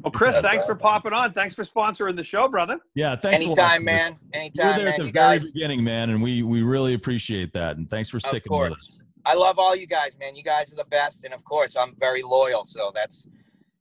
Speaker 5: Well, Chris,
Speaker 9: That's
Speaker 5: thanks for
Speaker 9: awesome.
Speaker 5: popping on. Thanks for sponsoring the show, brother.
Speaker 6: Yeah, thanks. a lot,
Speaker 9: Anytime,
Speaker 6: Chris.
Speaker 9: man.
Speaker 6: You were
Speaker 9: Anytime,
Speaker 6: there at
Speaker 9: man.
Speaker 6: the
Speaker 9: You
Speaker 6: very
Speaker 9: guys,
Speaker 6: beginning, man, and we we really appreciate that. And thanks for sticking with
Speaker 9: course.
Speaker 6: us.
Speaker 9: I love all you guys, man. You guys are the best, and of course, I'm very loyal. So that's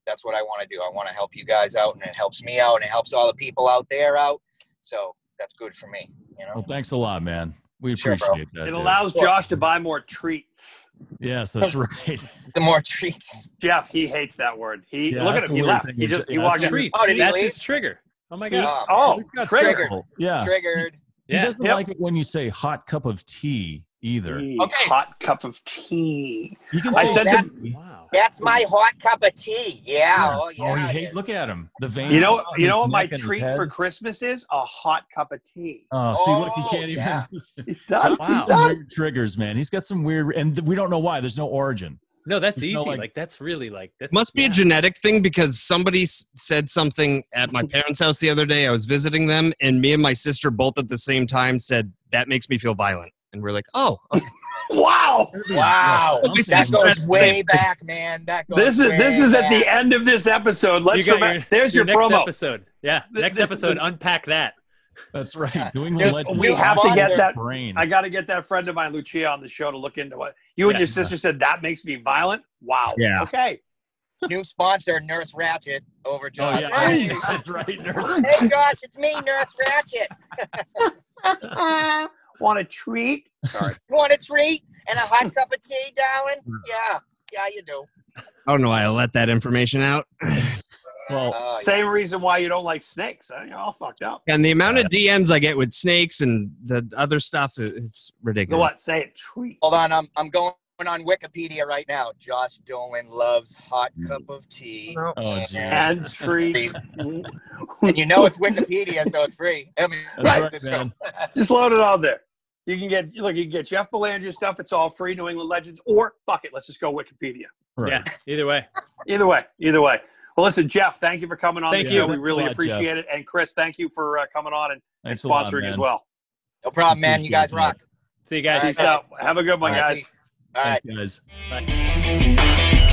Speaker 9: that's what I want to do. I want to help you guys out, and it helps me out, and it helps all the people out there out. So that's good for me. You know.
Speaker 6: Well, thanks a lot, man. We
Speaker 9: Sure,
Speaker 6: appreciate
Speaker 9: bro.
Speaker 6: that.
Speaker 5: it
Speaker 6: dude.
Speaker 5: allows
Speaker 9: Sure.
Speaker 5: Josh to buy more treats.
Speaker 6: Yes, that's right.
Speaker 9: Some more treats.
Speaker 5: Jeff, he hates that word. He
Speaker 6: Yeah,
Speaker 5: look at
Speaker 6: that's
Speaker 5: him.
Speaker 6: a
Speaker 5: He
Speaker 6: weird
Speaker 5: left.
Speaker 6: thing
Speaker 5: He
Speaker 6: to
Speaker 5: just
Speaker 6: do.
Speaker 5: he
Speaker 6: That's
Speaker 5: walked. in.
Speaker 8: Treats.
Speaker 9: Oh, did he
Speaker 8: That's
Speaker 9: leave?
Speaker 8: his trigger. Oh my
Speaker 5: He-
Speaker 8: god.
Speaker 9: Oh,
Speaker 5: oh,
Speaker 6: Got
Speaker 5: trigger.
Speaker 6: circled. Yeah.
Speaker 9: Triggered.
Speaker 6: He
Speaker 8: Yeah.
Speaker 6: doesn't
Speaker 5: Yep.
Speaker 6: like it when you say hot cup of tea either.
Speaker 9: Okay.
Speaker 5: Hot cup of tea.
Speaker 6: You can
Speaker 5: I
Speaker 6: say
Speaker 5: said to-
Speaker 9: that's,
Speaker 8: Wow.
Speaker 9: that's my hot cup of tea. Yeah. Oh yeah.
Speaker 6: Oh, he
Speaker 9: it
Speaker 6: hate,
Speaker 9: is.
Speaker 6: look at him. The veins.
Speaker 5: You know,
Speaker 6: on
Speaker 5: you
Speaker 6: his
Speaker 5: know what my
Speaker 6: neck and his
Speaker 5: treat
Speaker 6: head.
Speaker 5: for Christmas is? A hot cup of tea.
Speaker 6: Oh, see, look, he
Speaker 9: Oh,
Speaker 6: can't even.
Speaker 9: yeah.
Speaker 5: It's done.
Speaker 8: Wow.
Speaker 6: He's
Speaker 5: It's
Speaker 6: got some
Speaker 5: done.
Speaker 6: weird triggers, man. He's got some weird, and th- we don't know why. There's no origin.
Speaker 8: No, that's
Speaker 6: There's
Speaker 8: easy.
Speaker 6: no, like-
Speaker 8: like, that's really like that's
Speaker 7: Must be
Speaker 8: yeah.
Speaker 7: a genetic thing because somebody s- said something at
Speaker 9: Mm-hmm.
Speaker 7: my parents' house the other day. I was visiting them, and me and my sister both at the same time said, That makes me feel violent. And we're like, Oh, okay.
Speaker 5: Wow.
Speaker 9: Wow.
Speaker 6: Something
Speaker 9: That goes
Speaker 7: that's-
Speaker 9: way back, man. That goes
Speaker 5: This is
Speaker 9: way
Speaker 5: this is at the
Speaker 9: back.
Speaker 5: end of this episode.
Speaker 8: You
Speaker 5: Let's
Speaker 8: got
Speaker 5: remember. there's your,
Speaker 8: next
Speaker 5: promo.
Speaker 8: episode. Yeah,
Speaker 5: Th-
Speaker 8: next
Speaker 5: th-
Speaker 8: episode. Unpack that.
Speaker 6: That's right. New England legend.
Speaker 5: we
Speaker 6: It's
Speaker 5: have
Speaker 6: not
Speaker 5: to get
Speaker 6: in
Speaker 5: that-
Speaker 6: your Brain.
Speaker 5: I got to get that friend of mine, Lucia, on the show to look into it. You and
Speaker 6: Yeah.
Speaker 5: your sister said that makes me violent. Wow.
Speaker 7: Yeah.
Speaker 5: Okay.
Speaker 9: new sponsor, Nurse Ratchet, over
Speaker 6: oh
Speaker 9: Josh.
Speaker 6: yeah,
Speaker 5: Nice.
Speaker 6: that's right. Nurse.
Speaker 9: Hey Josh, it's me, Nurse Ratchet.
Speaker 5: Want a treat? Sorry.
Speaker 9: You want a treat and a hot cup of tea, darling? Yeah, yeah, you do.
Speaker 7: I don't know why I let that information out.
Speaker 6: Well,
Speaker 9: Uh,
Speaker 5: Same reason why you don't like snakes. huh? You're all fucked up.
Speaker 7: And the amount of DMs I get with snakes and the other stuff, it- it's
Speaker 5: You know
Speaker 7: ridiculous.
Speaker 5: what? Say it. Treat.
Speaker 9: Hold on, I'm I'm going on Wikipedia right now. Josh Dolan loves hot cup of tea.
Speaker 7: No.
Speaker 6: Oh, gee.
Speaker 9: and,
Speaker 5: And treat.
Speaker 9: and you know it's Wikipedia, so it's free. I mean,
Speaker 6: that's right,
Speaker 9: it's free.
Speaker 6: man.
Speaker 5: Just load it all there. You can get look. You can get Jeff Belanger's stuff. It's all free. New England Legends or fuck it. Let's just go Wikipedia.
Speaker 6: Right.
Speaker 8: Yeah. Either way.
Speaker 5: Either way. Either way. Well, listen, Jeff. Thank you for coming on
Speaker 8: Thank
Speaker 5: the show.
Speaker 8: you.
Speaker 5: We really
Speaker 6: Thanks a lot, Jeff.
Speaker 5: appreciate it. And Chris, thank you for uh, coming on and, and
Speaker 6: Thanks a lot,
Speaker 5: sponsoring as
Speaker 6: man.
Speaker 5: well.
Speaker 9: No problem, man. You guys
Speaker 6: Appreciate
Speaker 9: rock.
Speaker 8: See you guys.
Speaker 9: All right,
Speaker 5: Peace out. Have a good one,
Speaker 9: All right.
Speaker 5: guys.
Speaker 9: All right.
Speaker 6: Thanks, guys.